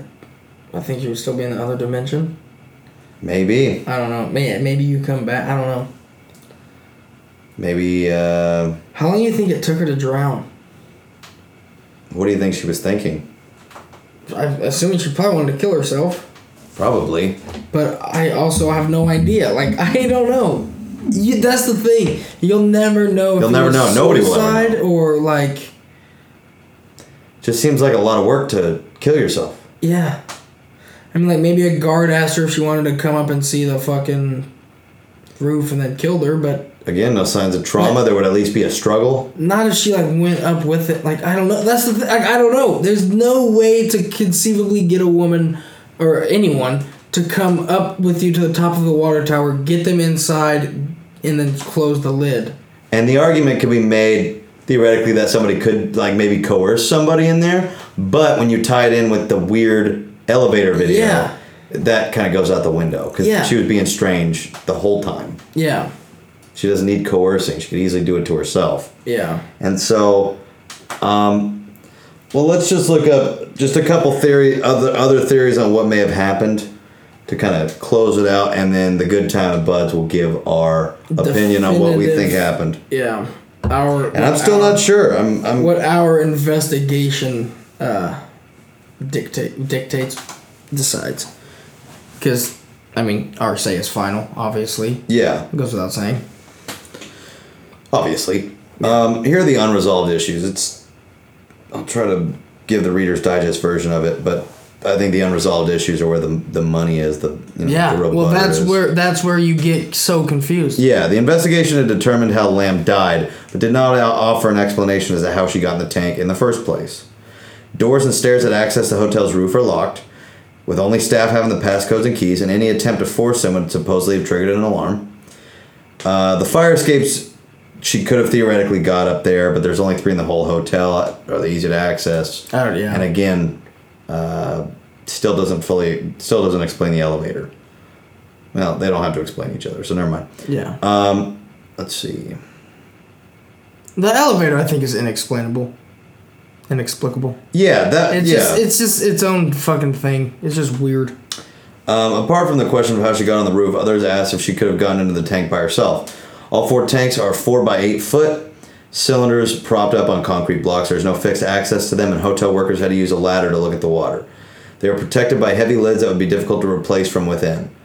S3: I think she would still be in the other dimension.
S2: Maybe.
S3: I don't know. May maybe you come back. I don't know.
S2: Maybe, uh,
S3: How long do you think it took her to drown?
S2: what do you think she was thinking?
S3: I'm assuming she probably wanted to kill herself,
S2: Probably.
S3: but I also have no idea. Like I don't know. You, that's the thing. You'll never know.
S2: You'll
S3: it
S2: never
S3: was
S2: know. Nobody will ever
S3: suicide Or like,
S2: Just seems like a lot of work to kill yourself.
S3: yeah. I mean, like maybe a guard asked her if she wanted to come up and see the fucking roof and then killed her, but
S2: Again, no signs of trauma.
S3: What?
S2: There would at least be a struggle.
S3: not if she like went up with it. Like I don't know. That's the thing. Like, I don't know. There's no way to conceivably get a woman or anyone to come up with you to the top of the water tower, get them inside, and then close the lid.
S2: And the argument could be made theoretically that somebody could, like, maybe coerce somebody in there. But when you tie it in with the weird elevator video,
S3: Yeah.
S2: that kind of goes out the window because
S3: Yeah.
S2: she was being strange the whole time.
S3: Yeah.
S2: She doesn't need coercing. She could easily do it to herself.
S3: Yeah.
S2: And so, um, well, let's just look up just a couple theory other other theories on what may have happened to kind of close it out, and then the good time of buds will give our opinion on what we think
S3: Definitive.
S2: happened.
S3: Yeah. Our
S2: And I'm still not sure. I'm I'm
S3: what our investigation uh, dictate dictates decides because I mean our say is final obviously
S2: yeah,
S3: goes without saying
S2: obviously. Um, here are the unresolved issues. It's I'll try to give the Reader's Digest version of it, but I think the unresolved issues are where the the money is. The you know,
S3: Yeah,
S2: the real
S3: well,
S2: butter
S3: that's
S2: is.
S3: where that's where you get so confused.
S2: Yeah, the investigation had determined how Lamb died, but did not o- offer an explanation as to how she got in the tank in the first place. Doors and stairs that access the hotel's roof are locked, with only staff having the passcodes and keys, and any attempt to force them would supposedly have triggered an alarm. Uh, the fire escapes, she could have theoretically got up there, but there's only three in the whole hotel. Are they easy to access?
S3: Oh, yeah.
S2: And again, uh, still doesn't fully, still doesn't explain the elevator. Well, they don't have to explain each other, so never mind.
S3: Yeah.
S2: Um, let's see.
S3: the elevator, I think, is inexplainable, inexplicable.
S2: Yeah, that.
S3: It's
S2: yeah.
S3: just it's just its own fucking thing. It's just weird.
S2: um, apart from the question of how she got on the roof, others asked if she could have gotten into the tank by herself. All four tanks are four by eight foot cylinders propped up on concrete blocks. There's no fixed access to them, and hotel workers had to use a ladder to look at the water. They are protected by heavy lids that would be difficult to replace from within.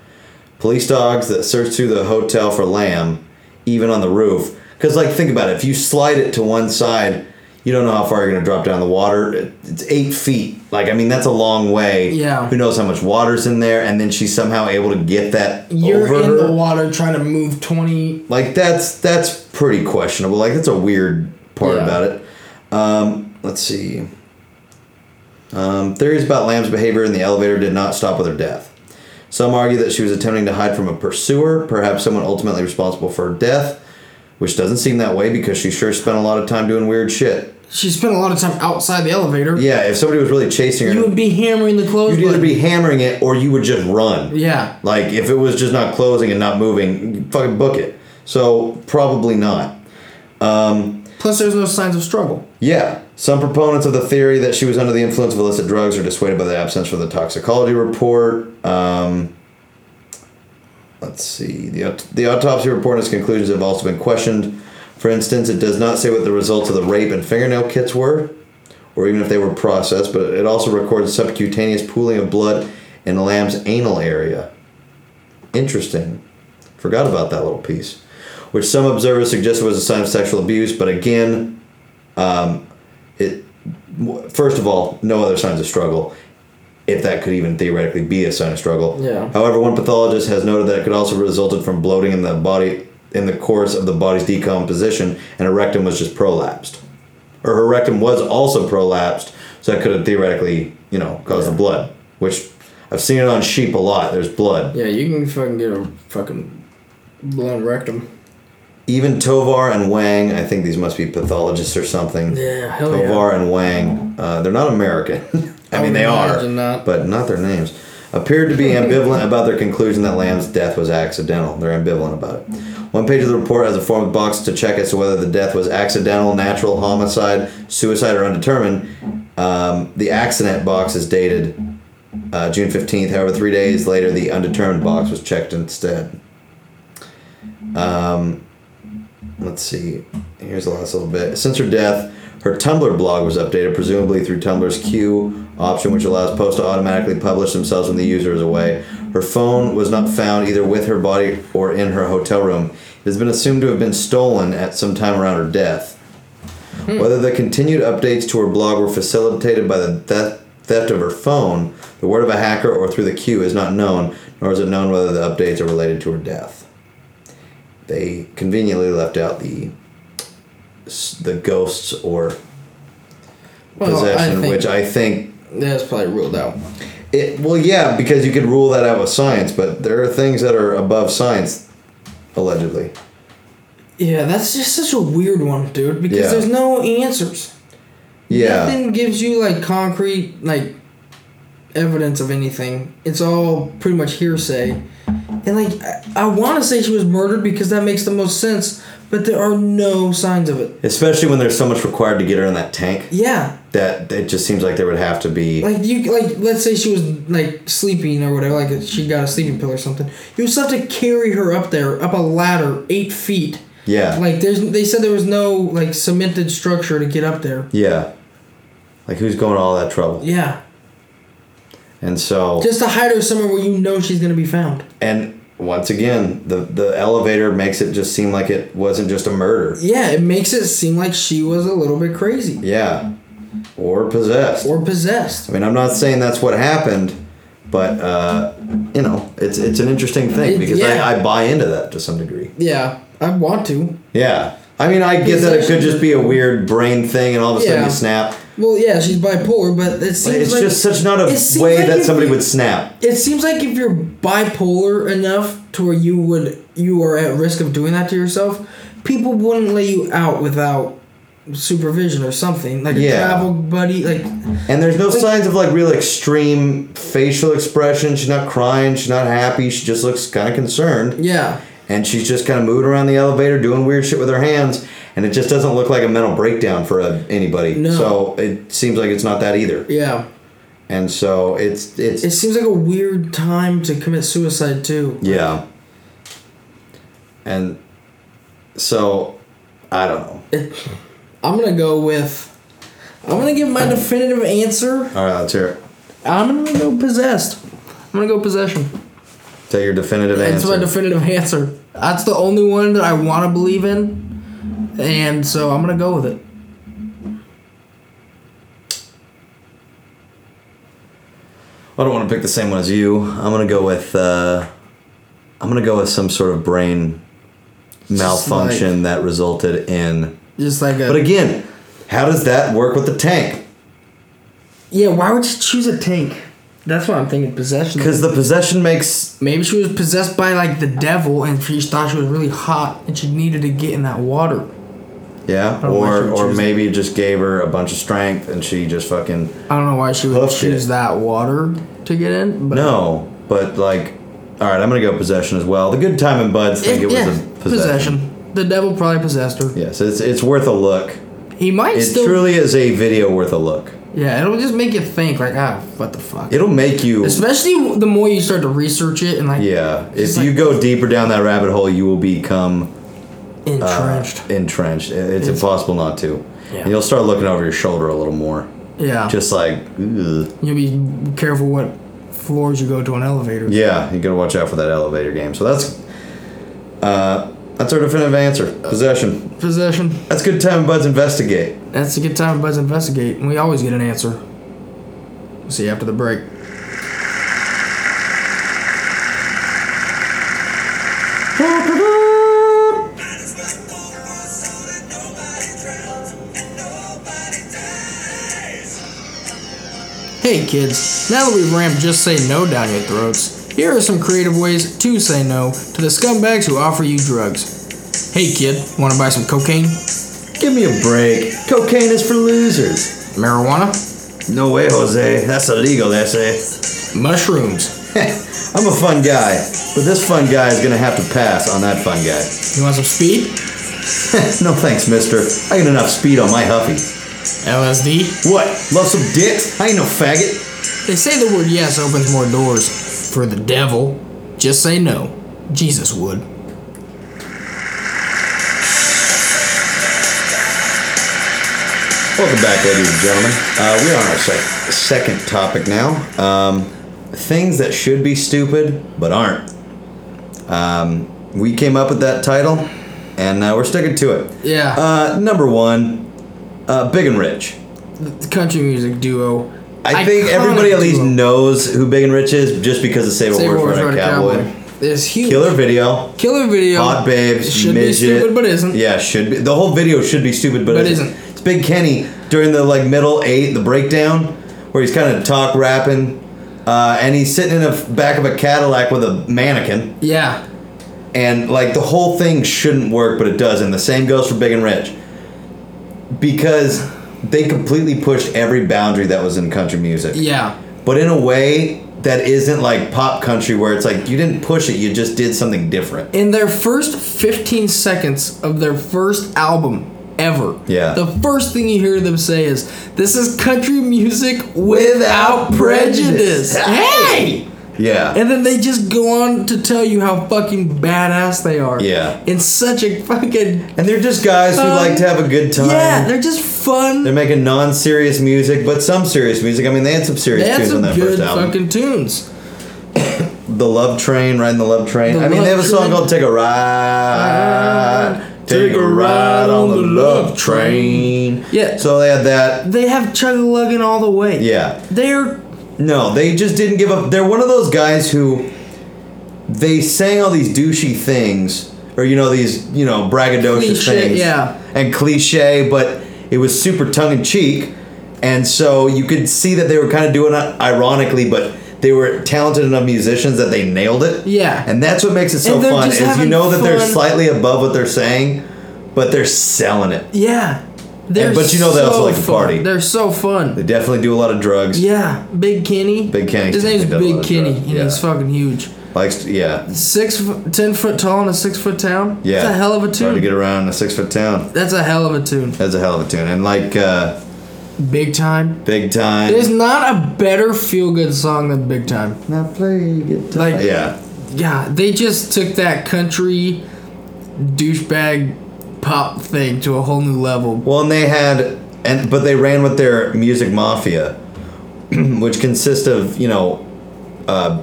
S2: Police dogs that searched through the hotel for lamb, even on the roof. Because, like, think about it. If you slide it to one side, you don't know how far you're going to drop down the water. It- It's eight feet. Like, I mean, that's a long way.
S3: Yeah.
S2: Who knows how much water's in there? And then she's somehow able to get that
S3: You're
S2: over
S3: in
S2: her.
S3: the water trying to move twenty.
S2: Like that's that's pretty questionable. Like that's a weird part
S3: Yeah.
S2: about it. Um, let's see. Um, theories about Lamb's behavior in the elevator did not stop with her death. Some argue that she was attempting to hide from a pursuer, perhaps someone ultimately responsible for her death, which doesn't seem that way because she sure spent a lot of time doing weird shit.
S3: she spent a lot of time outside the elevator.
S2: Yeah, if somebody was really chasing her,
S3: You would be hammering the clothes.
S2: you'd either
S3: button.
S2: be hammering it or you would just run.
S3: Yeah.
S2: Like if it was just not closing and not moving, fucking book it. So probably not.
S3: Plus, there's no signs of struggle.
S2: Yeah. Some proponents of the theory that she was under the influence of illicit drugs are dissuaded by the absence of the toxicology report. Um, let's see. The, aut- the autopsy report and its conclusions have also been questioned. For instance, it does not say what the results of the rape and fingernail kits were, or even if they were processed, but it also records subcutaneous pooling of blood in the lamb's anal area. Interesting. Forgot about that little piece, which some observers suggested was a sign of sexual abuse, but again, it first of all no other signs of struggle if that could even theoretically be a sign of struggle
S3: Yeah.
S2: however one pathologist has noted that it could also have resulted from bloating in the body in the course of the body's decomposition and her rectum was just prolapsed or her rectum was also prolapsed so that could have theoretically you know caused the blood which i've seen it on sheep a lot there's blood
S3: Yeah, you can fucking get a fucking blown rectum.
S2: even tovar and wang i think these must be pathologists or something
S3: Yeah, hell yeah.
S2: tovar and wang uh, they're not american (laughs) i,
S3: I
S2: mean
S3: would
S2: they are
S3: imagine not.
S2: but not their names, appeared to be ambivalent about their conclusion that Lamb's death was accidental. They're ambivalent about it. One page of the report has a form of box to check as to whether the death was accidental, natural, homicide, suicide, or undetermined. Um, the accident box is dated uh, June 15th. However, three days later, the undetermined box was checked instead. let's see. Here's the last little bit. Since her death, her Tumblr blog was updated, presumably through Tumblr's Q option, which allows posts to automatically publish themselves when the user is away. Her phone was not found either with her body or in her hotel room. It has been assumed to have been stolen at some time around her death.
S3: Mm.
S2: Whether the continued updates to her blog were facilitated by the theft, theft of her phone, the word of a hacker, or through the Q is not known, nor is it known whether the updates are related to her death they conveniently left out the the ghosts or
S3: Well,
S2: possession,
S3: think
S2: which I think
S3: that's probably ruled out.
S2: it. Well, yeah, because you could rule that out with science, but there are things that are above science, allegedly.
S3: Yeah, that's just such a weird one, dude. Because
S2: Yeah.
S3: there's no answers.
S2: Yeah,
S3: Nothing gives you like concrete like evidence of anything. It's all pretty much hearsay. And like I, I want to say she was murdered because that makes the most sense, but there are no signs of it.
S2: especially when there's so much required to get her in that tank
S3: Yeah.
S2: that it just seems like there would have to be.
S3: Like you like let's say she was like sleeping or whatever, like she got a sleeping pill or something. You just have to carry her up there, up a ladder, eight feet.
S2: Yeah.
S3: Like there's they said there was no like cemented structure to get up there.
S2: yeah, like who's going to all that trouble?
S3: Yeah.
S2: And so
S3: Just to hide her somewhere where you know she's gonna be found.
S2: and. Once again, the, the elevator makes it just seem like it wasn't just a murder.
S3: Yeah, it makes it seem like she was a little bit crazy
S2: Yeah. Or possessed.
S3: or possessed.
S2: I mean, I'm not saying that's what happened, but uh, you know, it's it's an interesting thing
S3: It-
S2: because
S3: yeah.
S2: I, I buy into that to some degree.
S3: Yeah, I want to.
S2: Yeah. I mean, I get
S3: It's
S2: that it could
S3: actually-
S2: just be a weird brain thing, and all of a sudden
S3: Yeah.
S2: you snap.
S3: Well, yeah, she's bipolar, but it seems
S2: It's
S3: like
S2: just such not a
S3: it seems
S2: way
S3: like
S2: that
S3: if
S2: somebody
S3: you-
S2: would snap.
S3: It seems like if you're bipolar enough to where you would you are at risk of doing that to yourself, people wouldn't let you out without supervision or something like
S2: Yeah.
S3: a travel buddy. Like
S2: And there's no signs of like real extreme facial expression. She's not crying. She's not happy. She just looks kind of concerned.
S3: yeah,
S2: and she's just kind of moving around the elevator doing weird shit with her hands and it just doesn't look like a mental breakdown for uh, anybody
S3: No.
S2: so it seems like it's not that either
S3: yeah.
S2: and so it's it's,
S3: It seems like a weird time to commit suicide too.
S2: yeah and so i don't know
S3: I'm gonna go with. I'm gonna give my definitive answer.
S2: all right let's hear it
S3: I'm gonna go possessed. I'm gonna go possession.
S2: take your definitive
S3: That's
S2: answer
S3: my definitive answer. That's the only one that I want to believe in, and so I'm gonna go with it.
S2: i don't want to pick the same one as you i'm gonna go with uh i'm gonna go with some sort of brain
S3: Just like-
S2: malfunction that resulted in
S3: Just like a
S2: but again how does that work with the tank
S3: yeah. Why would you choose a tank? That's what I'm thinking. Possession.
S2: because the possession makes
S3: maybe she was possessed by like the devil, and she thought she was really hot, and she needed to get in that water.
S2: Yeah,
S3: don't like
S2: or
S3: her
S2: or
S3: choosing.
S2: maybe just gave her a bunch of strength and she just fucking
S3: I don't know why she would
S2: Hoofed
S3: choose
S2: it.
S3: that water to get in, but
S2: no. But like, all right, I'm gonna go possession as well. The good time and buds think it, was
S3: yeah,
S2: a
S3: possession.
S2: possession.
S3: The devil probably possessed her.
S2: Yes, it's it's worth a look.
S3: He might
S2: It
S3: still.
S2: truly is a video worth a look.
S3: yeah, it'll just make you think like, ah, what the fuck.
S2: It'll make you.
S3: Especially the more you start to research it and like
S2: yeah, if
S3: Just
S2: you
S3: like-
S2: go deeper down that rabbit hole, you will become uh,
S3: entrenched.
S2: entrenched. It's, impossible not to.
S3: Yeah.
S2: And you'll start looking over your shoulder a little more.
S3: yeah,
S2: Just like, ugh.
S3: you'll be careful what floors you go to an elevator.
S2: yeah, you gotta watch out for that elevator game. So that's uh, that's our definitive answer. Possession.
S3: Possession.
S2: That's good time, buds. Investigate.
S3: That's a good time to buzz investigate, and we always get an answer. See you after the break. Hey kids, now that we've ramped just say no down your throats, here are some creative ways to say no to the scumbags who offer you drugs. Hey kid, wanna buy some cocaine?
S2: Give me a break. Cocaine is for losers.
S3: Marijuana?
S2: No way, Jose. That's illegal. They say.
S3: Mushrooms.
S2: I'm a fun guy, but this fun guy is gonna have to pass on that fun guy. (laughs)
S3: You want some speed?
S2: no thanks, mister. I got enough speed on my Huffy.
S3: LSD?
S2: What? Love some dicks? I ain't no faggot.
S3: They say the word yes opens more doors. For the devil, just say no. Jesus would.
S2: Welcome back, ladies and gentlemen. Uh, we're on our sec- second topic now. Um, things that should be stupid but aren't. Um, we came up with that title, and uh, we're sticking to it.
S3: Yeah.
S2: Uh, number one, uh, Big and Rich.
S3: The country music duo.
S2: I think
S3: Iconic
S2: everybody at least
S3: duo.
S2: knows who Big and Rich is just because of Save a
S3: Save
S2: Word
S3: Wars
S2: for a
S3: Run
S2: Cowboy.
S3: This huge
S2: Killer video.
S3: Killer video.
S2: Hot babes,
S3: Should
S2: midget.
S3: be stupid, but isn't.
S2: Yeah, should be. The whole video should be stupid, but,
S3: But
S2: isn't.
S3: isn't.
S2: It's Big Kenny during the like middle eight, the breakdown, where he's kind of talk rapping, uh, and he's sitting in the f- back of a Cadillac with a mannequin,
S3: Yeah.
S2: and like the whole thing shouldn't work, but it does, and the same goes for Big and Rich, because they completely pushed every boundary that was in country music
S3: Yeah.
S2: but in a way that isn't like pop country where it's like you didn't push it, you just did something different.
S3: in their first 15 seconds of their first album ever,
S2: Yeah.
S3: the first thing you hear them say is, "This is country music without, prejudice." Hey!
S2: Yeah.
S3: And then they just go on to tell you how fucking badass they are.
S2: Yeah.
S3: In such a fucking
S2: And they're just guys who
S3: Um,
S2: like to have a good time.
S3: yeah, they're just fun.
S2: They're making non-serious music, but some serious music. I mean, they had some serious
S3: they had
S2: tunes
S3: some
S2: on that
S3: good
S2: first album.
S3: fucking tunes.
S2: the Love Train, riding the Love Train.
S3: The
S2: I mean, they have a
S3: Love
S2: song
S3: Train.
S2: called "Take a Ride." Take a ride on the love train.
S3: Yeah.
S2: So they had that.
S3: They have chug lugging all the way.
S2: Yeah.
S3: They're
S2: No, they just didn't give up. They're one of those guys who they sang all these douchey things, or you know these you know braggadocious
S3: Cliche,
S2: things,
S3: yeah.
S2: and cliche, but it was super tongue in cheek, and so you could see that they were kind of doing it ironically, but they were talented enough musicians that they nailed it.
S3: Yeah.
S2: and that's what makes it so
S3: And they're
S2: fun
S3: just
S2: is you
S3: having
S2: know that they're
S3: fun.
S2: slightly above what they're saying, but they're selling it.
S3: yeah. They're
S2: And- but you know they also
S3: so
S2: like to
S3: fun.
S2: party.
S3: They're so fun.
S2: They definitely do a lot of drugs.
S3: Yeah, Big Kenny.
S2: Big Kenny.
S3: His name's
S2: He does a lot
S3: Big
S2: of
S3: Kenny,
S2: drugs,
S3: and
S2: yeah.
S3: he's fucking huge.
S2: Likes yeah.
S3: Six, fo- ten foot tall in a six foot town.
S2: Yeah,
S3: that's a hell of a
S2: It's Hard to
S3: tune.
S2: get around in a six foot town.
S3: That's a hell of a tune.
S2: That's a hell of a tune, and like uh,
S3: Big time.
S2: big time.
S3: There's not a better feel good song than Big Time.
S2: not play guitar.
S3: Like-
S2: yeah,
S3: Yeah, they just took that country douchebag pop thing to a whole new level.
S2: well, and they had and but they ran with their music mafia, (clears throat) which consists of you know, uh,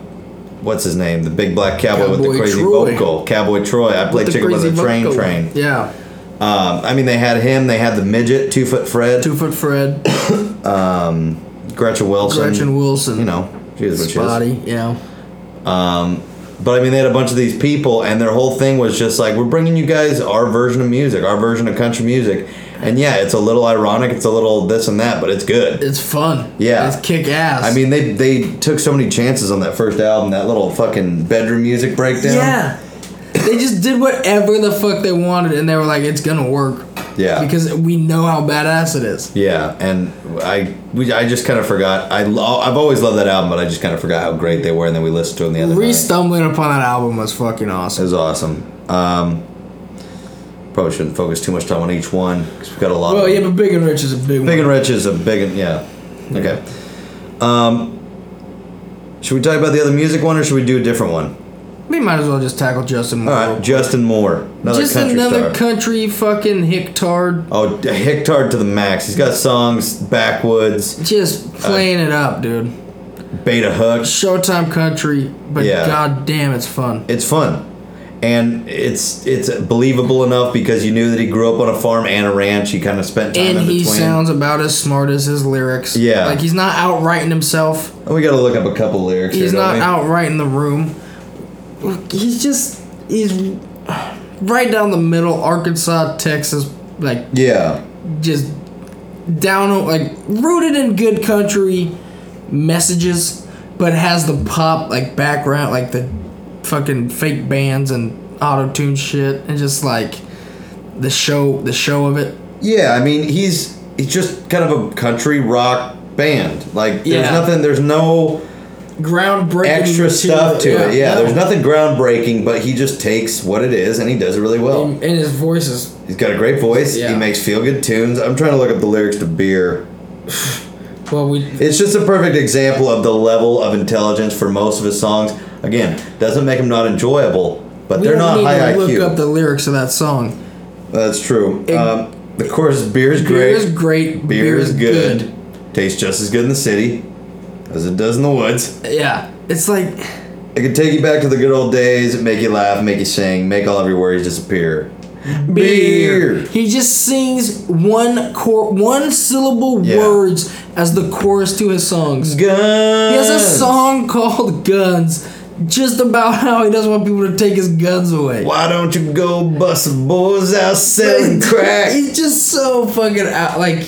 S2: what's his name, the big black cowboy, with the
S3: Cowboy
S2: crazy
S3: Troy.
S2: vocal, Cowboy Troy. I played
S3: The
S2: chicken with a
S3: crazy
S2: train
S3: vocal.
S2: train.
S3: Yeah,
S2: Um, I mean, they had him. They had the midget, two foot Fred,
S3: Two
S2: (clears throat)
S3: Foot Fred,
S2: Gretchen Wilson.
S3: Gretchen Wilson.
S2: You know, she is what she is.
S3: Spotty. Yeah.
S2: But I mean, they had a bunch of these people, and their whole thing was just like, we're bringing you guys our version of music, our version of country music. And yeah, it's a little ironic, it's a little this and that, but it's good.
S3: It's fun.
S2: Yeah.
S3: It's kick ass.
S2: I mean, they they took so many chances on that first album, that little fucking bedroom music breakdown.
S3: Yeah. They just did whatever the fuck they wanted and they were like, it's gonna work.
S2: Yeah.
S3: Because we know how badass it is.
S2: Yeah, and I we I just kind of forgot. I lo- I've always loved that album, but I just kind of forgot how great they were, and then we listened to them the other
S3: Re
S2: night.
S3: stumbling upon that album was fucking
S2: It
S3: awesome.
S2: was awesome. Um, probably shouldn't focus too much time on each one because we've got a lot.
S3: Well,
S2: of
S3: yeah, but Big and Rich is a big,
S2: Big
S3: one.
S2: and Rich is a big and yeah. Okay. Um, should we talk about the other music one, or should we do a different one?
S3: We might as well just tackle Justin Moore.
S2: All right, Justin Moore, another
S3: just
S2: country star.
S3: another country fucking hicktard.
S2: oh, d- Hicktard to the max. He's got songs, backwoods,
S3: Just playing it up, dude.
S2: beta hook.
S3: Showtime country, but
S2: Yeah.
S3: god damn, it's fun.
S2: It's fun. And it's it's believable enough because you knew that he grew up on a farm and a ranch. He kind of spent time
S3: and
S2: in
S3: he
S2: between.
S3: sounds about as smart as his lyrics.
S2: Yeah.
S3: like he's not out writing himself.
S2: And we got to look up a couple lyrics.
S3: He's
S2: here, don't
S3: not
S2: we?
S3: out right in the room. Look, He's just he's right down the middle, Arkansas, Texas, like
S2: Yeah,
S3: just down like rooted in good country messages, but has the pop like background, like the fucking fake bands and auto tune shit, and just like the show, the show of it.
S2: yeah. I mean, he's he's just kind of a country rock band. Like there's
S3: Yeah.
S2: nothing. There's no
S3: Groundbreaking
S2: extra
S3: material,
S2: stuff to it. Yeah,
S3: no.
S2: there's nothing groundbreaking, but he just takes what it is and he does it really well.
S3: And, and his voice is
S2: He's got a great voice.
S3: Yeah.
S2: He makes feel good tunes. I'm trying to look up the lyrics to Beer.
S3: well, we
S2: It's just a perfect example of the level of intelligence for most of his songs. Again, doesn't make them not enjoyable, but
S3: We
S2: they're
S3: don't
S2: not
S3: need
S2: high
S3: to look up
S2: IQ.
S3: the lyrics of that song.
S2: That's true.
S3: It-
S2: um, the chorus, beer's great.
S3: Beer is great.
S2: Beer is good. Tastes just as good in the city as it does in the woods.
S3: Yeah, it's like
S2: It can take you back to the good old days, make you laugh, make you sing, make all of your worries disappear. Beer.
S3: He just sings one cor- one syllable
S2: Yeah.
S3: words as the chorus to his songs.
S2: Guns.
S3: He has a song called "Guns," just about how he doesn't want people to take his guns away. (laughs)
S2: Why don't you go bust some boys out selling crack?
S3: He's just so fucking out. Like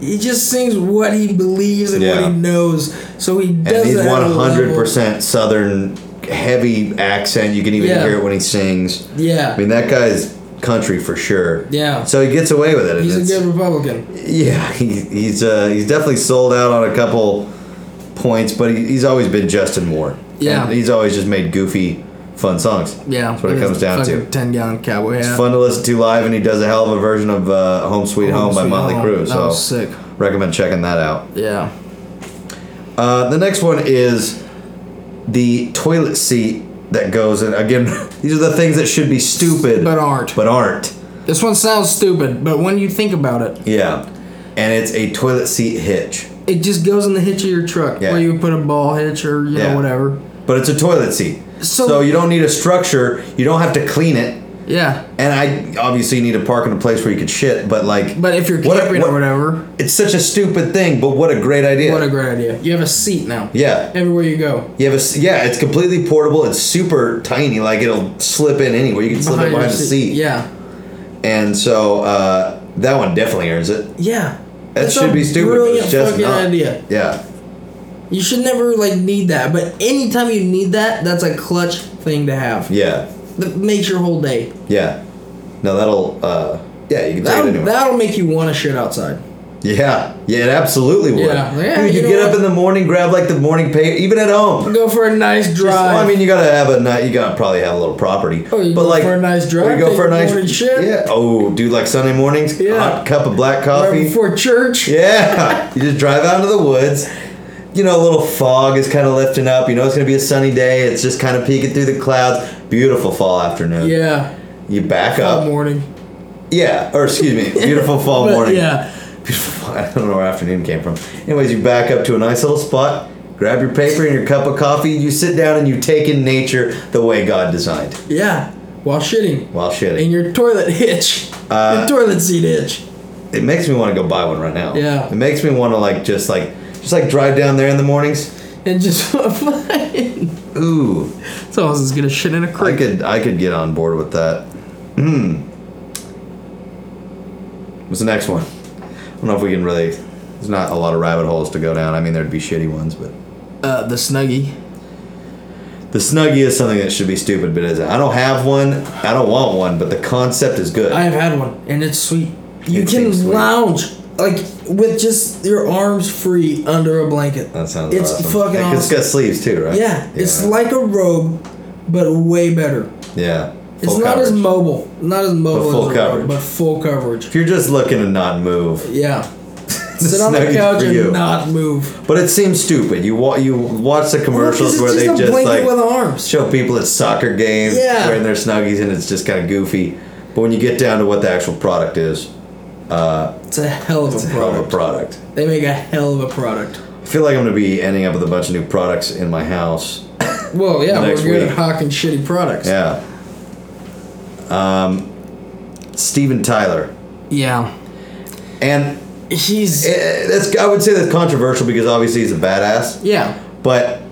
S3: he just sings what he believes and
S2: Yeah.
S3: what he knows. So he doesn't.
S2: And he's
S3: have a
S2: one hundred
S3: level-
S2: percent southern heavy accent. You can even
S3: Yeah.
S2: hear it when he sings.
S3: Yeah.
S2: I mean that guy's country for sure.
S3: Yeah.
S2: So he gets away with it. and
S3: He's a
S2: it's-
S3: good Republican.
S2: Yeah, (laughs) he, he's uh, he's definitely sold out on a couple points, but he, he's always been Justin Moore.
S3: Yeah.
S2: And he's always just made goofy, fun songs.
S3: Yeah,
S2: that's what it
S3: with his
S2: comes down to.
S3: fucking Ten gallon cowboy hat.
S2: It's fun to listen to live, and he does a hell of a version of uh, "Home Sweet Home" by
S3: Sweet
S2: Motley
S3: Home.
S2: Crue.
S3: That
S2: So
S3: was sick.
S2: recommend checking that out.
S3: Yeah.
S2: Uh, the next one is the toilet seat that goes, and again, (laughs) these are the things that should be stupid
S3: But aren't.
S2: but aren't.
S3: This one sounds stupid, but when you think about it,
S2: Yeah, and it's a toilet seat hitch,
S3: it just goes in the hitch of your truck,
S2: Yeah.
S3: where you would put a ball hitch or you
S2: Yeah.
S3: know whatever.
S2: but it's a toilet seat.
S3: So-
S2: so you don't need a structure. You don't have to clean it.
S3: Yeah,
S2: And I obviously you need to park in a place where you could shit, but like,
S3: but if you're
S2: What a-
S3: camping
S2: what-
S3: or whatever,
S2: it's such a stupid thing. But what a great idea!
S3: what a great idea! You have a seat now.
S2: yeah,
S3: Everywhere you go,
S2: You have a s- yeah. It's completely portable. It's super tiny. Like it'll slip in anywhere. You can slip it
S3: your
S2: behind the seat.
S3: Yeah,
S2: And so uh, that one definitely earns it.
S3: yeah.
S2: That
S3: That's
S2: should
S3: a
S2: be stupid. but
S3: Brilliant
S2: it's just
S3: fucking
S2: not.
S3: idea.
S2: Yeah.
S3: You should never like need that, but anytime you need that, that's a clutch thing to have.
S2: Yeah.
S3: That makes your whole day.
S2: Yeah. No, that'll. Uh, yeah, you can take
S3: That'll,
S2: it anywhere.
S3: that'll make you want to shit outside.
S2: Yeah. Yeah, it absolutely would.
S3: Yeah. Yeah,
S2: Dude, you,
S3: you know
S2: get
S3: what?
S2: up in the morning, grab like the morning paper, even at home.
S3: Go for a nice drive.
S2: Just- well, I mean, you gotta have a night. You gotta probably have a little property.
S3: Oh, you
S2: but
S3: go
S2: like
S3: for a nice drive,
S2: or You go
S3: take
S2: for a
S3: your
S2: nice
S3: morning shit.
S2: Yeah. Oh, dude, like Sunday mornings.
S3: Yeah.
S2: Hot cup of black
S3: right
S2: coffee.
S3: before church.
S2: yeah. (laughs) You just drive out into the woods. You know, a little fog is kind of lifting up. You know, it's gonna be a sunny day. It's just kind of peeking through the clouds. Beautiful fall afternoon.
S3: Yeah.
S2: You back
S3: All
S2: up.
S3: morning.
S2: Yeah. Or excuse me.
S3: (laughs)
S2: Beautiful fall
S3: But,
S2: morning.
S3: Yeah.
S2: Beautiful. (laughs) I don't know where afternoon came from. Anyways, you back up to a nice little spot, grab your paper and your cup of coffee, you sit down and you take in nature the way God designed
S3: Yeah. While shitting.
S2: while
S3: In
S2: shitting.
S3: your toilet hitch.
S2: Uh,
S3: your toilet seat hitch.
S2: It makes me want to go buy one right now.
S3: Yeah.
S2: It makes me want to like just like just like drive down there in the mornings.
S3: And just (laughs) fucking.
S2: Ooh,
S3: It's almost as good as shit in a
S2: I
S3: creek.
S2: could I could get on board with that. Hmm. What's the next one? I don't know if we can really. There's not a lot of rabbit holes to go down. I mean, there'd be shitty ones, but.
S3: Uh, the Snuggie.
S2: The Snuggie is something that should be stupid, but isn't. I don't have one. I don't want one, but the concept is good.
S3: I have had one, and it's sweet. You
S2: It seems
S3: can
S2: sweet.
S3: lounge like with just your arms free under a blanket.
S2: That sounds
S3: It's
S2: awesome.
S3: fucking
S2: Like, It's
S3: awesome.
S2: got sleeves too, right?
S3: Yeah, it's like a robe, but way better.
S2: yeah.
S3: It's
S2: Full
S3: not as
S2: coverage.
S3: mobile, not as mobile
S2: full
S3: as a robe,
S2: coverage.
S3: but
S2: (laughs)
S3: full coverage.
S2: If you're just looking to not move,
S3: Yeah,
S2: this
S3: sit on the
S2: is
S3: couch
S2: for you.
S3: and not move.
S2: But it seems stupid. You wa- you watch the commercials
S3: it's
S2: where
S3: just
S2: they
S3: a
S2: just
S3: blanket
S2: like
S3: with arms.
S2: show people at soccer games
S3: Yeah.
S2: wearing their snuggies, and it's just kind of goofy. But when you get down to what the actual product is,
S3: It's a hell of
S2: hell
S3: a
S2: of a
S3: product.
S2: product.
S3: They make a hell of a product.
S2: I feel like I'm gonna be ending up with a bunch of new products in my house.
S3: Well, yeah,
S2: Next
S3: we're good
S2: week.
S3: at hawking shitty products.
S2: Yeah. Um, Steven Tyler,
S3: Yeah.
S2: and
S3: He's.
S2: eh, that's I would say that's controversial because obviously he's a badass.
S3: yeah.
S2: But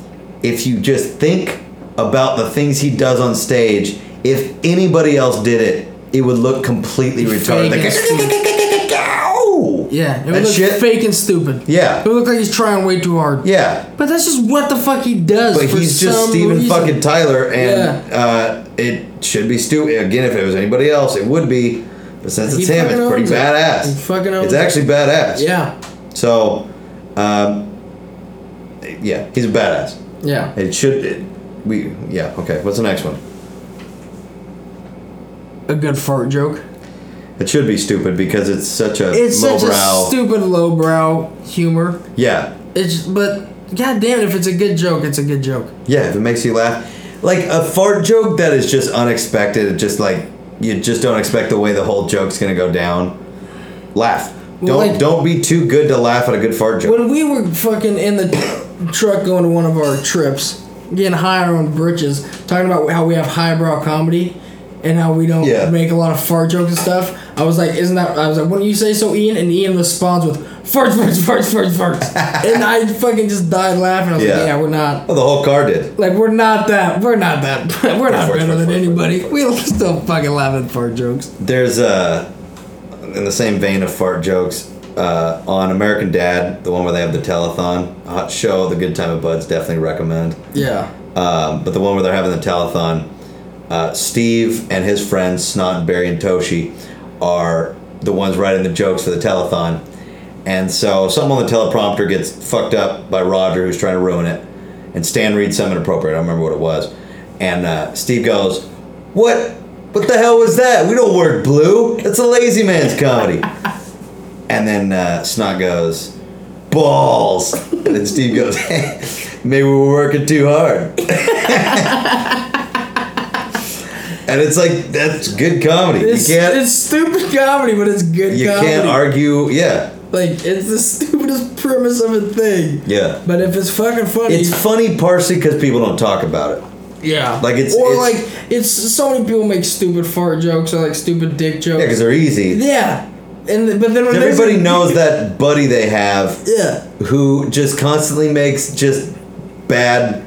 S2: if you just think about the things he does on stage, if anybody else did it, it would look completely retarded.
S3: Fake as
S2: Like, "Ow!"
S3: Yeah. It would
S2: that
S3: look
S2: shit.
S3: fake and stupid.
S2: Yeah.
S3: It would look like he's trying way too hard.
S2: Yeah,
S3: But that's just what the fuck he does.
S2: but
S3: for
S2: he's just
S3: some
S2: Steven
S3: reason.
S2: fucking Tyler, and uh, it should be stupid. Again, if it was anybody else, it would be. But since
S3: He
S2: it's him, it's
S3: fucking
S2: pretty
S3: owns it.
S2: badass.
S3: He fucking owns
S2: it's
S3: it.
S2: actually badass.
S3: Yeah.
S2: So, um, yeah, he's a badass.
S3: Yeah.
S2: It should. It, we yeah okay. What's the next one?
S3: A good fart joke.
S2: It should be stupid because it's such a
S3: It's such
S2: lowbrow.
S3: a stupid lowbrow humor.
S2: yeah,
S3: It's but god damn it, if it's a good joke, it's a good joke.
S2: yeah. If it makes you laugh, like a fart joke that is just unexpected. It just like you just don't expect the way the whole joke's gonna go down. Laugh.
S3: Well,
S2: don't
S3: like-
S2: don't be too good to laugh at a good fart joke.
S3: When we were fucking in the truck going to one of our trips, getting high on our own britches, talking about how we have highbrow comedy and how we don't
S2: Yeah.
S3: make a lot of fart jokes and stuff, I was like, isn't that I was like, wouldn't you say so, Ian? And Ian responds with farts, farts, farts, farts, farts.
S2: (laughs)
S3: and I fucking just died laughing. I was
S2: Yeah.
S3: like, Yeah, we're not
S2: Well, the whole car did.
S3: like we're not that we're not that (laughs) we're not
S2: Farts,
S3: better
S2: farts,
S3: than
S2: farts,
S3: anybody.
S2: farts, farts.
S3: We (laughs) still fucking laugh at fart jokes.
S2: There's uh, in the same vein of fart jokes. Uh, on American Dad, the one where they have the telethon, hot show, the good time of buds, definitely recommend.
S3: Yeah.
S2: um, but the one where they're having the telethon, uh, Steve and his friends Snot, Barry, and Toshi are the ones writing the jokes for the telethon. And so something on the teleprompter gets fucked up by Roger, who's trying to ruin it. And Stan reads something inappropriate. I don't remember what it was. And uh, Steve goes, "What? What the hell was that? We don't work blue. That's a lazy man's comedy." (laughs) and then uh, Snot goes, "Balls." And then Steve goes, (laughs) "Maybe we're working too hard." (laughs) and it's like that's good comedy.
S3: It's,
S2: you can't.
S3: it's stupid comedy, but it's good
S2: you
S3: comedy.
S2: can't argue. Yeah.
S3: Like it's the (laughs) stupidest premise of a thing.
S2: Yeah.
S3: But if it's fucking funny,
S2: It's funny partially because people don't talk about it.
S3: yeah.
S2: like, it's-
S3: or
S2: it's-
S3: like it's so many people make stupid fart jokes or like stupid dick
S2: Yeah, because
S3: jokes.
S2: they're easy.
S3: Yeah. And th- but then when there's
S2: Everybody
S3: a-
S2: knows that buddy they have
S3: Yeah.
S2: who just constantly makes just bad,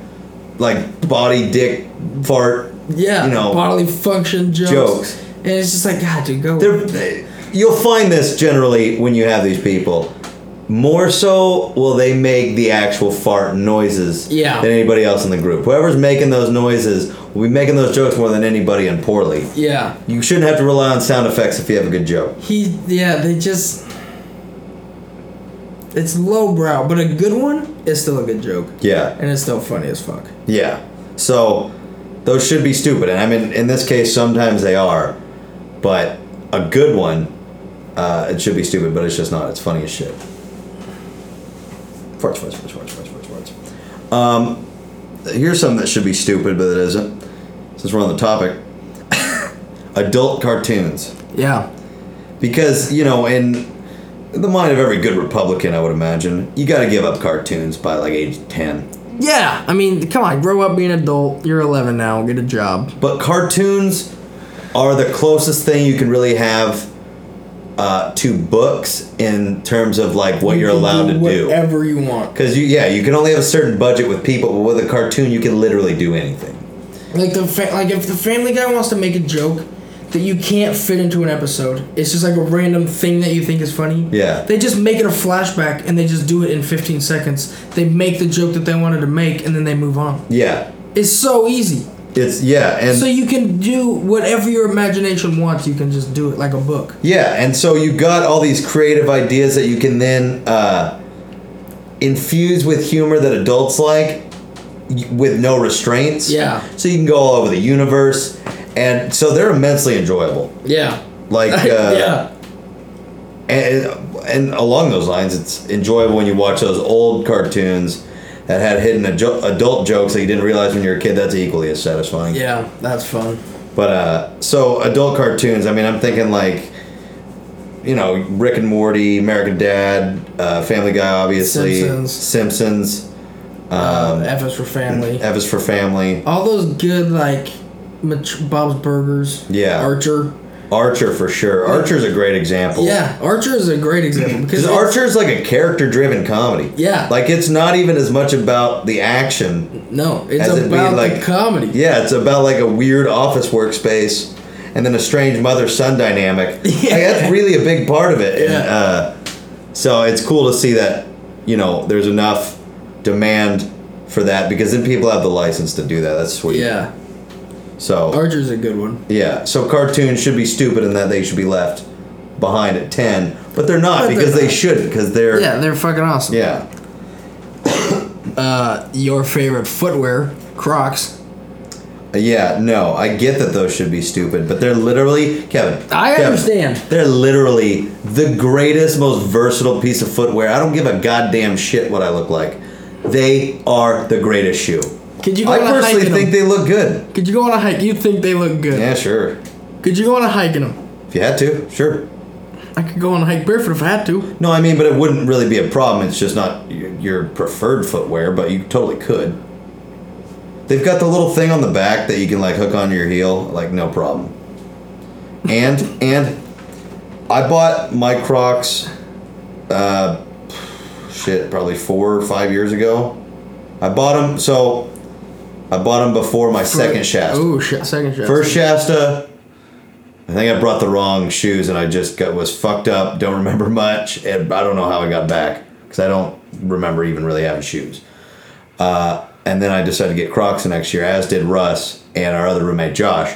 S2: like body dick fart.
S3: Yeah.
S2: You know.
S3: bodily function jokes.
S2: jokes.
S3: And it's just like God, dude, go.
S2: They're, they- you'll find this generally when you have these people. More so, will they make the actual fart noises
S3: Yeah.
S2: than anybody else in the group? Whoever's making those noises will be making those jokes more than anybody and poorly.
S3: yeah.
S2: You shouldn't have to rely on sound effects if you have a good joke.
S3: He yeah, they just it's lowbrow, but a good one is still a good joke,
S2: Yeah.
S3: and it's still funny as fuck.
S2: Yeah. So those should be stupid, and I mean, in this case, sometimes they are, but a good one, uh, it should be stupid, but it's just not. It's funny as shit. Farts, farts, farts, farts, farts, farts, farts. Um, here's something that should be stupid, but it isn't. Since we're on the topic, (laughs) adult cartoons,
S3: Yeah,
S2: because you know, in the mind of every good Republican, I would imagine, you got to give up cartoons by like age ten.
S3: yeah. I mean, come on, grow up, be an adult. You're 11 now. Get a job.
S2: but cartoons are the closest thing you can really have uh, to books in terms of like what you're
S3: You can
S2: allowed to do.
S3: whatever you want.
S2: Because you, yeah, you can only have a certain budget with people, but with a cartoon, you can literally do anything.
S3: Like the fa- like if the Family Guy wants to make a joke that you can't fit into an episode, it's just like a random thing that you think is funny.
S2: Yeah.
S3: they just make it a flashback and they just do it in 15 seconds. They make the joke that they wanted to make and then they move on.
S2: Yeah,
S3: It's so easy.
S2: It's yeah, and
S3: So you can do whatever your imagination wants. You can just do it like a book.
S2: yeah, and so you got all these creative ideas that you can then uh, infuse with humor that adults like, y- with no restraints.
S3: Yeah.
S2: So you can go all over the universe, and so they're immensely enjoyable.
S3: Yeah. (laughs)
S2: Like uh,
S3: yeah.
S2: and and along those lines, it's enjoyable when you watch those old cartoons that had hidden adjo- adult jokes that you didn't realize when you were a kid. That's equally as satisfying.
S3: Yeah, that's fun.
S2: But uh, so adult cartoons. I mean, I'm thinking like, you know, Rick and Morty, American Dad, uh, Family Guy, obviously,
S3: Simpsons.
S2: Simpsons,
S3: Um, F is for family.
S2: F is for Family,
S3: All those good like mat- Bob's Burgers.
S2: Yeah.
S3: Archer.
S2: Archer for sure. Archer's a great example.
S3: Yeah, Archer is a great example
S2: Because
S3: because it's-
S2: Archer's like a character-driven comedy.
S3: Yeah.
S2: Like it's not even as much about the action
S3: No, it's
S2: As it be
S3: about
S2: like-
S3: the comedy.
S2: Yeah, it's about like a weird office workspace and then a strange mother son
S3: (laughs)
S2: dynamic.
S3: Yeah.
S2: Like, that's really a big part of it. And,
S3: Yeah.
S2: uh, so it's cool to see that, you know, there's enough demand for that because then people have the license to do that. That's sweet.
S3: Yeah,
S2: So,
S3: Archer's a good one.
S2: yeah. So cartoons should be stupid in that they should be left behind at 10, but they're not
S3: But they're
S2: because they
S3: not.
S2: shouldn't because they're.
S3: Yeah, they're fucking awesome.
S2: yeah.
S3: Uh, your favorite footwear, Crocs.
S2: Yeah, no, I get that those should be stupid, but they're literally Kevin.
S3: I
S2: Kevin,
S3: understand.
S2: They're literally the greatest, most versatile piece of footwear. I don't give a goddamn shit what I look like. They are the greatest shoe.
S3: Could you go
S2: I
S3: on a hike
S2: personally
S3: in
S2: think
S3: them?
S2: they look good.
S3: Could you go on a hike? You think they look good?
S2: Yeah, sure.
S3: Could you go on a hike in them?
S2: If you had to, sure.
S3: I could go on a hike barefoot if I had to.
S2: No, I mean, but it wouldn't really be a problem. It's just not your your preferred footwear, but you totally could. They've got the little thing on the back that you can like hook onto your heel, like no problem. And (laughs) and I bought my Crocs, uh, shit, probably four or five years ago. I bought them so I bought them before my second shaft.
S3: Oh, sh- second shaft.
S2: First Shasta, I think I brought the wrong shoes and I just got was fucked up. Don't (laughs) remember much, and I don't know how I got back because I don't remember even really having shoes. Uh, and then I decided to get Crocs the next year, as did Russ and our other roommate Josh,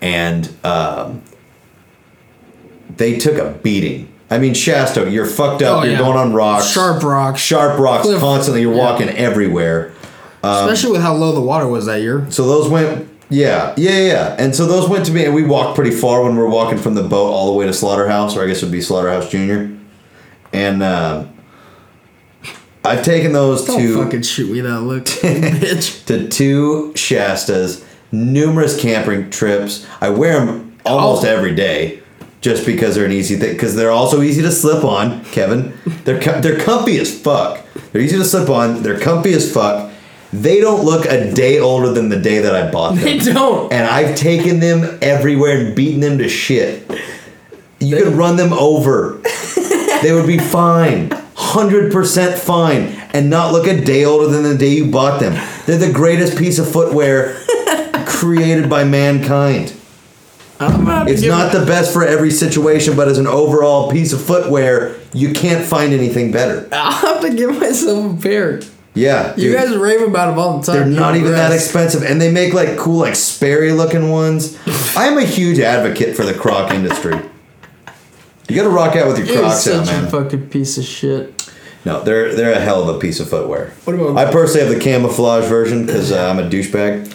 S2: and um, they took a beating. I mean, Shasta, you're fucked up.
S3: Oh,
S2: you're
S3: yeah.
S2: going on rocks,
S3: Sharp rocks.
S2: sharp rocks
S3: Cliff-
S2: constantly. You're
S3: yeah.
S2: walking everywhere.
S3: Especially with how low the water was that year.
S2: So those went, yeah, yeah, yeah, yeah. And so those went to me, and we walked pretty far when we were walking from the boat all the way to Slaughterhouse, or I guess it would be Slaughterhouse Junior. And uh, I've taken those
S3: Don't
S2: to
S3: Oh, fucking shoot me
S2: (laughs)
S3: that look, bitch.
S2: to two Shastas, numerous camping trips. I wear them almost
S3: Oh.
S2: every day. Just because they're an easy thing, because they're also easy to slip on, Kevin. They're com- they're comfy as fuck. They're easy to slip on. They're comfy as fuck. They don't look a day older than the day that I bought them
S3: (laughs) They don't.
S2: and I've taken them everywhere and beaten them to shit. You could run them over. they would be fine. 100% fine and not look a day older than the day you bought them. They're the greatest piece of footwear created by mankind.
S3: I'm about to
S2: It's
S3: give
S2: not the best for every situation, but as an overall piece of footwear, you can't find anything better.
S3: (laughs) I'll have to give myself a pair.
S2: Yeah.
S3: You
S2: dude.
S3: guys rave about them all the time.
S2: They're not even that
S3: expensive.
S2: expensive, and they make like cool, like Sperry looking
S3: (laughs)
S2: ones. I'm a huge advocate for the Croc industry. You got to rock out with your
S3: You're
S2: Crocs out,
S3: such a
S2: man.
S3: fucking piece of shit.
S2: No, they're they're a hell of a piece of footwear.
S3: What about-
S2: I personally have the camouflage version because uh, I'm a douchebag.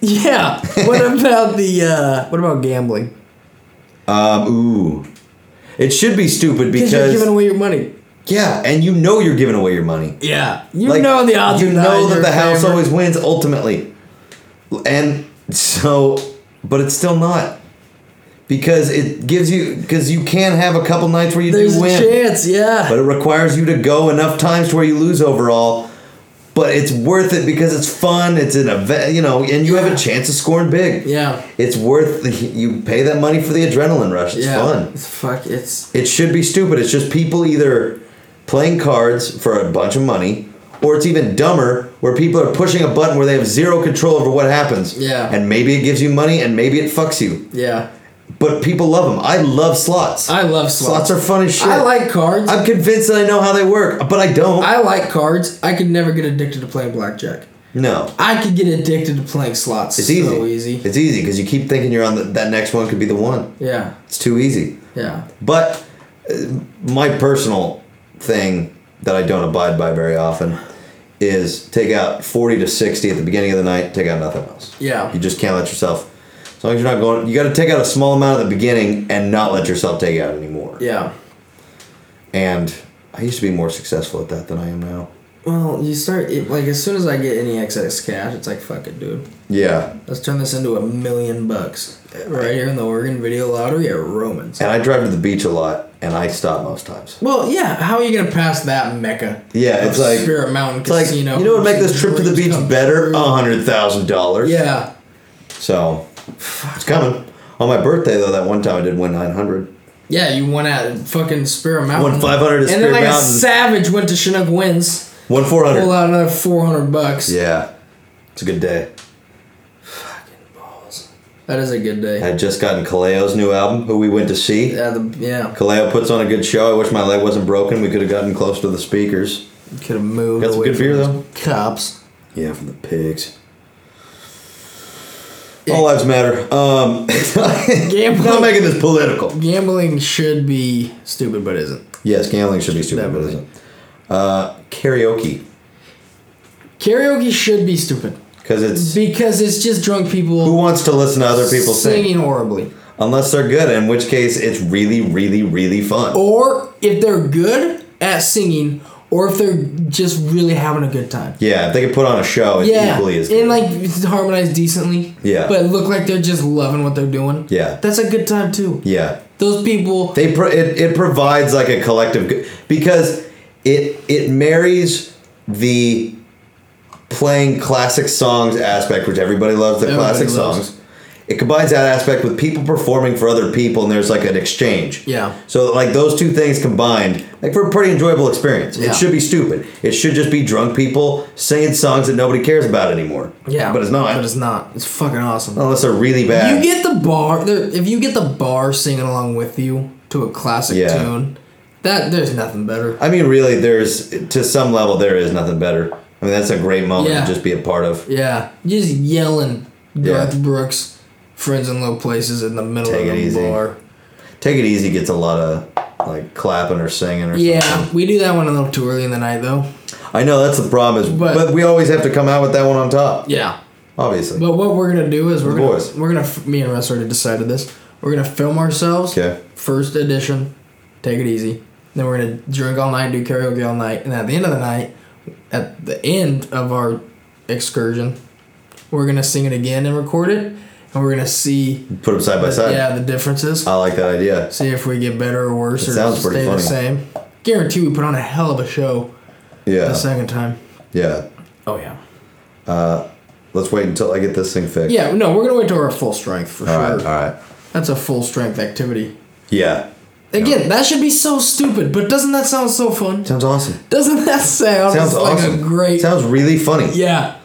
S3: Yeah. What about the? uh What about gambling?
S2: Um, ooh, it should be stupid
S3: Because you're
S2: because
S3: giving away your money.
S2: yeah, and you know you're giving away your money.
S3: Yeah. You
S2: Like,
S3: know the odds.
S2: You
S3: are not
S2: know
S3: in
S2: that
S3: your
S2: the house
S3: favor.
S2: always wins ultimately, and so, but it's still not because it gives you because you can have a couple nights where you
S3: There's
S2: do
S3: a
S2: win,
S3: chance. Yeah.
S2: but it requires you to go enough times to where you lose overall. But it's worth it because it's fun. It's an event, you know, and you have a chance of scoring big.
S3: Yeah.
S2: it's worth. You pay that money for the adrenaline rush. It's
S3: yeah.
S2: fun.
S3: It's fuck. It's
S2: It should be stupid. It's just people either playing cards for a bunch of money, or it's even dumber where people are pushing a button where they have zero control over what happens.
S3: Yeah.
S2: And maybe it gives you money and maybe it fucks you.
S3: yeah.
S2: But people love them. I love slots.
S3: I love
S2: slots.
S3: slots.
S2: are fun as shit.
S3: I like cards.
S2: I'm convinced that I know how they work, but I don't.
S3: I like cards. I could never get addicted to playing blackjack.
S2: No.
S3: I could get addicted to playing slots.
S2: It's easy.
S3: So easy.
S2: It's easy because you keep thinking you're on the, that next one could be the one.
S3: Yeah.
S2: It's too easy.
S3: Yeah.
S2: But uh, my personal thing that I don't abide by very often is take out 40 to 60 at the beginning of the night, take out nothing else.
S3: Yeah.
S2: You just can't let yourself, as long as you're not going, you got to take out a small amount at the beginning and not let yourself take out anymore.
S3: Yeah.
S2: And I used to be more successful at that than I am now.
S3: Well, you start it, like as soon as I get any excess cash, it's like fuck it, dude.
S2: Yeah.
S3: Let's turn this into a million bucks right here in the Oregon Video Lottery at Romans.
S2: And I drive to the beach a lot and I stop most times.
S3: Well, yeah. How are you gonna pass that mecca?
S2: Yeah,
S3: of
S2: it's like-
S3: Spirit Mountain
S2: It's like, you
S3: Casino.
S2: know what would make this trip to (laughs) the beach better? A $100,000.
S3: Yeah.
S2: So, it's coming. On my birthday, though, that one time I did win 900.
S3: Yeah, you went at fucking Spirit Mountain.
S2: Won 500 at
S3: And then
S2: Spirit
S3: like
S2: Mountain.
S3: a savage went to Chinook Winds,
S2: Won
S3: pulled
S2: 400.
S3: out another four hundred bucks.
S2: Yeah. It's a good day.
S3: That is a good day.
S2: I had just gotten Kaleo's new album, who we went to see.
S3: Yeah, the, yeah.
S2: Kaleo puts on a good show. I wish my leg wasn't broken. We could have gotten close to the speakers.
S3: Could have moved.
S2: Got some
S3: away
S2: good beer,
S3: from
S2: though.
S3: Cops.
S2: Yeah, from the pigs. All lives matter. Um, (laughs) I'm
S3: Gambling.
S2: not making this political.
S3: Gambling should be stupid, but isn't.
S2: Yes, gambling should be stupid, but it
S3: Definitely.
S2: isn't. Uh, karaoke,
S3: Karaoke should be stupid
S2: because it's
S3: because it's just drunk people
S2: who wants to listen to other people
S3: singing
S2: sing
S3: horribly.
S2: unless they're good, in which case it's really, really, really
S3: Oh.
S2: fun.
S3: Or if they're good at singing, or if they're just really having a good time.
S2: Yeah, if they could put on a show, it's
S3: Yeah,
S2: equally as
S3: and
S2: good.
S3: like harmonize decently.
S2: Yeah.
S3: but look like they're just loving what they're doing.
S2: Yeah.
S3: that's a good time too.
S2: yeah,
S3: Those people,
S2: they pro- it, it provides like a collective good because it it marries the playing classic songs aspect which everybody loves the
S3: Everybody
S2: classic
S3: loves.
S2: songs it combines that aspect with people performing for other people and there's like an exchange
S3: Yeah.
S2: so like those two things combined like for a pretty enjoyable experience
S3: Yeah.
S2: it should be stupid it should just be drunk people singing songs that nobody cares about anymore
S3: yeah,
S2: but it's not Oh,
S3: But it's not. It's fucking awesome.
S2: unless they're really bad
S3: You get the bar. there- If you get the bar singing along with you to a classic
S2: Yeah.
S3: tune, that there's nothing better.
S2: I mean, really, there's to some level there is nothing better. I mean, that's a great moment
S3: Yeah.
S2: to just be a part of.
S3: Yeah, just yelling Garth
S2: Yeah.
S3: Brooks, friends in low places in the middle
S2: Take
S3: of
S2: it
S3: the
S2: easy.
S3: bar.
S2: Take it easy gets a lot of like clapping or singing or
S3: Yeah,
S2: something.
S3: we do that one a little too early in the night though.
S2: I know that's the problem is, but,
S3: But-
S2: we always have to come out with that one on top.
S3: Yeah,
S2: obviously.
S3: But what we're gonna do is we're gonna
S2: Boys.
S3: we're gonna me and Russ already decided this. We're gonna film ourselves.
S2: Okay.
S3: First edition, take it easy. Then we're gonna drink all night, do karaoke all night, and at the end of the night, at the end of our excursion, we're gonna sing it again and record it, and we're gonna see
S2: Put them side by side.
S3: yeah the differences.
S2: I like that idea.
S3: See if we get better or worse
S2: It
S3: or
S2: sounds
S3: stay
S2: pretty
S3: the
S2: funny.
S3: same. Guarantee we put on a hell of a show the
S2: Yeah,
S3: second time.
S2: yeah.
S3: Oh yeah.
S2: Let's wait until I get this thing fixed.
S3: Yeah, no, we're gonna wait till we're full strength for
S2: All
S3: sure.
S2: right. All right.
S3: That's a full strength activity.
S2: Yeah.
S3: Again, that should be so stupid, but doesn't that sound so fun?
S2: Sounds awesome.
S3: Doesn't that sound
S2: Sounds
S3: like
S2: awesome.
S3: a great?
S2: Sounds really funny.
S3: yeah,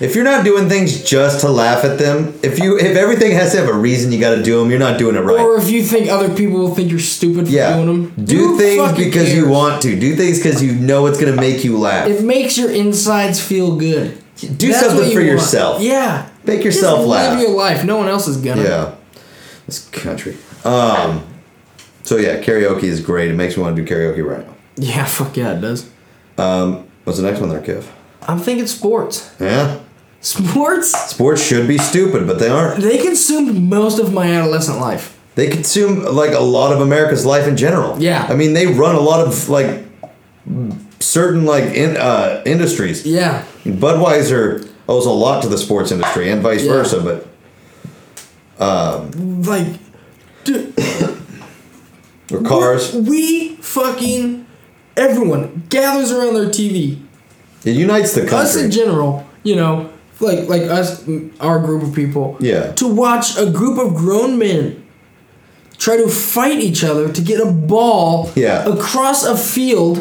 S2: If you're not doing things just to laugh at them, if you if everything has to have a reason you got to do them, you're not doing it right.
S3: or if you think other people will think you're stupid for
S2: Yeah.
S3: doing them,
S2: Do
S3: who
S2: things
S3: fucking
S2: because you
S3: cares?
S2: want to. Do things because you know it's going to make you laugh.
S3: It makes your insides feel good.
S2: Do something
S3: what you
S2: for
S3: want.
S2: yourself.
S3: Yeah,
S2: Make
S3: Just
S2: yourself laugh.
S3: Live your life. No one else is gonna.
S2: yeah. This country. Um. So yeah, karaoke is great. It makes me want to do karaoke right now.
S3: Yeah, (laughs) fuck yeah, it does.
S2: What's the next one there, Kev?
S3: I'm thinking sports.
S2: Yeah.
S3: Sports.
S2: Sports should be stupid, but they aren't.
S3: They consumed most of my adolescent life.
S2: They consume like a lot of America's life in general.
S3: Yeah.
S2: I mean, they run a lot of like certain like in uh, industries.
S3: Yeah.
S2: Budweiser owes a lot to the sports industry and vice
S3: Yeah.
S2: versa, but
S3: Like, dude,
S2: or cars.
S3: We fucking everyone gathers around their TV.
S2: It unites the country.
S3: Us in general, you know, like like us, our group of people.
S2: Yeah.
S3: To watch a group of grown men try to fight each other to get a ball.
S2: Yeah.
S3: Across a field,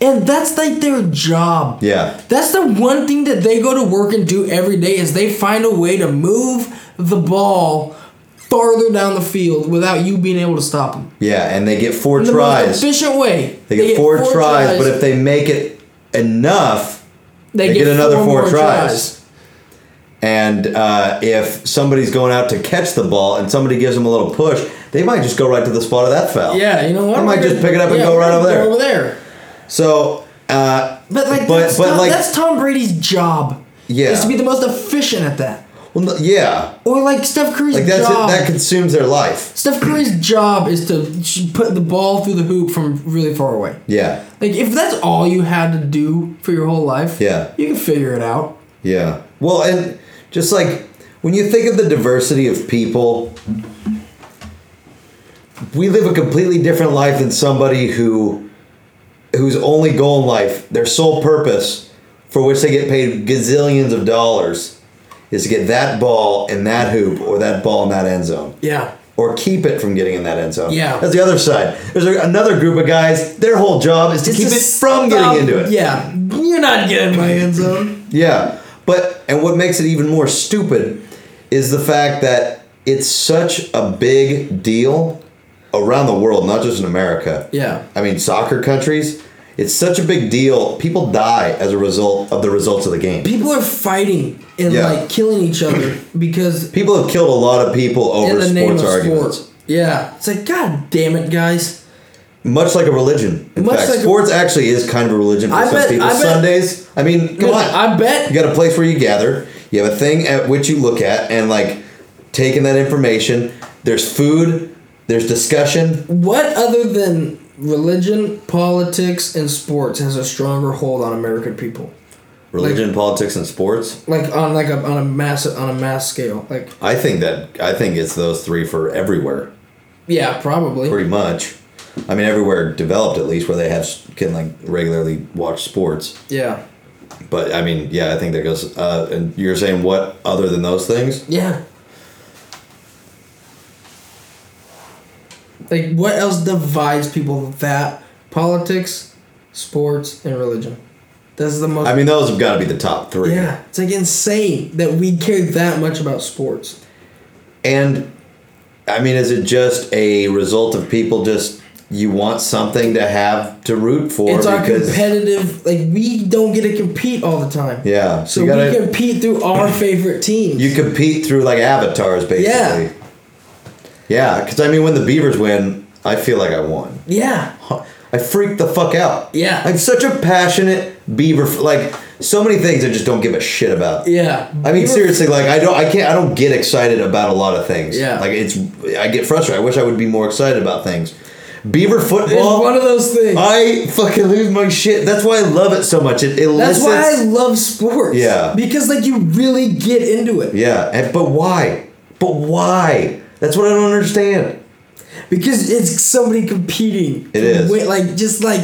S3: and that's like their job.
S2: Yeah.
S3: That's the one thing that they go to work and do every day is they find a way to move the ball farther down the field without you being able to stop them.
S2: Yeah, and they get four
S3: the most
S2: tries.
S3: efficient way.
S2: They get, four, tries, but if they make it enough, They, get, another four, tries. And uh, if somebody's going out to catch the ball and somebody gives them a little push, they might just go right to the spot of that foul.
S4: Yeah, you know what?
S2: They might
S4: We're
S2: just
S4: gonna-
S2: pick it up and
S4: yeah,
S2: go right
S4: we're
S2: over
S4: gonna
S2: there.
S4: go Over there.
S2: So, uh,
S3: But like,
S2: But-
S3: that's,
S2: but,
S3: Tom,
S2: like-
S3: that's Tom Brady's job.
S2: Yeah.
S3: is to be the most efficient at that.
S2: well, no- yeah,
S3: Or like Steph Curry's
S2: like that's
S3: job.
S2: it, that consumes their life.
S3: Steph Curry's job is to sh- put the ball through the hoop from really far away.
S2: Yeah,
S3: Like if that's all you had to do for your whole life,
S2: Yeah.
S3: you can figure it out.
S2: yeah. Well, and just like when you think of the diversity of people, we live a completely different life than somebody who whose only goal in life, their sole purpose, for which they get paid gazillions of dollars, is to get that ball in that hoop or that ball in that end zone.
S3: Yeah.
S2: or keep it from getting in that end zone.
S3: Yeah.
S2: That's the other side. There's a, another group of guys, their whole job is to keep it from getting into it.
S3: Yeah, you're not getting my end zone.
S2: Yeah. But, and what makes it even more stupid is the fact that it's such a big deal around the world, not just in America.
S3: Yeah.
S2: I mean, soccer countries, it's such a big deal. People die as a result of the results of the game.
S3: People are fighting and
S2: Yeah.
S3: like killing each other because
S2: People have killed a lot of people
S3: in
S2: over
S3: the name of
S2: sports arguments.
S3: sport. Yeah, it's like God damn it, guys.
S2: Much like a religion. In
S3: Much
S2: fact,
S3: like a-
S2: sports actually is kind of a religion for
S3: I
S2: some
S3: bet-
S2: people.
S3: I bet-
S2: Sundays. I mean, come on.
S3: I bet
S2: you got a place where you gather. You have a thing at which you look at and like taking that information. There's food. There's discussion.
S3: What other than religion, politics, and sports has a stronger hold on American people?
S2: Religion, politics, and sports.
S3: Like on like a on a mass on a mass scale. Like
S2: I think that I think it's those three for everywhere,
S3: yeah, probably.
S2: pretty much. I mean, everywhere developed at least where they have can like regularly watch sports.
S3: Yeah.
S2: But I mean, yeah, I think that goes. Uh, and you're saying what other than those things?
S3: Yeah. Like what else divides people that politics, sports, and religion? That's the most
S2: I mean, those have got to be the top three.
S3: Yeah. It's like insane that we care that much about sports.
S2: And I mean, is it just a result of people just you want something to have to root for?
S3: it's our competitive like we don't get to compete all the time.
S2: yeah,
S3: So
S2: you gotta
S3: we compete
S2: (clears throat)
S3: through our favorite teams.
S2: you compete through like avatars basically. Yeah, because I mean, when the Beavers win, I feel like I won.
S3: yeah.
S2: I freak the fuck out.
S3: Yeah.
S2: I'm such a passionate Beaver. f- Like so many things I just don't give a shit about.
S3: Yeah.
S2: I mean,
S3: Beaver-
S2: seriously, like I don't, I can't, I don't get excited about a lot of things.
S3: Yeah.
S2: like it's, I get frustrated. I wish I would be more excited about things. Beaver
S3: It's
S2: football.
S3: one of those things.
S2: I fucking lose my shit. That's why I love it so much. It
S3: That's
S2: elicits.
S3: why I love sports.
S2: Yeah.
S3: Because like you really get into it.
S2: yeah, and, but why? But why? That's what I don't understand.
S3: Because it's somebody competing.
S2: It is.
S3: Wait, like just like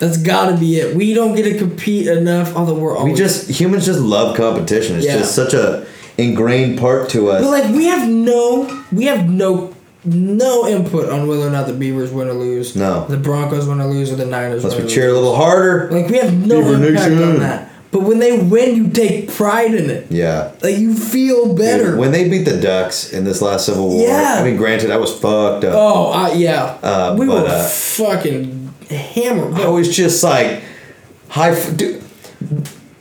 S3: that's gotta be it. We don't get to compete enough, although we're
S2: We
S3: always
S2: just humans just love competition. It's
S3: Yeah.
S2: just such a ingrained part to us.
S3: But like we have no we have no no input on whether or not the Beavers win or lose.
S2: No.
S3: The Broncos win or lose or the Niners
S2: Unless
S3: win.
S2: we
S3: or
S2: cheer a little harder.
S3: lose. Like we have no
S2: Beaver
S3: impact
S2: Nation.
S3: on that. But when they win, you take pride in it.
S2: yeah.
S3: Like you feel better.
S2: When they beat the Ducks in this last Civil War,
S3: Yeah.
S2: I mean, granted, I was fucked up.
S3: Oh, uh, yeah.
S2: Uh,
S3: we
S2: but,
S3: were
S2: uh,
S3: fucking hammered.
S2: I was just like, high. F- dude,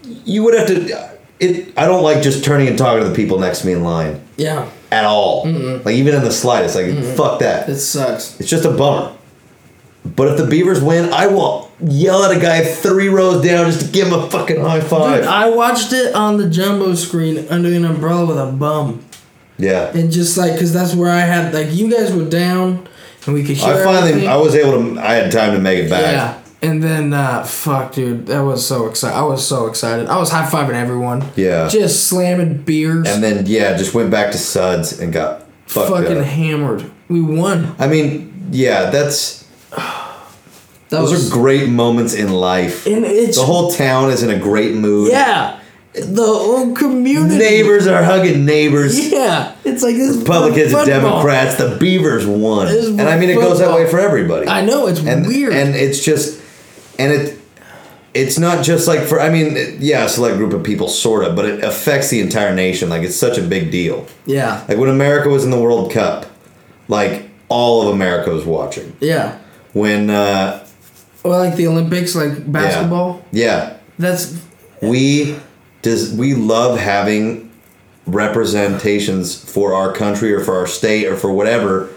S2: you would have to. It. I don't like just turning and talking to the people next to me in line
S3: yeah,
S2: at all.
S3: Mm-hmm.
S2: Like even in the slightest. Like fuck that.
S3: it
S2: It's,
S3: sucks.
S2: just a bummer. But if the Beavers win, I will yell at a guy three rows down just to give him a fucking high five.
S3: Dude, I watched it on the jumbo screen under an umbrella with a bum,
S2: yeah.
S3: and just like, cause that's where I had like you guys were down, and we could hear.
S2: I finally,
S3: everything.
S2: I was able to. I had time to make it back.
S3: yeah. And then, uh, fuck, dude, that was so excited. I was so excited. I was high fiving everyone.
S2: Yeah.
S3: Just slamming beers.
S2: And then yeah, just went back to Suds and got fucked
S3: fucking
S2: up.
S3: hammered. We won.
S2: I mean, yeah, that's
S3: That
S2: Those
S3: was
S2: are great moments in life.
S3: And it's-
S2: the whole town is in a great mood.
S3: yeah. The whole community.
S2: Neighbors are hugging neighbors.
S3: Yeah, it's like this
S2: Republicans and
S3: football.
S2: Democrats. The Beavers won.
S3: It's
S2: And I mean it goes that
S3: football.
S2: way for everybody.
S3: I know it's
S2: And
S3: weird.
S2: and it's just and it it's not just like for I mean it- yeah, a select group of people sort of, but it affects the entire nation. Like it's such a big deal.
S3: yeah,
S2: Like when America was in the World Cup, like all of America was watching.
S3: yeah.
S2: When uh
S3: Or like the Olympics, like
S2: yeah.
S3: basketball.
S2: Yeah.
S3: That's
S2: We does we love having representations for our country or for our state or for whatever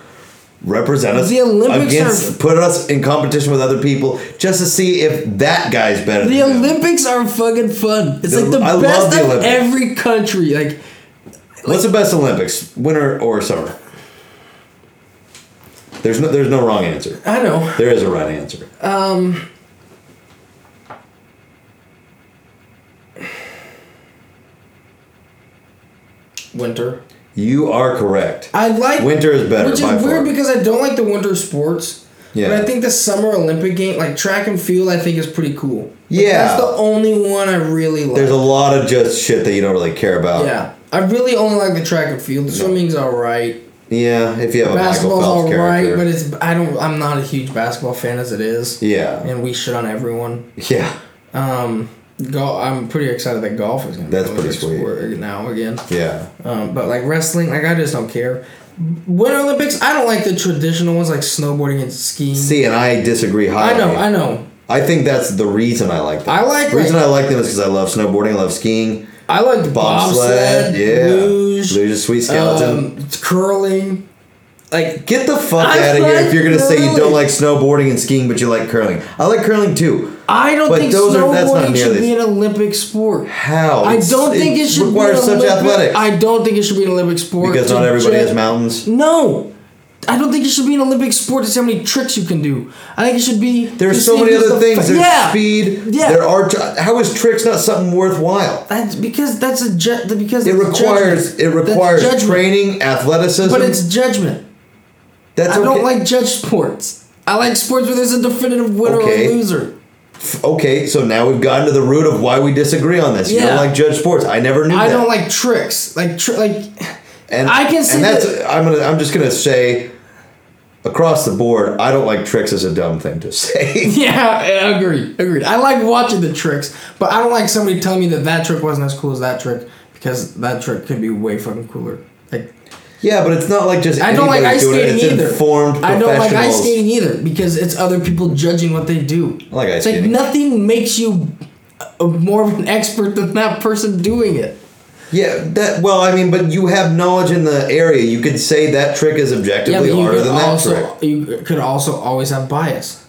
S2: represent us
S3: The Olympics
S2: against
S3: are-
S2: put us in competition with other people just to see if that guy's better.
S3: The
S2: than them.
S3: Olympics are fucking fun. It's
S2: The-
S3: like the
S2: I love
S3: best
S2: the
S3: of
S2: Olympics.
S3: every country. Like
S2: What's the best Olympics, winter or summer? There's no there's no wrong answer.
S3: I know.
S2: There is a right answer.
S3: Winter.
S2: You are correct.
S3: I like
S2: Winter is better
S3: Which is
S2: by
S3: weird
S2: far.
S3: because I don't like the winter sports.
S2: Yeah.
S3: But I think the summer Olympic game, like track and field, I think is pretty cool. Like,
S2: Yeah.
S3: That's the only one I really like.
S2: There's a lot of just shit that you don't really care about.
S3: yeah. I really only like the track and field. The swimming's all right.
S2: Yeah, if you have a Michael
S3: Basketball's
S2: Phelps
S3: all right,
S2: character.
S3: but it's I don't I'm not a huge basketball fan as it is.
S2: yeah.
S3: And we shit on everyone.
S2: Yeah.
S3: Um, gol I'm pretty excited that golf is gonna.
S2: That's
S3: be
S2: pretty
S3: a
S2: sweet.
S3: sport now again.
S2: Yeah.
S3: Um, but like wrestling, like I just don't care. Winter Olympics, I don't like the traditional ones like snowboarding and skiing.
S2: See, and I disagree highly.
S3: I know, I know.
S2: I think that's the reason I like them.
S3: I like
S2: the reason
S3: like-
S2: I like them is because I love snowboarding, I love skiing,
S3: I like the
S2: bobsled,
S3: bobsled,
S2: yeah,
S3: luge,
S2: luge, sweet skeleton.
S3: um, curling. Like
S2: Get the fuck
S3: I
S2: out of here if
S3: like
S2: you're gonna say you don't
S3: curling.
S2: like snowboarding and skiing, but you like curling. I like curling too.
S3: I don't
S2: But
S3: think
S2: those are- that's not
S3: snowboarding
S2: nearly-
S3: should be an Olympic sport.
S2: How?
S3: I
S2: It's-
S3: don't think it should
S2: requires
S3: be an
S2: such
S3: Olympic,
S2: athletics
S3: I don't think it should be an Olympic sport
S2: because
S3: to
S2: not everybody
S3: ju-
S2: has mountains.
S3: No, I don't think it should be an Olympic sport to see how many tricks you can do. I think it should be.
S2: There's
S3: to
S2: so
S3: see
S2: many
S3: who's
S2: other
S3: the
S2: things.
S3: fa-
S2: There's
S3: yeah,
S2: speed.
S3: Yeah.
S2: There are. How is tricks not something worthwhile?
S3: That's because that's a ju- because
S2: It
S3: that's
S2: requires
S3: judgment.
S2: it
S3: That's
S2: requires
S3: judgment.
S2: training, athleticism.
S3: but it's judgment.
S2: that's
S3: I don't
S2: okay.
S3: like judge sports. I like sports where there's a definitive winner
S2: Okay.
S3: or loser.
S2: Okay, so now we've gotten to the root of why we disagree on this. You don't
S3: Yeah.
S2: like judge sports. I never knew
S3: I
S2: that.
S3: don't like tricks. Like tri- like (laughs)
S2: And
S3: I can see
S2: and that's
S3: that-
S2: I'm gonna I'm just gonna say across the board, I don't like tricks is a dumb thing to (laughs) say.
S3: yeah, I agree, agreed. I like watching the tricks, but I don't like somebody telling me that that trick wasn't as cool as that trick because that trick could be way fucking cooler. Like
S2: yeah, but it's not like just
S3: I don't like
S2: anybody's
S3: ice
S2: doing
S3: skating
S2: it. It's
S3: either.
S2: informed
S3: I don't like ice
S2: professionals.
S3: skating either because it's other people judging what they do.
S2: I like ice
S3: it's like
S2: skating.
S3: nothing makes you uh, more of an expert than that person doing it.
S2: Yeah, that well, I mean, but you have knowledge in the area. You could say that trick is objectively harder than that
S3: also
S2: trick.
S3: you could also always have bias.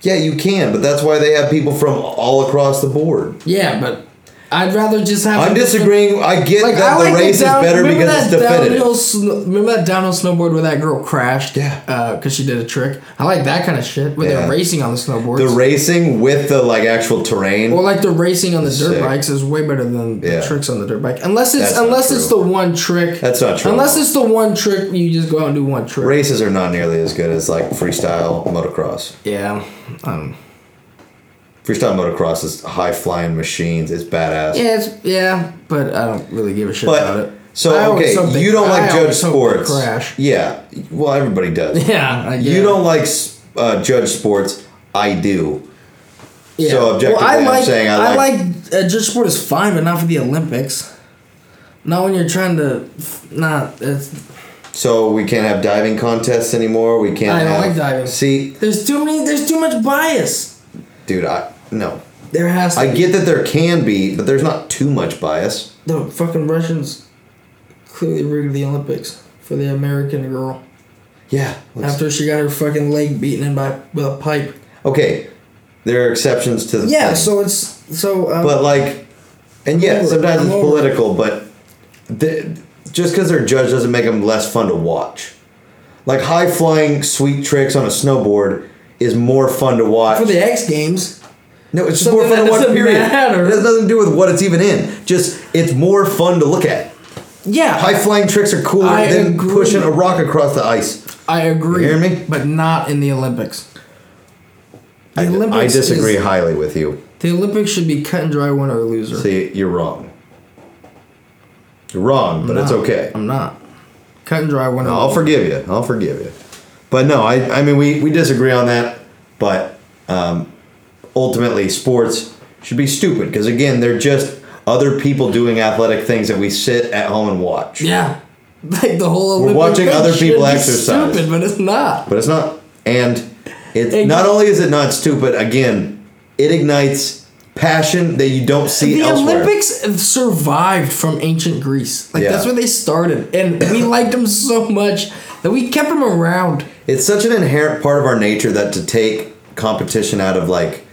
S2: Yeah, you can, but that's why they have people from all across the board.
S3: Yeah, but I'd rather just have.
S2: I'm disagreeing. I get
S3: Like
S2: that
S3: I
S2: the
S3: like
S2: race
S3: the down,
S2: is better
S3: remember
S2: because it's
S3: that
S2: definitive.
S3: downhill. Sn- remember that downhill snowboard where that girl crashed?
S2: Yeah.
S3: because she did a trick. I like that kind of shit where
S2: Yeah.
S3: they're racing on the snowboards.
S2: The racing with the like actual terrain.
S3: Or like the racing on the dirt
S2: Sick.
S3: bikes is way better than
S2: Yeah.
S3: the tricks on the dirt bike. Unless it's
S2: That's not
S3: unless it's the
S2: true.
S3: one trick.
S2: That's not true.
S3: Unless it's the one trick you just go out and do one trick.
S2: races are not nearly as good as like freestyle motocross.
S3: Yeah. Um,
S2: Freestyle motocross is high flying machines. It's badass.
S3: yeah, it's yeah, but I don't really give a shit about
S2: But
S3: it. I
S2: so
S3: always
S2: okay,
S3: hope they-
S2: you don't
S3: I
S2: like judge
S3: always hope they
S2: sports.
S3: Crash.
S2: Yeah. Well, everybody does.
S3: (laughs) Yeah, I
S2: You
S3: guess.
S2: don't like s- uh, judge sports. I do.
S3: Yeah.
S2: So objectively,
S3: I
S2: I'm
S3: like,
S2: saying I
S3: I
S2: like-
S3: like uh, judge sport is fine, but not for the Olympics. Not when you're trying to, not it's,
S2: So we can't have diving contests anymore. We can't.
S3: I don't
S2: have-
S3: like diving.
S2: See,
S3: there's too many. There's too much bias.
S2: dude, I no.
S3: There has to
S2: I
S3: be.
S2: get that there can be, but there's not too much bias.
S3: the fucking Russians clearly rigged the Olympics for the American girl
S2: Yeah. let's-
S3: after she got her fucking leg beaten in by with a pipe.
S2: okay. There are exceptions to the
S3: Yeah,
S2: thing.
S3: so it's so um,
S2: but like, and yeah,
S3: Over,
S2: sometimes it's
S3: over.
S2: political, but the, just because they're judged doesn't make them less fun to watch. Like high flying sweet tricks on a snowboard is more fun to watch.
S3: for the X Games,
S2: no, it's just
S3: something
S2: more fun to
S3: that
S2: watch.
S3: doesn't
S2: Period.
S3: matter.
S2: It has nothing to do with what it's even in. Just it's more fun to look at.
S3: yeah,
S2: High flying tricks are cooler
S3: I
S2: than
S3: agree.
S2: pushing a rock across the ice.
S3: I agree.
S2: You hear me?
S3: But not in the Olympics. The
S2: I, I
S3: Olympics is-
S2: disagree highly with you.
S3: The Olympics should be cut and dry winner or loser.
S2: See, you're wrong. You're wrong, but it's
S3: not.
S2: okay.
S3: I'm not. Cut and dry winner.
S2: I'll forgive you. I'll forgive you. But no, I, I mean, we, we disagree on that. But um, ultimately, sports should be stupid because, again, they're just other people doing athletic things that we sit at home and watch.
S3: Yeah. (laughs) Like the whole Olympic
S2: watching
S3: (laughs) thing
S2: other
S3: should
S2: people
S3: be
S2: exercise.
S3: Stupid, but it's not.
S2: But it's not. And it's
S3: Ex-
S2: not only is it not stupid, again, it ignites passion that you don't see
S3: the
S2: elsewhere.
S3: Olympics survived from ancient Greece. Like
S2: Yeah.
S3: that's where they started, and we liked them so much that we kept them around.
S2: It's such an inherent part of our nature that to take competition out of like,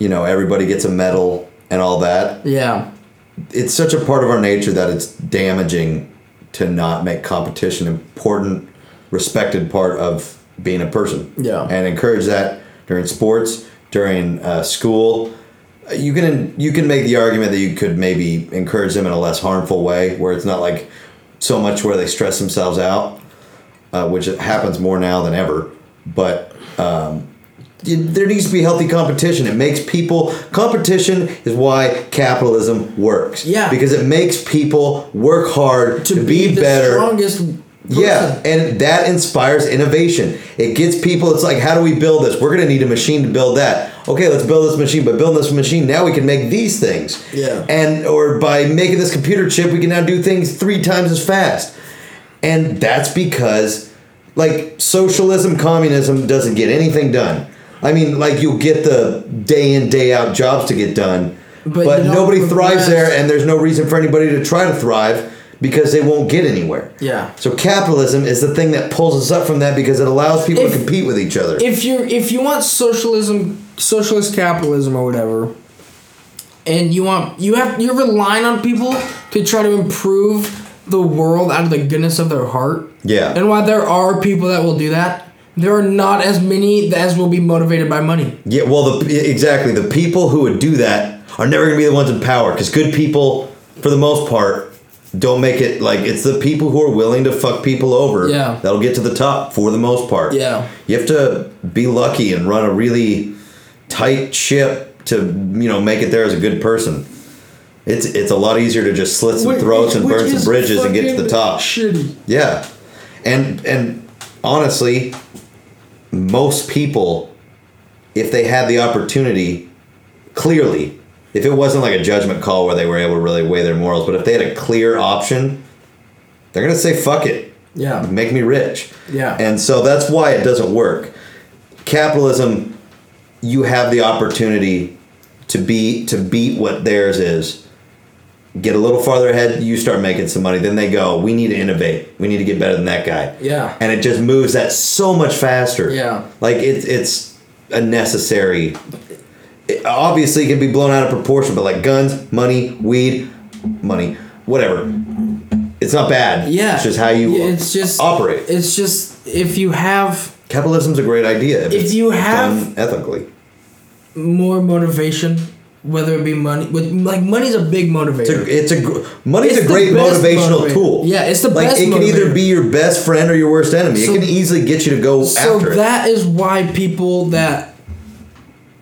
S2: you know, everybody gets a medal and all that.
S3: Yeah,
S2: It's such a part of our nature that it's damaging to not make competition an important, respected part of being a person.
S3: Yeah.
S2: And encourage that during sports, during uh, school. You can you can make the argument that you could maybe encourage them in a less harmful way, where it's not like so much where they stress themselves out uh, which it happens more now than ever. But um, y- there needs to be healthy competition. It makes people competition is why capitalism works.
S3: Yeah.
S2: because it makes people work hard to, be,
S3: the
S2: better.
S3: strongest.
S2: Yeah,
S3: person.
S2: and that inspires innovation. It gets people. It's like, how do we build this? We're gonna need a machine to build that. Okay, let's build this machine. But building this machine, now we can make these things.
S3: Yeah.
S2: And or by making this computer chip, we can now do things three times as fast. And that's because, like, socialism, communism doesn't get anything done. I mean, like, you'll get the day in day out jobs to get done,
S3: But
S2: but,
S3: you don't
S2: nobody thrives
S3: progress.
S2: there, and there's no reason for anybody to try to thrive because they won't get anywhere.
S3: Yeah.
S2: So capitalism is the thing that pulls us up from that because it allows people
S3: If-
S2: to compete with each other.
S3: If you if you want socialism, socialist capitalism or whatever, and you want you have you're relying on people to try to improve the world out of the goodness of their heart.
S2: Yeah.
S3: And while there are people that will do that, there are not as many as will be motivated by money.
S2: yeah. Well, the exactly the people who would do that are never going to be the ones in power because good people, for the most part, don't make it. Like it's the people who are willing to fuck people over.
S3: Yeah.
S2: That'll get to the top for the most part.
S3: Yeah.
S2: You have to be lucky and run a really tight ship to you know make it there as a good person. It's it's a lot easier to just slit some throats and burn some bridges and get to the top.
S3: Shitty.
S2: Yeah, and and honestly, most people, if they had the opportunity, clearly, if it wasn't like a judgment call where they were able to really weigh their morals, but if they had a clear option, they're gonna say fuck it,
S3: Yeah.
S2: make me rich.
S3: Yeah.
S2: and so that's why it doesn't work. Capitalism, you have the opportunity to be to beat what theirs is get a little farther ahead, you start making some money. Then they go, we need to innovate. We need to get better than that guy.
S3: Yeah.
S2: And it just moves that so much faster.
S3: Yeah.
S2: Like it's it's a necessary. It obviously it can be blown out of proportion, but like guns, money, weed, money, whatever. It's not bad.
S3: Yeah.
S2: It's just how you
S3: Yeah, it's just
S2: operate.
S3: It's just if you have
S2: Capitalism's a great idea
S3: If
S2: it's
S3: you
S2: done
S3: have-
S2: ethically.
S3: more motivation, whether it be money, with like money's a big motivator.
S2: It's a, it's a gr- money's
S3: It's
S2: a
S3: the
S2: great
S3: best
S2: motivational
S3: motivator.
S2: tool.
S3: Yeah, it's the
S2: like
S3: best
S2: it can either
S3: motivator.
S2: be your best friend or your worst enemy.
S3: So-
S2: it can easily get you to go
S3: so
S2: after it.
S3: that is why people that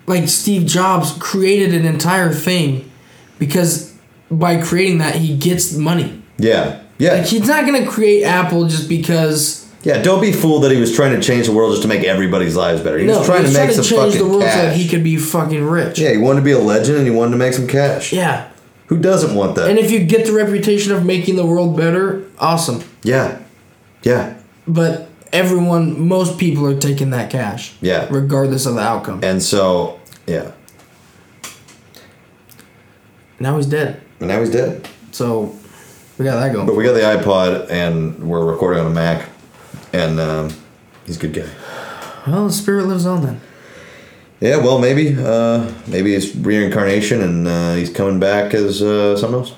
S3: like Steve Jobs created an entire thing because by creating that he gets money.
S2: Yeah, yeah,
S3: Like he's not gonna create Apple just because
S2: yeah. Don't be fooled that he was trying to change the world just to make everybody's lives better. He
S3: no,
S2: was trying
S3: he's
S2: to make
S3: trying to
S2: some
S3: change
S2: fucking
S3: the world
S2: cash.
S3: so that he could be fucking rich.
S2: yeah, he wanted to be a legend and he wanted to make some cash.
S3: Yeah.
S2: Who doesn't want that?
S3: And if you get the reputation of making the world better, awesome.
S2: yeah, yeah.
S3: But everyone, most people are taking that cash.
S2: Yeah.
S3: Regardless of the outcome.
S2: And so, yeah.
S3: Now he's dead.
S2: And now he's dead.
S3: So we got that going.
S2: But we got the iPod and we're recording on a Mac, and um, he's a good guy.
S3: Well, the spirit lives on then.
S2: Yeah, well, maybe, uh, maybe it's reincarnation, and uh, he's coming back as uh, something else.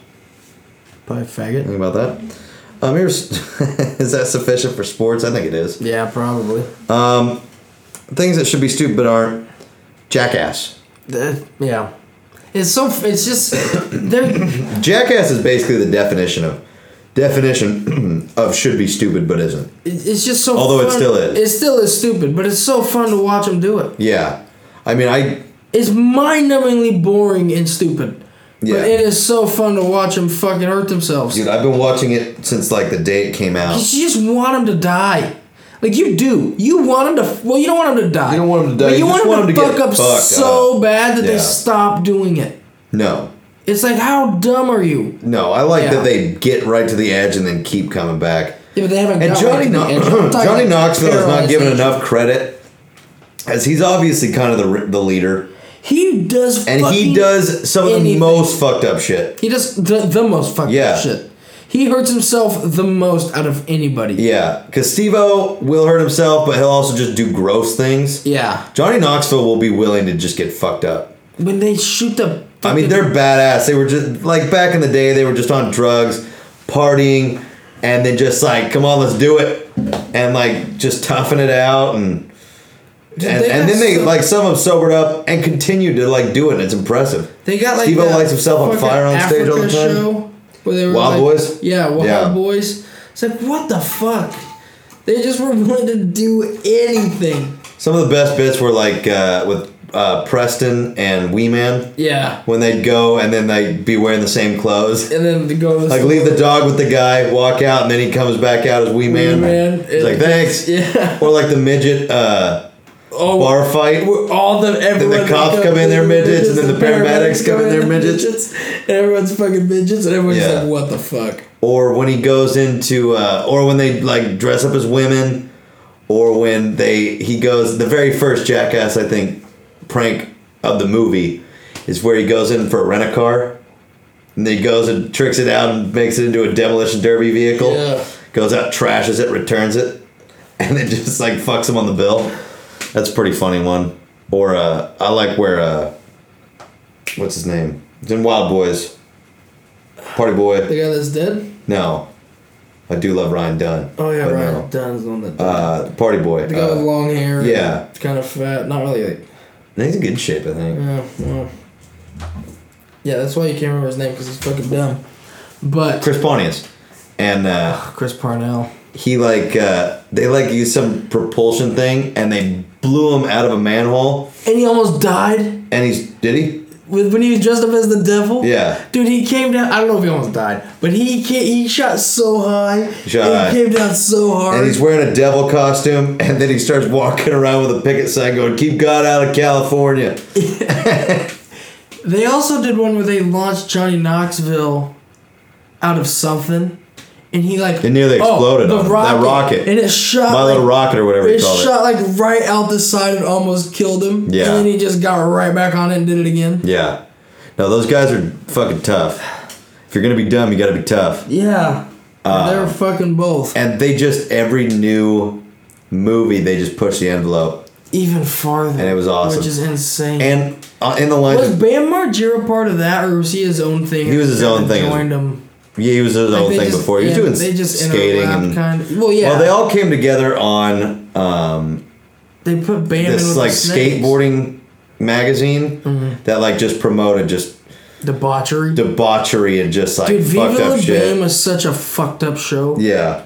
S3: Probably a faggot.
S2: Think about that. Um, here's, (laughs) is that sufficient for sports? I think it is.
S3: Yeah, probably.
S2: Things that should be stupid but aren't. Jackass.
S3: That- yeah. It's so. f- It's just. They're,
S2: Jackass is basically the definition of definition (clears throat) of should be stupid but isn't.
S3: it's just so.
S2: Although it
S3: fun-
S2: still is.
S3: It still is stupid, but it's so fun to watch them do it.
S2: Yeah, I mean, I
S3: It's mind-numbingly boring and stupid.
S2: Yeah.
S3: But it is so fun to watch them fucking hurt themselves.
S2: dude, I've been watching it since like the day it came out.
S3: You just want them to die. Like you do. You want them to. Well, you don't want them to die.
S2: You don't want 'em to die.
S3: But you,
S2: You
S3: want
S2: just
S3: 'em
S2: want 'em
S3: to
S2: to
S3: fuck
S2: get
S3: up
S2: fucked
S3: so bad that they
S2: Yeah.
S3: stop doing it.
S2: No,
S3: It's like, how dumb are you?
S2: no, I like
S3: Yeah.
S2: that they get right to the edge and then keep coming back.
S3: Yeah, but they haven't.
S2: And
S3: got
S2: Johnny,
S3: right
S2: (clears throat)
S3: to the edge.
S2: no-
S3: I'm talking
S2: Johnny
S3: about
S2: Knoxville is not given
S3: paralyzation.
S2: enough credit, as he's obviously kind of the the leader.
S3: He does.
S2: And he
S3: fucking-
S2: does some of the
S3: anything.
S2: most fucked up shit.
S3: He does the, the most fucked
S2: Yeah.
S3: up shit. He hurts himself the most out of anybody.
S2: Yeah, because Steve-O will hurt himself, but he'll also just do gross things.
S3: Yeah.
S2: Johnny Knoxville will be willing to just get fucked up.
S3: When they shoot the.
S2: I mean,
S3: fucking-
S2: they're badass. They were just like back in the day. They were just on drugs, partying, and then just like, come on, let's do it, and like just toughing it out, and and,
S3: they
S2: and then
S3: got
S2: they
S3: so-
S2: like some of them sobered up and continued to like do it. and It's impressive.
S3: They got like
S2: Steve-O
S3: that
S2: lights himself on
S3: fucking
S2: fire on stage all the
S3: Africa
S2: time.
S3: Show where they were
S2: Wild
S3: like-
S2: Boys?
S3: Yeah, Wild
S2: Yeah.
S3: Boys. It's like what the fuck? They just were (laughs) willing to do anything.
S2: Some of the best bits were like uh, with uh, Preston and Wee Man
S3: Yeah,
S2: when they'd go and then they'd be wearing the same clothes.
S3: and then it goes
S2: Like leave the dog with the guy, walk out, and then he comes back out as Wee Man.
S3: Man,
S2: He's like
S3: it-
S2: thanks.
S3: (laughs) Yeah.
S2: Or like the midget uh,
S3: oh,
S2: bar fight.
S3: where all the everyone.
S2: the cops
S3: they
S2: come in, they're
S3: (laughs)
S2: midgets, and then the paramedics come in, they're
S3: they're
S2: midgets.
S3: and (laughs) everyone's fucking midgets, and everyone's
S2: Yeah.
S3: like, "What the fuck?"
S2: or when he goes into uh, or when they like dress up as women or when they he goes the very first jackass i think prank of the movie is where he goes in for a rent a car and then he goes and tricks it out and makes it into a demolition derby vehicle
S3: Yeah.
S2: goes out trashes it returns it (laughs) and then just like fucks him on the bill that's a pretty funny one or uh, i like where uh, what's his name it's in wild boys party boy
S3: The guy that's dead.
S2: no, I do love Ryan Dunn.
S3: Oh yeah,
S2: but
S3: right.
S2: no.
S3: Dunn's the one that.
S2: Uh, Party Boy.
S3: the guy with
S2: Uh,
S3: long hair.
S2: yeah.
S3: Kind of fat. Not really like.
S2: he's in good shape, I think.
S3: Yeah, well. Yeah, that's why you can't remember his name because he's fucking dumb. But
S2: Chris Pontius, and uh,
S3: Chris Parnell.
S2: he like uh, they like used some propulsion thing, and they blew him out of a manhole.
S3: And he almost died
S2: And he's did he?
S3: with when he was dressed up as the devil.
S2: Yeah.
S3: Dude, he came down. I don't know if he almost died, but he ca he shot so high.
S2: shot
S3: and
S2: high.
S3: He came down so hard.
S2: And he's wearing a devil costume, and then he starts walking around with a picket sign going, "Keep God out of California."
S3: they also did one where they launched Johnny Knoxville out of something, and he like oh,
S2: It nearly exploded on him, that rocket.
S3: and it shot
S2: My little
S3: like-
S2: rocket or whatever you
S3: It
S2: call it.
S3: shot like right out the side and almost killed him.
S2: Yeah.
S3: And then he just got right back on it and did it again.
S2: Yeah. No, those guys are fucking tough. If you're gonna be dumb, you gotta be tough.
S3: Yeah. They're fucking both.
S2: Uh, and they just every new movie they just push the envelope
S3: Even farther.
S2: And it was awesome.
S3: Which is insane.
S2: and uh, in the line
S3: was Bam Margera part of that or was he his own thing?
S2: He was his own thing.
S3: Joined him.
S2: yeah he was his own
S3: They
S2: thing
S3: just-
S2: before he was
S3: yeah,
S2: doing
S3: they just
S2: skating
S3: interlapped
S2: and
S3: kind of, well yeah
S2: well they all came together on um,
S3: they put Bam in
S2: this
S3: with
S2: like
S3: the snakes.
S2: skateboarding magazine
S3: Mm-hmm.
S2: that like just promoted just
S3: debauchery.
S2: debauchery and just like
S3: Dude,
S2: fucked
S3: Viva
S2: up
S3: La Bam
S2: shit
S3: was such a fucked up show.
S2: yeah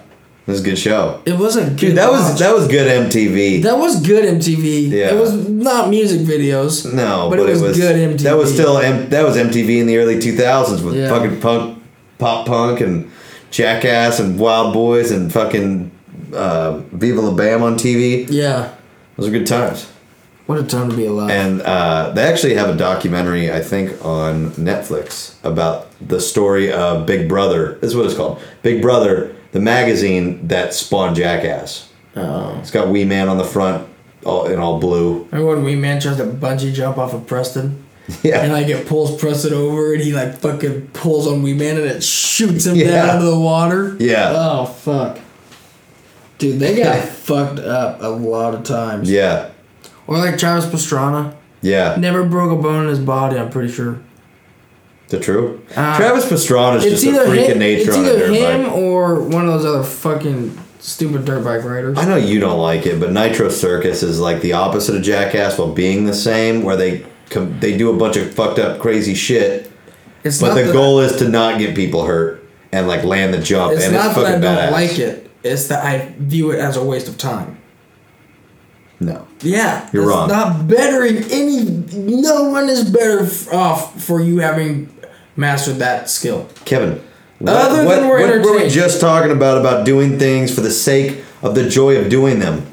S2: it was a good show
S3: It was a good
S2: dude that was
S3: watch.
S2: that was good MTV
S3: That was good MTV.
S2: Yeah.
S3: It was not music videos.
S2: no
S3: but, it, was good MTV.
S2: that was still M- that was MTV in the early 2000s with
S3: Yeah.
S2: fucking punk pop punk and jackass and wild boys and fucking uh, Viva La Bam on TV
S3: Yeah.
S2: those are good times
S3: What a time to be alive.
S2: and uh, they actually have a documentary I think on Netflix about the story of Big Brother this is what it's called Big Brother the magazine that spawned Jackass
S3: oh.
S2: it's got Wee Man on the front all in all blue (laughs)
S3: Remember when Wee Man tries to bungee jump off of Preston?
S2: yeah
S3: And like it pulls Preston over and he like fucking pulls on Wee Man and it shoots him
S2: Yeah.
S3: down out of the water?
S2: Yeah.
S3: Oh fuck. Dude,
S2: (laughs)
S3: they got fucked up a lot of times.
S2: yeah
S3: Or like Travis Pastrana.
S2: yeah
S3: Never broke a bone in his body, I'm pretty sure.
S2: The true.
S3: Uh,
S2: Travis Pastrana is
S3: It's
S2: just a
S3: either
S2: freak
S3: him,
S2: of nature
S3: it's
S2: on a
S3: either
S2: dirt
S3: him
S2: bike.
S3: or one of those other fucking stupid dirt bike riders.
S2: I know you don't like it, but Nitro Circus is like the opposite of Jackass while being the same, where they com- they do a bunch of fucked up crazy shit,
S3: It's
S2: but
S3: not
S2: the
S3: that I-
S2: goal is to not get people hurt and like land the jump,
S3: It's
S2: and
S3: not
S2: it's
S3: that I
S2: fucking
S3: don't
S2: badass.
S3: like it. It's that I view it as a waste of time.
S2: No,
S3: Yeah,
S2: You're
S3: it's
S2: wrong.
S3: Not bettering any. No one is better f- off for you having mastered that skill.
S2: Kevin. What,
S3: Other than
S2: what,
S3: we're
S2: what were we
S3: entertained.
S2: just talking about about doing things for the sake of the joy of doing them,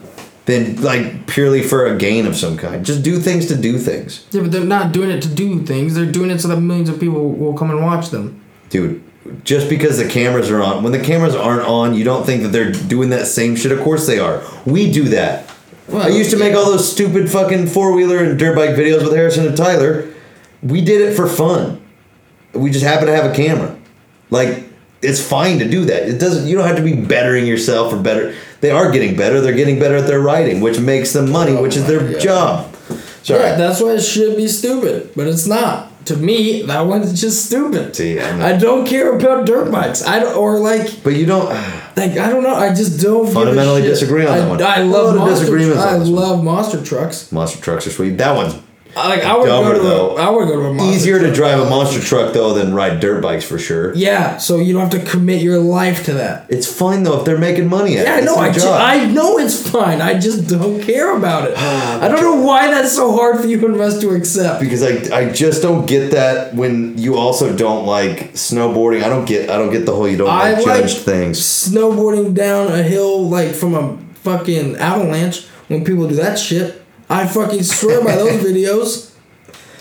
S2: than like purely for a gain of some kind? Just do things to do things.
S3: Yeah, but they're not doing it to do things. They're doing it so that millions of people will come and watch them.
S2: dude just because the cameras are on when the cameras aren't on you don't think that they're doing that same shit of course they are we do that I used to make all those stupid fucking four wheeler and dirt bike videos with Harrison and Tyler. We did it for fun. We just happen to have a camera. Like it's fine to do that. It doesn't. You don't have to be bettering yourself or better. They are getting better. They're getting better at their writing, which makes them money, which is their job. Sorry.
S3: Yeah, that's why it should be stupid, but it's not. To me, that one's just stupid.
S2: See, I'm not-
S3: I don't care about dirt bikes. I don't, or like,
S2: but you don't. (sighs)
S3: like I don't know. I just don't give a
S2: Fundamentally
S3: shit.
S2: disagree on
S3: I,
S2: that one.
S3: I
S2: A
S3: love
S2: lot of
S3: monster,
S2: disagreements on
S3: I
S2: this one.
S3: love monster trucks.
S2: Monster trucks are sweet. That one's
S3: I, like I would
S2: Dumber,
S3: go to
S2: though.
S3: a, I would go to a monster
S2: easier to
S3: truck.
S2: drive a monster truck though than ride dirt bikes for sure.
S3: Yeah, so you don't have to commit your life to that.
S2: It's fine though if they're making money at
S3: Yeah,
S2: it.
S3: I know.
S2: It's their
S3: I, ju-
S2: job.
S3: I know it's fine. I just don't care about
S2: (sighs)
S3: it. I don't know why that's so hard for you and Russ to accept.
S2: because I, I just don't get that when you also don't like snowboarding. I don't get I don't get the whole you don't
S3: I
S2: like
S3: like-
S2: judged things.
S3: snowboarding down a hill like from a fucking avalanche when people do that shit. I fucking swear by
S2: (laughs)
S3: those videos.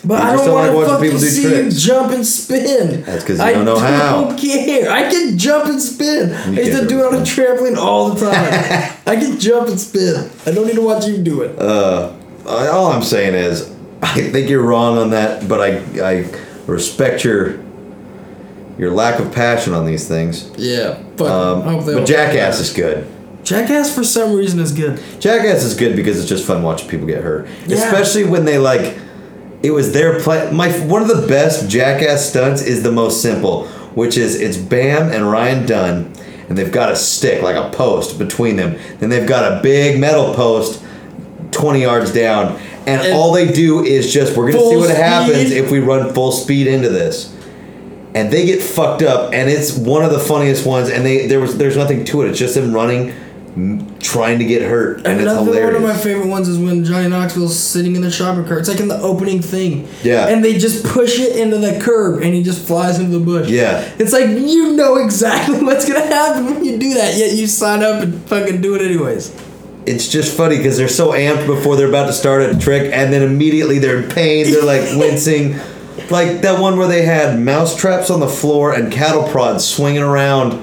S3: But
S2: You
S3: I
S2: just
S3: don't
S2: don't
S3: want
S2: like watching
S3: to fucking
S2: people do
S3: see
S2: tricks.
S3: you jump and spin.
S2: That's 'cause you don't know how.
S3: I don't care. I can jump and spin. I used
S2: can't
S3: to do it on a trampoline all
S2: (laughs)
S3: the time. I can jump and spin. I don't need to watch you do
S2: Uh,
S3: it.
S2: I, all I'm saying is I think you're wrong on that, but I I respect your your lack of passion on these things.
S3: yeah. But,
S2: Um,
S3: I hope they
S2: but
S3: all-
S2: Jackass is good.
S3: Jackass for some reason is good.
S2: Jackass is good because it's just fun watching people get hurt,
S3: Yeah.
S2: especially when they like. It was their play. My one of the best Jackass stunts is the most simple, which is it's Bam and Ryan Dunn, and they've got a stick like a post between them. Then they've got a big metal post, twenty yards down, and,
S3: And-
S2: all they do is just we're gonna
S3: Full
S2: see what happens
S3: speed.
S2: if we run full speed into this. And they get fucked up, and it's one of the funniest ones. And they there was there's nothing to it. It's just them running, m- trying to get hurt, and it's
S3: Another
S2: hilarious.
S3: one of my favorite ones is when Johnny Knoxville's sitting in the shopping cart. It's like in the opening thing.
S2: Yeah.
S3: And they just push it into the curb and he just flies into the bush.
S2: Yeah.
S3: It's like you know exactly (laughs) what's gonna happen when you do that, yet you sign up and fucking do it anyways.
S2: it's just funny because they're so amped before they're about to start a trick, and then immediately they're in pain. They're
S3: (laughs)
S2: like wincing, like that one where they had mouse traps on the floor and cattle prods swinging around,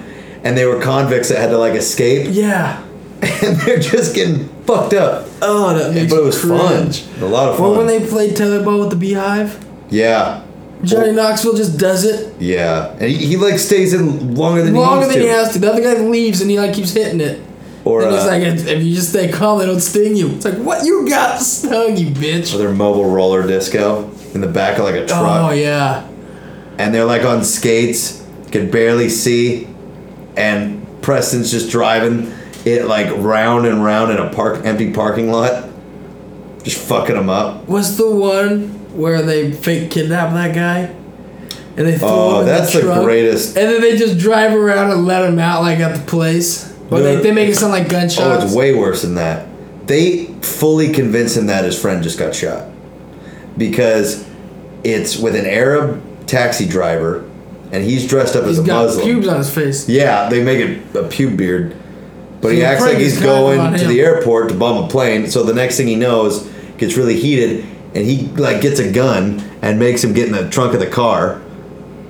S2: and they were convicts that had to like escape,
S3: Yeah.
S2: (laughs) and they're just getting fucked up.
S3: Oh that makes
S2: But it was
S3: cringe.
S2: fun, a lot of fun.
S3: Or when they played tetherball with the beehive,
S2: yeah,
S3: Johnny
S2: Oh.
S3: Knoxville just does it
S2: yeah, and he, he like stays in longer than
S3: longer
S2: he needs to.
S3: than he has to. The other guy leaves and he like keeps hitting it.
S2: or
S3: and he's
S2: uh,
S3: like, if if you just stay calm, they don't sting you. It's like, what you got stung, you bitch.
S2: or their mobile roller disco in the back of like a truck.
S3: Oh yeah.
S2: and they're like on skates, can barely see, and Preston's just driving it like round and round in a park empty parking lot, just fucking them up.
S3: What's the one where they fake kidnap that guy? And they throw
S2: Oh,
S3: him in
S2: that's
S3: the,
S2: the
S3: truck,
S2: greatest.
S3: And then they just drive around and let him out like at the place. But they,
S2: No.
S3: they make it sound like gunshots.
S2: Oh, it's way worse than that. They fully convince him that his friend just got shot because it's with an Arab taxi driver, and he's dressed up
S3: He's
S2: as a
S3: got
S2: Muslim.
S3: pubes on his face.
S2: Yeah, they make it a pube beard. But he
S3: So
S2: acts
S3: Frank
S2: like
S3: is
S2: he's
S3: kind of on
S2: going to
S3: him.
S2: the airport to bomb a plane. So the next thing he knows, gets really heated, and he like gets a gun and makes him get in the trunk of the car,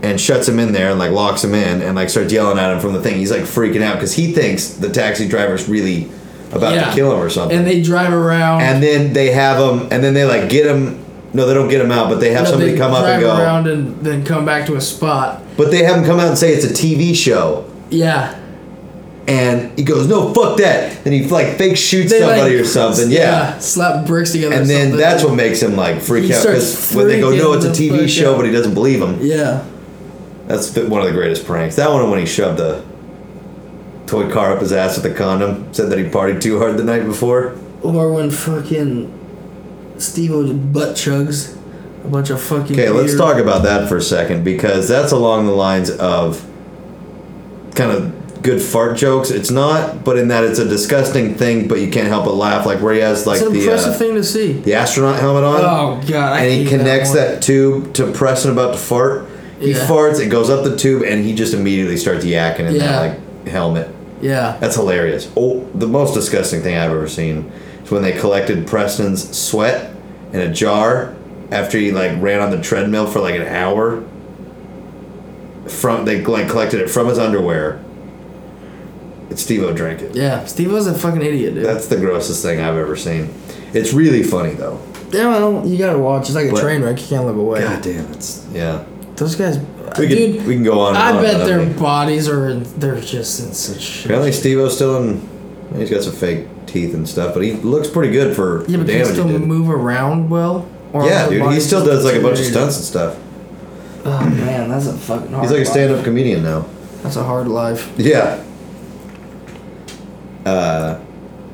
S2: and shuts him in there and like locks him in and like starts yelling at him from the thing. He's like freaking out because he thinks the taxi driver's really about
S3: Yeah.
S2: to kill him or something.
S3: And they drive around.
S2: And then they have him, and then they like get him. No, they don't get him out, but they have
S3: No,
S2: somebody
S3: they
S2: come up and
S3: drive
S2: go.
S3: around and then come back to a spot.
S2: But they have him come out and say it's a TV show.
S3: Yeah.
S2: and he goes, "No, fuck that." Then he like fake shoots
S3: They,
S2: somebody
S3: like,
S2: or something, yeah.
S3: Slap bricks together. or
S2: And then
S3: something.
S2: that's what makes him like freak
S3: He
S2: out because
S3: starts
S2: when they go, "No,
S3: freaking
S2: it's a
S3: the
S2: TV
S3: fuck
S2: show,"
S3: out.
S2: but he doesn't believe him.
S3: Yeah.
S2: That's the- one of the greatest pranks. That one and when he shoved the toy car up his ass with a condom, said that he partied too hard the night before.
S3: Or when fucking Steve butt chugs a bunch of fucking.
S2: Okay, let's
S3: beer.
S2: talk about that for a second because that's along the lines of kind of good fart jokes. It's not, but in that it's a disgusting thing, but you can't help but laugh. Like where he has like
S3: It's an
S2: the
S3: impressive
S2: uh,
S3: thing to see.
S2: the astronaut helmet on.
S3: Oh god! I
S2: and he
S3: hate
S2: connects
S3: one.
S2: that, tube to Preston about to fart. He
S3: Yeah.
S2: farts, it goes up the tube, and he just immediately starts yakking in
S3: Yeah.
S2: that like helmet.
S3: Yeah.
S2: That's hilarious. Oh, the most disgusting thing I've ever seen is when they collected Preston's sweat in a jar after he like ran on the treadmill for like an hour. From they like collected it from his underwear, It's Steve O drank it.
S3: Yeah, Steve was a fucking idiot, dude.
S2: That's the grossest thing I've ever seen. It's really funny though.
S3: yeah, well, you gotta watch. It's like a
S2: But-
S3: train wreck. You can't look away.
S2: God damn, it's yeah.
S3: Those guys,
S2: We can
S3: dude.
S2: we can go on. And
S3: I
S2: on
S3: bet
S2: about
S3: their
S2: it.
S3: bodies are in, they're just in such shit.
S2: Apparently Steve O's still in. He's got some fake teeth and stuff, but he looks pretty good for the
S3: Yeah, but can you
S2: damage he
S3: still
S2: did.
S3: move around well? Or are
S2: Yeah,
S3: their
S2: dude, he
S3: bodies
S2: still
S3: just
S2: does like a bunch of
S3: deteriorated?
S2: stunts and stuff.
S3: Oh man, that's a fucking hard.
S2: He's like a
S3: life.
S2: stand-up comedian now.
S3: That's a hard life.
S2: Yeah. Uh,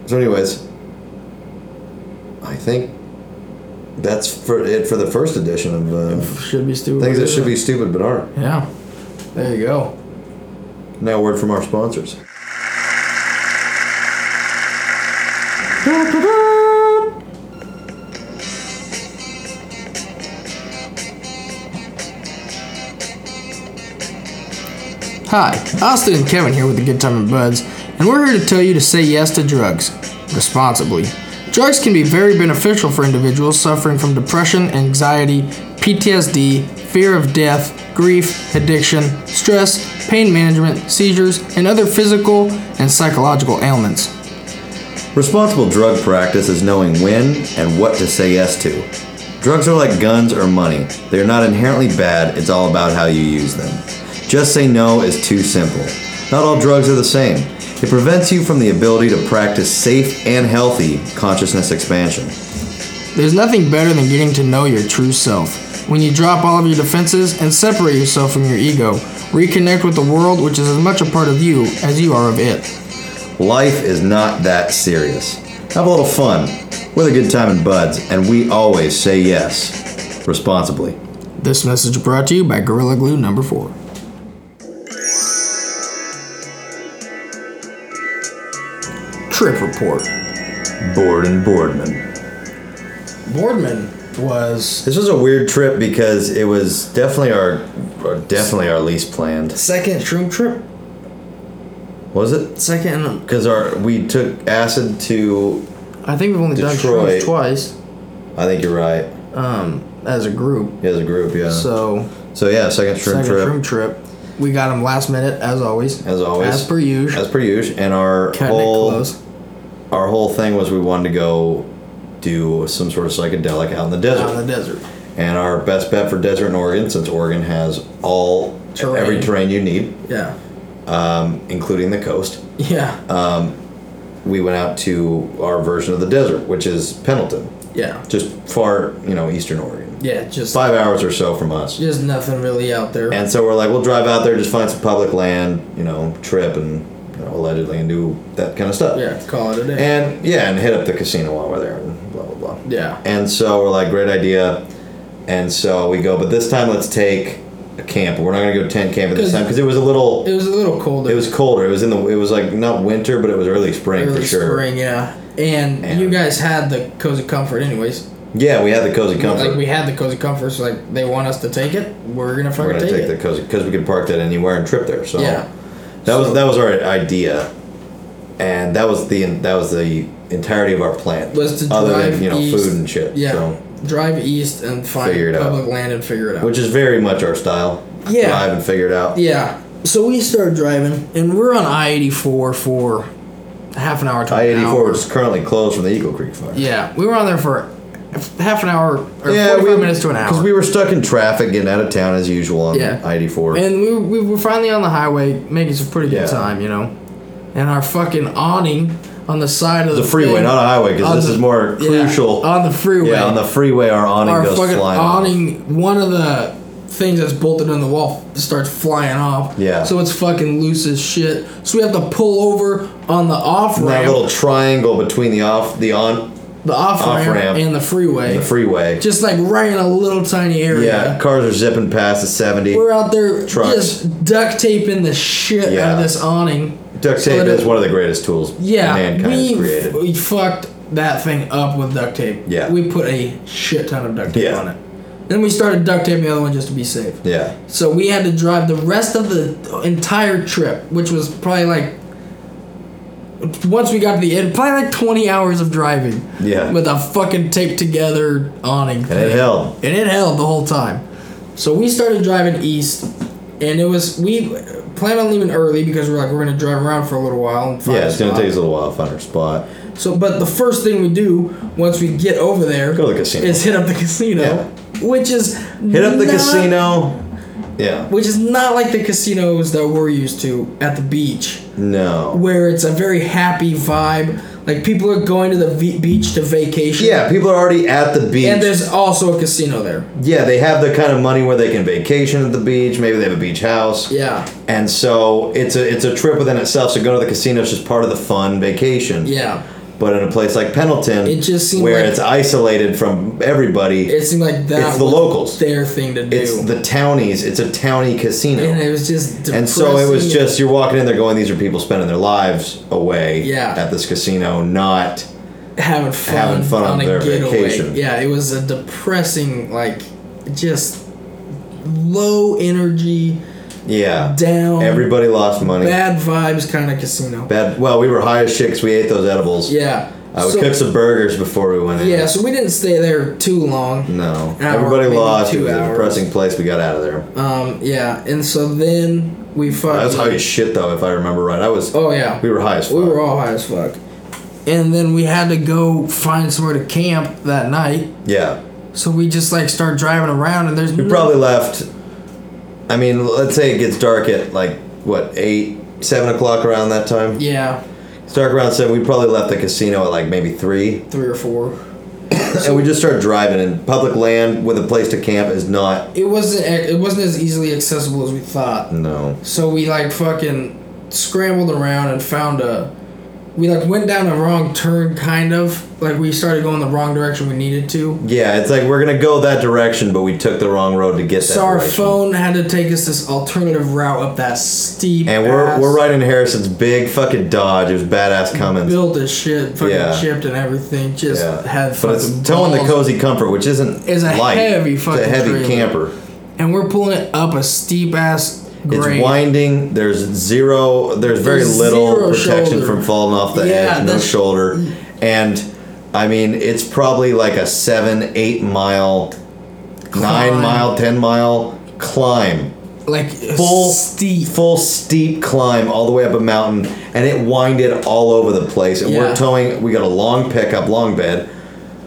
S2: so, anyways, I think that's for it for the first edition of uh,
S3: Should be stupid.
S2: things that should be stupid but aren't.
S3: Yeah. There you go.
S2: Now, a word from our sponsors.
S3: Hi, Austin and Kevin here with the Good Time and Buds, and we're here to tell you to say yes to drugs responsibly. Drugs can be very beneficial for individuals suffering from depression, anxiety, PTSD, fear of death, grief, addiction, stress, pain management, seizures, and other physical and psychological ailments.
S2: Responsible drug practice is knowing when and what to say yes to. Drugs are like guns or money. They are not inherently bad, it's all about how you use them. Just say no is too simple. Not all drugs are the same. It prevents you from the ability to practice safe and healthy consciousness expansion.
S3: There's nothing better than getting to know your true self. When you drop all of your defenses and separate yourself from your ego, reconnect with the world, which is as much a part of you as you are of it.
S2: Life is not that serious. Have a little fun. We're the good time and buds, and we always say yes responsibly.
S3: This message brought to you by Gorilla Glue number four. Trip report.
S2: Board and Boardman.
S3: Boardman was
S2: This was a weird trip because it was definitely our or definitely our least planned.
S3: second shroom trip.
S2: Was it?
S3: Second,
S2: Because our we took acid to.
S3: I think we've only done
S2: Detroit.
S3: shrooms twice
S2: I think you're right.
S3: um, as a group.
S2: As a group, yeah. So,
S3: So
S2: yeah, second shrimp
S3: second
S2: trip
S3: shroom trip, we got him last minute as always.
S2: as always.
S3: as per usual.
S2: As per usual, and our
S3: Cutting it
S2: whole
S3: close.
S2: our whole thing was we wanted to go do some sort of psychedelic out in the desert.
S3: Out in the desert.
S2: and our best bet for desert in Oregon, since Oregon has all
S3: Terrain.
S2: every terrain you need,
S3: Yeah.
S2: um, including the coast.
S3: Yeah.
S2: Uh, We went out to our version of the desert, which is Pendleton.
S3: yeah.
S2: just far, you know, eastern Oregon.
S3: Yeah. Just
S2: Five hours or so from us.
S3: just nothing really out there.
S2: And so we're like, we'll drive out there, just find some public land, you know, trip and you know, allegedly and do that kind of stuff.
S3: yeah. Call it a day.
S2: And yeah, and hit up the casino while we're there and blah, blah, blah.
S3: yeah.
S2: And so we're like, great idea. And so we go, but this time let's take a camp. We're not going to go tent camping this
S3: 'Cause-
S2: time because it was a little,
S3: It was a little colder.
S2: it was colder. It was in the, it was like not winter, but it was early spring
S3: early
S2: for sure.
S3: spring, yeah. And,
S2: And-
S3: you guys had the cozy comfort, anyways.
S2: Yeah, we had the cozy comfort.
S3: Like we had the cozy comfort, so like they want us to take it. We're gonna fucking
S2: we're going to
S3: take,
S2: take the
S3: it.
S2: cozy because we could park that anywhere and trip there. So
S3: yeah,
S2: That was
S3: So-
S2: that was our idea, and that was the that was the entirety of our plan.
S3: Was to
S2: other than
S3: drive
S2: you know
S3: east.
S2: food and shit.
S3: yeah.
S2: so,
S3: Drive east and find
S2: Figure it out.
S3: public land and figure it out.
S2: which is very much our style.
S3: Yeah.
S2: drive and figure it out.
S3: yeah. So we start driving, and we're on I eighty four for half an hour. to an
S2: I eighty four
S3: hour.
S2: is currently closed from the Eagle Creek fire.
S3: Yeah, we were on there for half an hour or
S2: Yeah,
S3: forty
S2: we
S3: five minutes to an hour.
S2: because we were stuck in traffic getting out of town as usual on
S3: Yeah.
S2: I eighty four.
S3: And we, we were finally on the highway, making some pretty good
S2: Yeah.
S3: time, you know. And our fucking awning on the side of the,
S2: The freeway,
S3: thing-
S2: not a highway, because
S3: on
S2: this
S3: the-
S2: is more
S3: yeah,
S2: crucial.
S3: on the freeway.
S2: yeah, on the freeway, our awning
S3: our
S2: goes
S3: fucking
S2: flying. off.
S3: awning, one of the things that's bolted on the wall starts flying off.
S2: Yeah.
S3: So it's fucking loose as shit. So we have to pull over on the off
S2: And that
S3: ramp,
S2: little triangle between the off, the on,
S3: the off ramp,
S2: off-ramp
S3: and the freeway.
S2: the freeway.
S3: just like right in a little tiny area.
S2: Yeah, cars are zipping past the 70.
S3: We're out there
S2: Trucks.
S3: just duct taping the shit out
S2: Yeah.
S3: of this awning.
S2: Duct
S3: So
S2: tape
S3: that
S2: is
S3: it-
S2: one of the greatest tools
S3: Yeah,
S2: mankind
S3: we,
S2: has created.
S3: we fucked that thing up with duct tape.
S2: Yeah.
S3: we put a shit ton of duct tape
S2: Yeah.
S3: on it. Then we started duct taping the other one just to be safe.
S2: yeah.
S3: So we had to drive the rest of the entire trip, which was probably like once we got to the end, probably like twenty hours of driving.
S2: Yeah.
S3: with a fucking taped together awning.
S2: And it held.
S3: And it held the whole time. So we started driving east, and it was we planned on leaving early because we're like we're gonna drive around for a little while. And find
S2: Yeah,
S3: a
S2: it's gonna
S3: spot.
S2: take us a little while to find our spot.
S3: So, but the first thing we do once we get over there
S2: Go to the casino.
S3: is hit up the casino, which is
S2: Hit up the casino. Yeah.
S3: which is not like the casinos that we're used to at the beach,
S2: No.
S3: where it's a very happy vibe. Like people are going to the v- beach to vacation.
S2: Yeah, people are already at the beach.
S3: And there's also a casino there.
S2: yeah, they have the kind of money where they can vacation at the beach. Maybe they have a beach house.
S3: Yeah.
S2: And so it's a it's a trip within itself. So going to the casino is just part of the fun vacation.
S3: Yeah.
S2: But in a place like Pendleton,
S3: It just seemed
S2: where
S3: like-
S2: it's isolated from everybody,
S3: It seemed like that
S2: It's the
S3: was
S2: locals.
S3: their thing to do.
S2: it's the townies. It's a townie casino.
S3: and it was just depressing.
S2: And so it was just you're walking in there going, these are people spending their lives away
S3: Yeah.
S2: at this casino, not
S3: having fun,
S2: having fun on
S3: on, a
S2: their
S3: getaway.
S2: vacation.
S3: Yeah, it was a depressing, like, just low energy,
S2: yeah.
S3: down,
S2: Everybody lost money. Bad.
S3: bad vibes kind of casino.
S2: Well, we were high as shit 'cause we ate those edibles.
S3: Yeah.
S2: Uh, we
S3: so,
S2: cooked some burgers before we went in.
S3: yeah, so we didn't stay there too long.
S2: No.
S3: Hour,
S2: Everybody
S3: maybe
S2: lost. It
S3: two
S2: was a
S3: hours.
S2: depressing place. We got out of there.
S3: Um, yeah, and so then we fucking.
S2: I was high as shit though, if I remember right. I was.
S3: Oh yeah,
S2: We were high as fuck.
S3: We were all high as fuck.
S5: And then we had to go find somewhere to camp that night.
S2: yeah.
S5: So we just like start driving around and there's
S2: We probably left. I mean, let's say it gets dark at like what eight, seven o'clock around that time.
S5: Yeah.
S2: It's dark around seven. We probably left the casino at like maybe three,
S3: Three or four.
S2: and we just started driving. And public land with a place to camp is not.
S3: It wasn't. ac- It wasn't as easily accessible as we thought.
S2: No.
S3: So we like fucking scrambled around and found a. We like went down a wrong turn, kind of. Like we started going the wrong direction we needed to.
S2: Yeah, it's like we're gonna go that direction, but we took the wrong road to get that
S3: So our
S2: direction.
S3: phone had to take us this alternative route up that steep.
S2: And we're
S3: ass
S2: we're riding Harrison's big fucking Dodge. It was badass Cummins.
S3: Built as shit, fucking
S2: Yeah.
S3: chipped and everything. Just
S2: yeah.
S3: had
S2: but it's
S3: fucking
S2: towing the
S3: balls.
S2: cozy comfort, which isn't
S5: It's a
S2: light.
S5: heavy
S2: It's
S5: fucking
S2: a heavy
S5: trailer.
S2: camper.
S5: And we're pulling it up a steep ass
S2: It's
S5: grade.
S2: winding. There's zero. There's very
S3: There's
S2: little
S3: zero
S2: protection
S3: shoulder.
S2: from falling off the
S3: Yeah,
S2: edge. No
S3: that's-
S2: shoulder, and I mean it's probably like a seven, eight mile, nine
S5: Climb.
S2: mile, ten mile climb.
S5: like
S2: Full
S5: steep.
S2: full steep climb all the way up a mountain, and it winded all over the place. And we're
S3: Yeah.
S2: towing. We got a long pickup, long bed,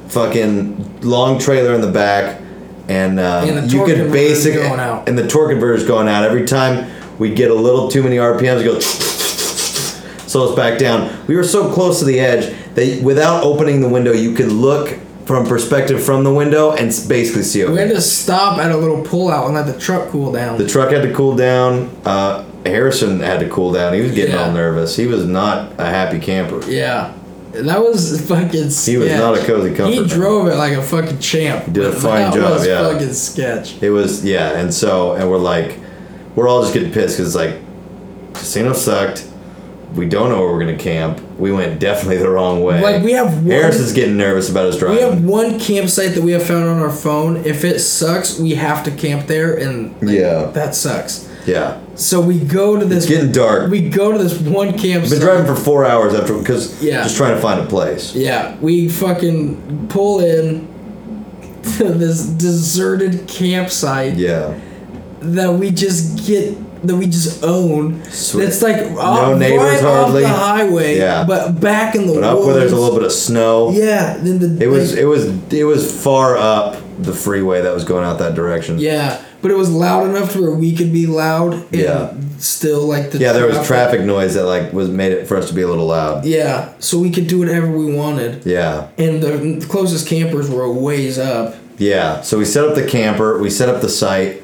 S2: fucking long trailer in the back, and, uh,
S3: And the
S2: you
S3: torque
S2: could
S3: converter's
S2: basic
S3: going out.
S2: and the torque converter's going out every time we get a little too many RPMs. It goes. (laughs) So it's back down. We were so close to the edge that without opening the window, you could look from perspective from the window and s- basically see over.
S3: We had to stop at a little pullout and let the truck cool down.
S2: The truck had to cool down. Uh, Harrison had to cool down. He was getting
S3: Yeah.
S2: all nervous. He was not a happy camper.
S3: Yeah. That was fucking sketch.
S2: He was not a cozy comfort
S3: He
S2: man.
S3: drove it like a fucking champ.
S2: did a
S3: but
S2: fine
S3: that
S2: job,
S3: was
S2: yeah.
S3: fucking sketch.
S2: It was yeah, and so and we're like, we're all just getting pissed because like, casino sucked. We don't know where we're gonna camp. We went definitely the wrong way.
S3: Like, we have one-
S2: Harrison's getting nervous about his
S3: We have
S2: driving.
S3: one campsite that we have found on our phone. If it sucks, we have to camp there and like,
S2: Yeah.
S3: that sucks.
S2: yeah,
S3: So we go to this
S2: it's getting dark. We've
S3: we go to this one campsite.
S2: been driving for four hours after because
S3: Yeah.
S2: just trying to find a place.
S3: Yeah, we fucking pull in to this deserted campsite
S2: Yeah,
S3: that we just get that we just own.
S2: Sweet.
S3: It's like off,
S2: neighbors
S3: right
S2: hardly.
S3: off the highway,
S2: Yeah.
S3: but back in the
S2: but
S3: woods.
S2: up where there's a little bit of snow.
S3: Yeah, then the
S2: It was
S3: like-
S2: it was it was far up the freeway that was going out that direction.
S3: yeah, but it was loud enough to where we could be loud. And
S2: Yeah.
S3: still like the
S2: Yeah, there was traffic noise that like was made it for us to be a little loud.
S3: Yeah, so we could do whatever we wanted,
S2: Yeah.
S3: and the closest campers were a ways up.
S2: Yeah. So we set up the camper, we set up the site,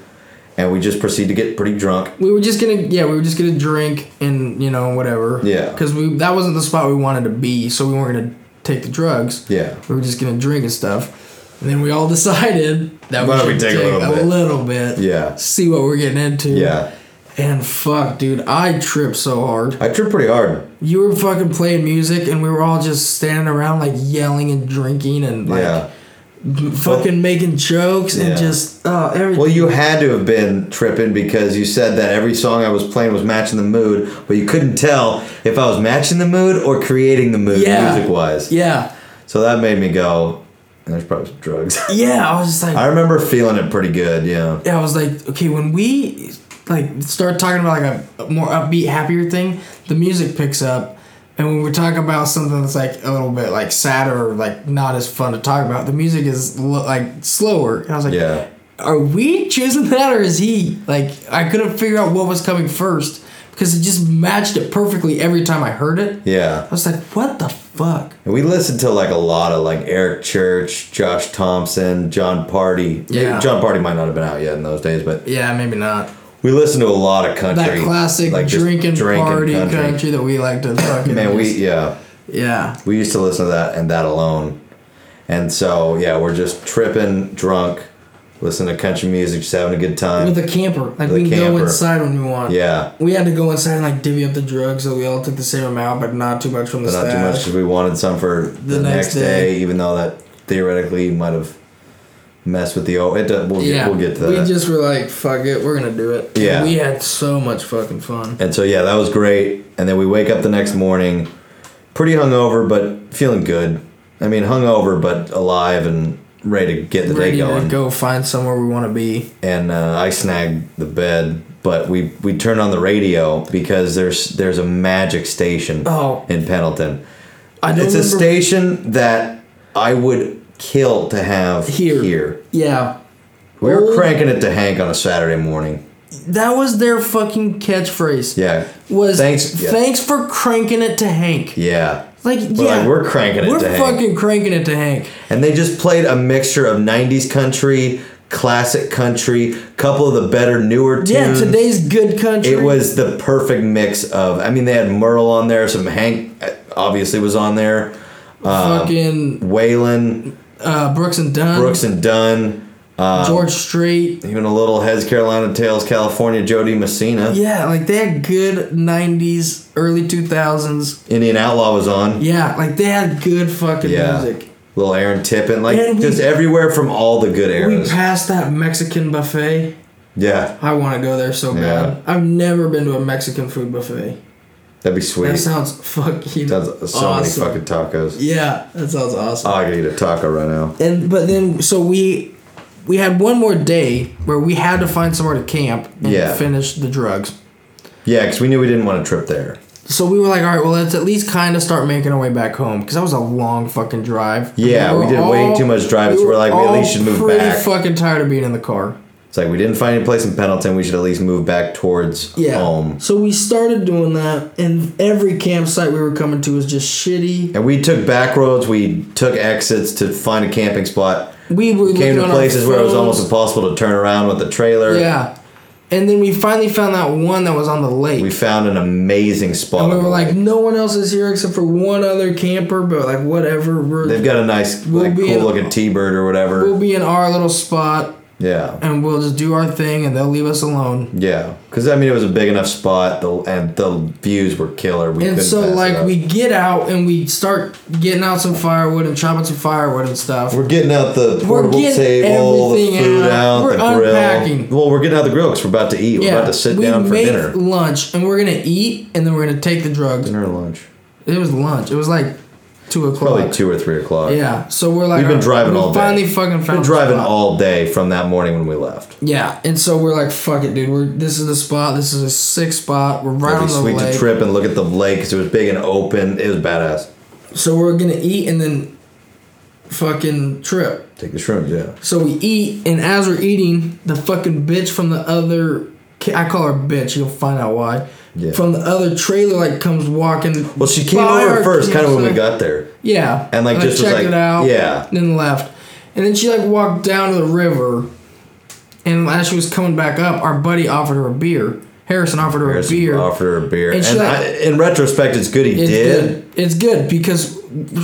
S2: and we just proceed to get pretty drunk.
S5: We were just gonna yeah, we were just gonna drink and you know, whatever.
S2: Yeah.
S5: Cause we that wasn't the spot we wanted to be, so we weren't gonna take the drugs.
S2: Yeah.
S5: We were just gonna drink and stuff. And then we all (laughs) decided that we
S2: Why don't
S5: should
S2: we take a little bit?
S5: little bit,
S2: Yeah.
S5: See what we're getting into.
S2: Yeah.
S5: And fuck, dude, I tripped so hard.
S2: I tripped pretty hard.
S5: You were fucking playing music and we were all just standing around like yelling and drinking and like
S2: yeah.
S5: fucking making jokes
S2: Yeah.
S5: and just uh everything.
S2: Well, you had to have been tripping because you said that every song I was playing was matching the mood, but you couldn't tell if I was matching the mood or creating the mood
S5: Yeah.
S2: music wise.
S5: yeah.
S2: So that made me go, there's probably some drugs. (laughs)
S5: Yeah, I was just like
S2: I remember feeling it pretty good, yeah.
S5: I was like, okay, when we
S3: like start talking about like a more upbeat, happier thing, the music picks up. And when we talk about something that's like a little bit like sadder, or like not as fun to talk about, the music is lo- like slower. And I was like,
S2: Yeah.
S3: are we choosing that or is he? Like, I couldn't figure out what was coming first because it just matched it perfectly every time I heard it. I
S2: Yeah.
S3: was like, what the fuck?
S2: And we listened to like a lot of like Eric Church, Josh Thompson, John Party.
S3: Yeah.
S2: John Party might not have been out yet in those days, but
S3: Yeah, maybe not.
S2: we listened to a lot of country.
S3: That classic
S2: just
S3: drinking,
S2: drinking
S3: party country. that we
S2: (coughs)
S3: like to fucking.
S2: Man, we
S3: just-
S2: yeah.
S3: yeah.
S2: We used to listen to that and that alone. And so, yeah, we're just tripping, drunk, listening to country music, just having a good time.
S3: With a camper, like
S2: With a
S3: we can go
S2: camper.
S3: inside when we want.
S2: yeah.
S3: We had to go inside and like divvy up the drugs, so we all took the same amount, but not too much from the
S2: But not too much
S3: stash.
S2: because we wanted some for the,
S3: next
S2: next, day,
S3: day.
S2: even though that theoretically might have messed with the. Oh, it does, we'll,
S3: Yeah,
S2: get, we'll get to
S3: We
S2: that.
S3: just were like, fuck it, we're gonna do it.
S2: Yeah.
S3: we had so much fucking fun.
S2: and so, yeah, that was great. And then we wake up the next morning, pretty hungover, but feeling good. I mean, hungover, but alive and ready to get the day
S3: Ready
S2: going.
S3: to go find somewhere we want to be.
S2: and uh, I snagged the bed. But we we turned on the radio because there's there's a magic station
S3: Oh.
S2: in Pendleton.
S3: I don't
S2: It's a
S3: remember-
S2: station that I would kill to have
S3: Here.
S2: here.
S3: Yeah,
S2: We were
S3: Oh.
S2: cranking it to Hank on a Saturday morning.
S3: that was their fucking catchphrase.
S2: Yeah.
S3: was
S2: Thanks- yeah.
S3: thanks for cranking it to Hank.
S2: Yeah.
S3: Like
S2: We're
S3: yeah,
S2: like, we're cranking it
S3: we're
S2: to Hank.
S3: fucking cranking it to Hank.
S2: And they just played a mixture of 90s country, classic country, couple of the better newer tunes.
S3: Yeah, today's good country.
S2: It was the perfect mix of. I mean, they had Merle on there. Some Hank uh, obviously was on there.
S3: fucking
S2: Waylon,
S3: uh, Brooks and Dunn,
S2: um, Brooks and Dunn,
S3: George Strait.
S2: even a little Heads Carolina Tales California Jody Messina.
S3: Yeah, like they had good '90s, early 2000s.
S2: Indian Outlaw was on.
S3: Yeah, like they had good fucking
S2: Yeah.
S3: music.
S2: Little Aaron Tippin, like
S3: And we-
S2: just everywhere from all the good
S3: We
S2: eras.
S3: passed that Mexican buffet.
S2: yeah,
S3: I want to go there so bad. I've never been to a Mexican food buffet.
S2: that'd be sweet.
S3: That sounds fucking
S2: That's so
S3: awesome.
S2: many fucking tacos.
S3: yeah, that sounds awesome.
S2: Oh, I could eat a taco right now.
S3: and but then so we we had one more day where we had to find somewhere to camp and
S2: Yeah.
S3: finish the drugs.
S2: Yeah, because we knew we didn't want to trip there.
S3: So we were like, all right, well, let's at least kind of start making our way back home because that was a long fucking drive.
S2: Yeah, we
S3: were
S2: did way too much driving, so we're like, we at
S3: all
S2: least should move
S3: pretty
S2: back.
S3: fucking tired of being in the car.
S2: It's like we didn't find any place in Pendleton. We should at least move back towards home.
S3: So we started doing that, and every campsite we were coming to was just shitty.
S2: And we took back roads. We took exits to find a camping spot.
S3: We were looking
S2: Came to
S3: on our
S2: places where it was
S3: phones.
S2: almost impossible to turn around with the trailer.
S3: yeah. And then we finally found that one that was on the lake.
S2: We found an amazing spot.
S3: And we
S2: on
S3: were
S2: the
S3: like,
S2: lake.
S3: no one else is here except for one other camper, but like whatever, we're
S2: they've got a nice,
S3: We'll
S2: like,
S3: be in-
S2: cool looking T-bird or whatever.
S3: we'll be in our little spot
S2: yeah,
S3: and we'll just do our thing and they'll leave us alone.
S2: yeah. Because I mean, it was a big enough spot. The and the views were killer. We
S3: And
S2: couldn't
S3: so
S2: pass it
S3: like
S2: up.
S3: we get out and we start getting out some firewood and chopping some firewood and stuff.
S2: We're getting out the
S3: We're
S2: portable
S3: getting
S2: table, the
S3: everything
S2: food
S3: out.
S2: out,
S3: We're
S2: the grill.
S3: unpacking.
S2: Well, we're getting out the grill because we're about to eat. we're about to sit
S3: we
S2: down for
S3: make
S2: dinner.
S3: lunch and we're gonna eat and then we're gonna take the drugs.
S2: Dinner or lunch?
S3: It was lunch. It was like two o'clock.
S2: Probably two or three o'clock.
S3: Yeah. So we're like
S2: We've been
S3: uh,
S2: driving
S3: we
S2: all day.
S3: Finally, fucking found
S2: We've
S3: a
S2: been driving
S3: spot.
S2: all day from that morning when we left.
S3: Yeah, and so we're like, fuck it, dude. We're this is the spot. This is a sick spot. We're right
S2: It'd
S3: on
S2: be
S3: the
S2: sweet
S3: lake.
S2: to trip and look at the lake because it was big and open. It was badass.
S3: So we're gonna eat and then fucking trip.
S2: Take the shrooms, yeah.
S3: So we eat, and as we're eating, the fucking bitch from the other ca- I call her bitch. You'll find out why.
S2: Yeah.
S3: From the other trailer, like comes walking.
S2: Well, she came
S3: by
S2: over
S3: our
S2: first, kind of when we
S3: campsite.
S2: got there.
S3: Yeah.
S2: And, like,
S3: I
S2: just was
S3: checked
S2: like-
S3: it out.
S2: yeah.
S3: Then left. And then she like walked down to the river and as she was coming back up, our buddy offered her a beer. Harrison offered her
S2: Harrison
S3: a beer.
S2: Offered her a beer,
S3: And
S2: and,
S3: she like-
S2: I, in retrospect, it's good he
S3: it's
S2: did.
S3: good. It's good because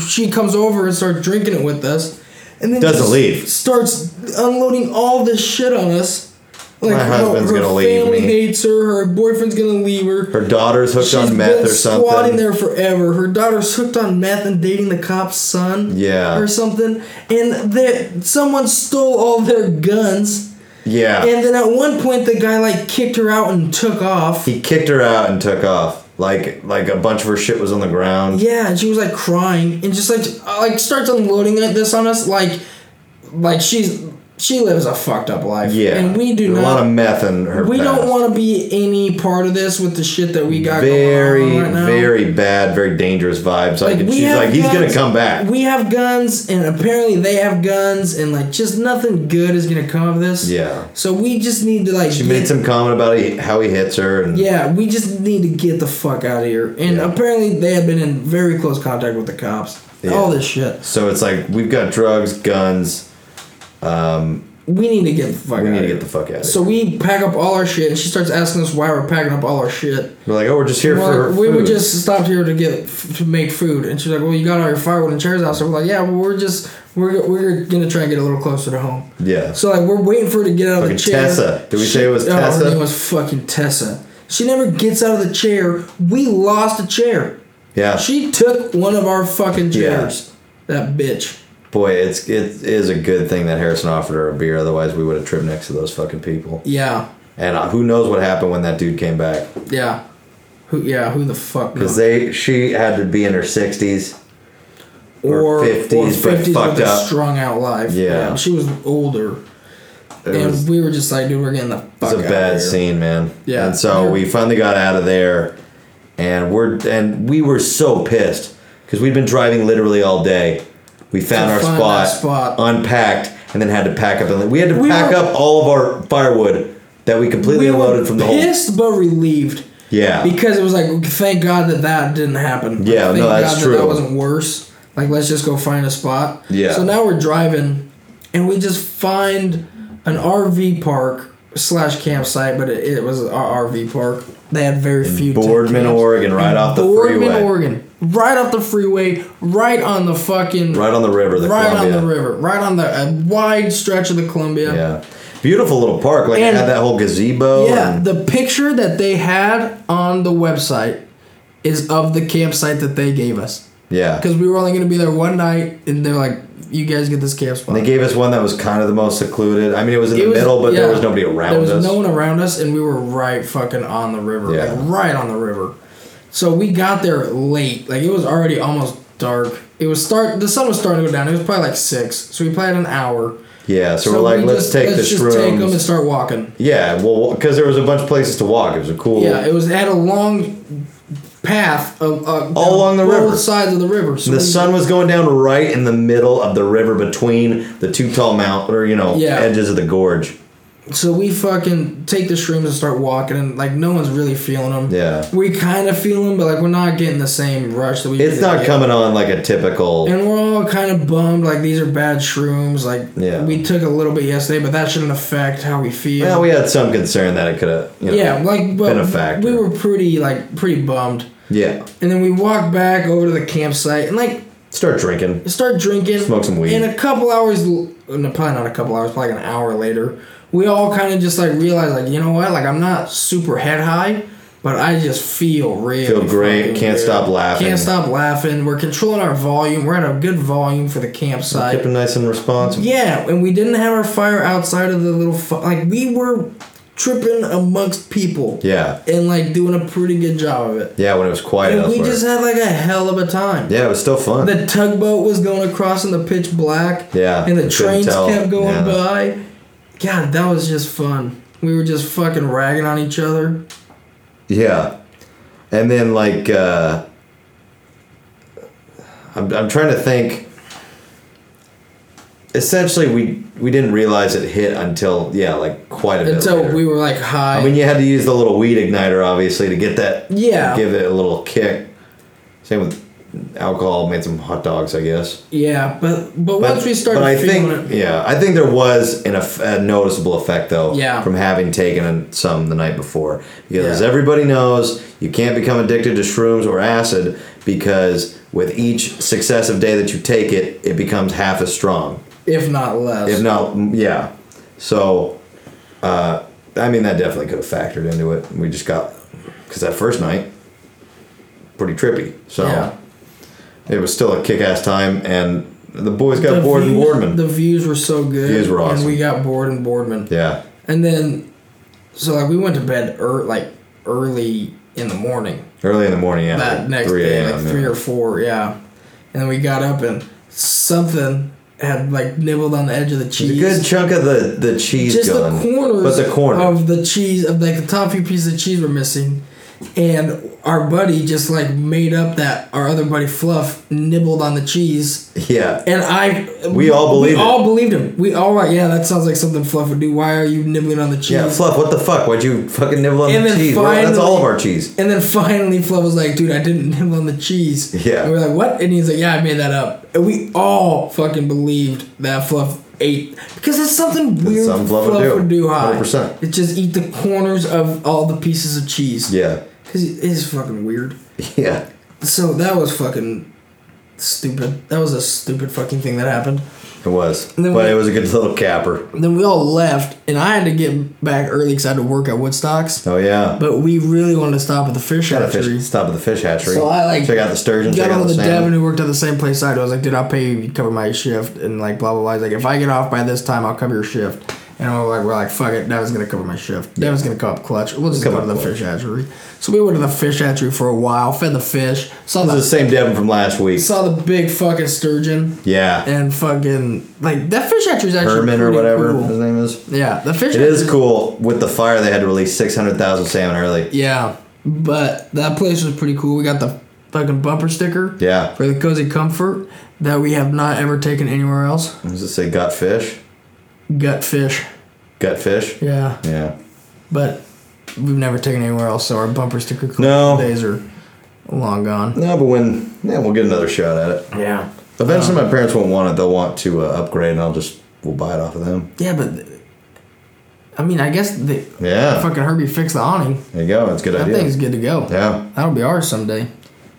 S3: she comes over and starts drinking it with us and then
S2: Doesn't
S3: just
S2: leave.
S3: Starts unloading all this shit on us. Like
S2: My husband's
S3: her, her
S2: gonna leave
S3: family
S2: me.
S3: hates her, her boyfriend's gonna leave her.
S2: Her daughter's hooked
S3: She's
S2: on meth or something.
S3: squatting there forever. Her daughter's hooked on meth and dating the cop's son.
S2: Yeah.
S3: Or something. And that someone stole all their guns.
S2: Yeah,
S3: And then at one point the guy like kicked her out and took off.
S2: he kicked her out and took off. Like like a bunch of her shit was on the ground.
S3: Yeah, and she was like crying and just like uh, like starts unloading it- this on us like like she's she lives a fucked up life.
S2: Yeah,
S3: and we do
S2: There's
S3: not.
S2: a lot of meth in her.
S3: we
S2: past.
S3: don't want to be any part of this with the shit that we got
S2: very,
S3: going on right now.
S2: very bad, very dangerous vibes. Like,
S3: Like, we
S2: she's
S3: have
S2: like, he's gonna
S3: guns-
S2: come back.
S3: We have guns, and apparently they have guns, and like just nothing good is gonna come of this.
S2: yeah,
S3: So we just need to like.
S2: she made some comment about he, how he hits her, and
S3: Yeah, we just need to get the fuck out of here. And
S2: Yeah.
S3: apparently they have been in very close contact with the cops.
S2: Yeah.
S3: All this shit.
S2: so it's like we've got drugs, guns.
S3: We need to get the fuck
S2: We need
S3: out of
S2: to
S3: here.
S2: get the fuck out. Of
S3: so
S2: here.
S3: we pack up all our shit, and she starts asking us why we're packing up all our shit.
S2: we're like, oh, we're just here
S3: We're
S2: for.
S3: like, we
S2: food.
S3: were just stopped here to get f- to make food, and she's like, "Well, you got all your firewood and chairs out." So we're like, "Yeah, well, we're just we're we're gonna try and get a little closer to home."
S2: yeah.
S3: So like we're waiting for her to get out of
S2: Fucking
S3: the chair. Oh,
S2: Tessa. Did we say it was Tessa?
S3: her name was fucking Tessa. She never gets out of the chair. We lost a chair.
S2: yeah.
S3: She took one of our fucking
S2: Yeah.
S3: chairs. That bitch.
S2: Boy, it's it is a good thing that Harrison offered her a beer. Otherwise, we would have tripped next to those fucking people.
S3: Yeah.
S2: And uh, who knows what happened when that dude came back?
S3: Yeah. Who? Yeah. Who the fuck?
S2: Because
S3: Knows?
S2: they she had to be in her sixties. were 50s, but fucked
S3: with
S2: up.
S3: a strung out life.
S2: Yeah.
S3: She was older,
S2: It
S3: and
S2: was,
S3: we were just like, dude, we're getting the
S2: it's
S3: fuck
S2: a
S3: out
S2: bad
S3: of here.
S2: scene, man.
S3: Yeah.
S2: And so we finally got out of there, and we're and we were so pissed because we'd been driving literally all day. We found
S3: To
S2: our
S3: find
S2: spot,
S3: that spot.
S2: unpacked, and then had to pack up. And we had to
S3: We
S2: pack
S3: were-
S2: up all of our firewood that we completely
S3: We were
S2: unloaded from the whole.
S3: pissed but relieved.
S2: Yeah.
S3: Because it was like, thank God that that didn't happen.
S2: Yeah,
S3: Thank
S2: no, that's
S3: God That,
S2: true.
S3: that wasn't worse. Like, let's just go find a spot.
S2: Yeah.
S3: So now we're driving, and we just find an RV park slash campsite, but it, it was an RV park. They had very few. tent
S2: Boardman,
S3: camps.
S2: Oregon, right
S3: In
S2: off the
S3: Boardman,
S2: freeway.
S3: Oregon, right off the freeway, right on the fucking
S2: Right on the river, the
S3: right
S2: Columbia.
S3: on the river, right on the a wide stretch of the Columbia.
S2: Yeah. Beautiful little park. Like
S3: And-
S2: it had that whole gazebo.
S3: Yeah,
S2: and-
S3: the picture that they had on the website is of the campsite that they gave us.
S2: yeah.
S3: Because we were only going to be there one night, and they're like, you guys get this camp spot.
S2: They gave us one that was kind of the most secluded. I mean, it was in the
S3: It was-
S2: middle, but there
S3: yeah,
S2: was nobody around
S3: There was
S2: us.
S3: no one around us, and we were right fucking on the river.
S2: Yeah.
S3: Like, right on the river. So we got there late. Like, it was already almost dark. It was start, the sun was starting to go down. It was probably like six. So we probably had an hour.
S2: yeah, so, we're like,
S3: we
S2: let's
S3: just-
S2: take the
S3: just take them and
S2: shrooms.
S3: start walking.
S2: Yeah, well, because there was a bunch of places to walk. It was a cool.
S3: Yeah, it was it had a long path of uh, down
S2: along the
S3: both
S2: river.
S3: sides of the river. So
S2: the
S3: we-
S2: sun was going down right in the middle of the river between the two tall mount or you know
S3: Yeah.
S2: edges of the gorge.
S3: So we fucking take the shrooms and start walking, and like no one's really feeling them.
S2: Yeah.
S3: we kind of feel them, but like we're not getting the same rush that we.
S2: It's
S3: usually
S2: not
S3: get.
S2: coming on like a typical.
S3: And we're all kind of bummed. Like these are bad shrooms. Like
S2: Yeah.
S3: we took a little bit yesterday, but that shouldn't affect how we feel.
S2: Well, we had some concern that it could have. You know,
S3: yeah, like but
S2: been a factor.
S3: we were pretty like pretty bummed.
S2: yeah.
S3: And then we walked back over to the campsite, and like
S2: Start drinking.
S3: start drinking,
S2: Smoke some weed.
S3: And a couple hours, l- no, probably not a couple hours, probably like an hour later, we all kind of just like realize, like, you know what? Like, I'm not super head high, but I just feel really
S2: Feel great,
S3: fucking
S2: can't stop laughing.
S3: Can't stop laughing. We're controlling our volume. We're at a good volume for the campsite.
S2: Kept him nice and responsible.
S3: Yeah, and we didn't have our fire outside of the little fu- like we were tripping amongst people.
S2: Yeah.
S3: And like doing a pretty good job of it.
S2: Yeah, when it was quiet
S3: And we
S2: elsewhere.
S3: just had like a hell of a time.
S2: yeah, it was still fun.
S3: The tugboat was going across in the pitch black.
S2: Yeah,
S3: And
S2: you
S3: the
S2: couldn't
S3: trains
S2: tell.
S3: kept going
S2: Yeah.
S3: by. God, that was just fun. We were just fucking ragging on each other.
S2: yeah. And then like uh I'm I'm trying to think essentially we we didn't realize it hit until yeah, like quite a bit.
S3: Until
S2: later.
S3: we were like high.
S2: I mean you had to use the little weed igniter obviously to get that
S3: Yeah.
S2: give it a little kick. Same with alcohol, made some hot dogs, I guess.
S3: yeah, but, but
S2: But-
S3: once we started
S2: but I
S3: feeling
S2: think,
S3: it.
S2: Yeah, I think there was an, eff- a noticeable effect though.
S3: Yeah.
S2: From having taken some the night before, because as
S3: Yeah.
S2: everybody knows, you can't become addicted to shrooms or acid because with each successive day that you take it, it becomes half as strong,
S3: If not less.
S2: if not, m- yeah. So, uh, I mean, that definitely could have factored into it. We just got because that first night, pretty trippy. So.
S3: Yeah.
S2: It was still a kick-ass time, and the boys got
S3: The
S2: bored in
S3: views-
S2: Boardman.
S3: The views were so good.
S2: Views were awesome.
S3: And we got bored in Boardman.
S2: Yeah.
S3: And then, so like we went to bed ear like early in the morning.
S2: Early in the morning, yeah.
S3: that
S2: like
S3: next
S2: 3
S3: day,
S2: a.m.,
S3: like three
S2: yeah.
S3: or four, yeah. And then we got up and something had like nibbled on the edge of the cheese.
S2: There's a good chunk of the the cheese
S3: just
S2: gone,
S3: the corners
S2: but the corner.
S3: of the cheese of like the top few pieces of cheese were missing and our buddy just like made up that our other buddy fluff nibbled on the cheese
S2: yeah,
S3: and i
S2: We all believed
S3: we
S2: it.
S3: all believed him we all like yeah that sounds like something fluff would do why are you nibbling on the cheese
S2: yeah. Fluff, what the fuck? Why'd you fucking nibble on
S3: And
S2: the
S3: then
S2: cheese? Well, that's all of our cheese.
S3: and then finally fluff was like dude i didn't (laughs) nibble on the cheese
S2: Yeah.
S3: and we we're like what and he's like yeah i made that up and we all fucking believed that fluff ate because it's something weird
S2: something
S3: fluff,
S2: Fluff would do.
S3: would do high
S2: 100%.
S3: it just eat the corners of all the pieces of cheese
S2: Yeah, (laughs)
S3: Cause it is fucking weird.
S2: yeah.
S3: So that was fucking stupid. That was a stupid fucking thing that happened.
S2: It was,
S3: And then
S2: but
S3: we-
S2: it was a good little capper.
S3: And then we all left, and I had to get back early because I had to work at Woodstocks.
S2: Oh yeah.
S3: But we really wanted to stop at the fish
S2: Got a
S3: hatchery.
S2: fish, stop at the fish hatchery.
S3: So I like
S2: check out the sturgeon.
S3: Got
S2: Check out
S3: all
S2: the,
S3: the
S2: salmon.
S3: Devin who worked at the same place I do. I was like, dude, I'll pay you, you cover my shift, and like blah blah blah. He's like, if I get off by this time, I'll cover your shift. And we're like, we're like, fuck it, Devin's gonna cover my shift. Devin's gonna come up clutch. We'll just
S2: Come
S3: go
S2: up
S3: to the
S2: clutch.
S3: fish hatchery. So we went to the fish hatchery for a while, fed the fish, saw
S2: This
S3: the
S2: is the same Devin from last week.
S3: saw the big fucking sturgeon
S2: yeah,
S3: and fucking like that fish hatchery is actually
S2: Herman or
S3: pretty
S2: whatever his
S3: cool.
S2: name is.
S3: Yeah, the fish.
S2: It is cool. With the fire, they had to release six hundred thousand salmon early.
S3: Yeah, but that place was pretty cool. We got the fucking bumper sticker.
S2: Yeah.
S3: For the cozy comfort that we have not ever taken anywhere else.
S2: What does it say? Gut fish.
S3: Gut fish.
S2: Gut fish.
S3: Yeah,
S2: Yeah.
S3: but we've never taken anywhere else, so our bumper sticker
S2: No.
S3: days are long gone.
S2: No, but when yeah, we'll get another shot at it.
S3: Yeah. Um,
S2: Eventually, my parents won't want it. They'll want to uh, upgrade, and I'll just we'll buy it off of them.
S3: Yeah, but I mean, I guess the
S2: Yeah.
S3: fucking Herbie fixed the awning.
S2: There you go. That's a good
S3: That
S2: idea.
S3: thing's good to go.
S2: yeah.
S3: That'll be ours someday.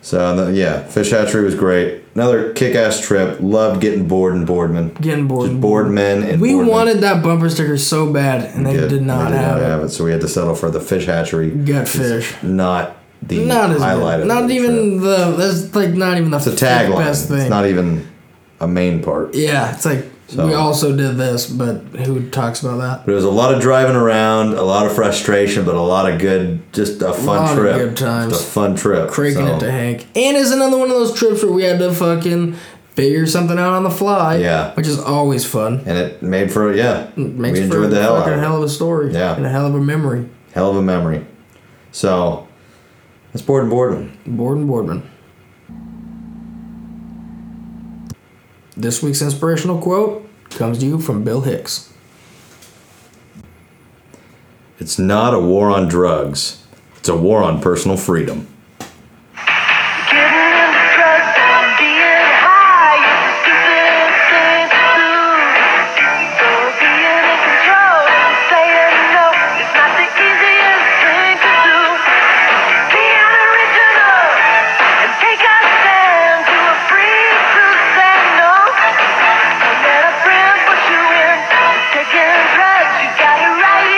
S2: So the, yeah, fish hatchery was great. Another kick-ass trip. Loved getting bored in Boardman.
S3: Getting bored
S2: Just
S3: in
S2: bored men and
S3: We
S2: Boardman.
S3: wanted that bumper sticker so bad, and they
S2: Good.
S3: did, not
S2: They did
S3: have it.
S2: it, so we had to settle for the fish hatchery.
S3: Gut fish.
S2: Not the
S3: Not as
S2: highlight.
S3: good.
S2: Of
S3: Not
S2: the trip.
S3: even the. That's like not even the
S2: It's a tagline.
S3: best thing.
S2: It's not even a main part.
S3: yeah, it's like
S2: So-
S3: we also did this, but who talks about that?
S2: But it was a lot of driving around, a lot of frustration, but a lot of good, just a fun
S3: Lot of
S2: trip.
S3: good times.
S2: Just a fun trip.
S3: Cranking
S2: So,
S3: it to Hank, and it's another one of those trips where we had to fucking figure something out on the fly.
S2: Yeah.
S3: which is always fun.
S2: And it made for yeah.
S3: Makes
S2: we
S3: for
S2: enjoyed the hell
S3: a
S2: out
S3: fucking
S2: of it.
S3: hell of a story.
S2: Yeah.
S3: and a hell of a memory.
S2: Hell of a memory. So that's bored and boredom.
S3: Borden Boardman. This week's inspirational quote comes to you from Bill Hicks.
S2: It's not a war on drugs. It's a war on personal freedom.
S6: Taking drugs, you got it right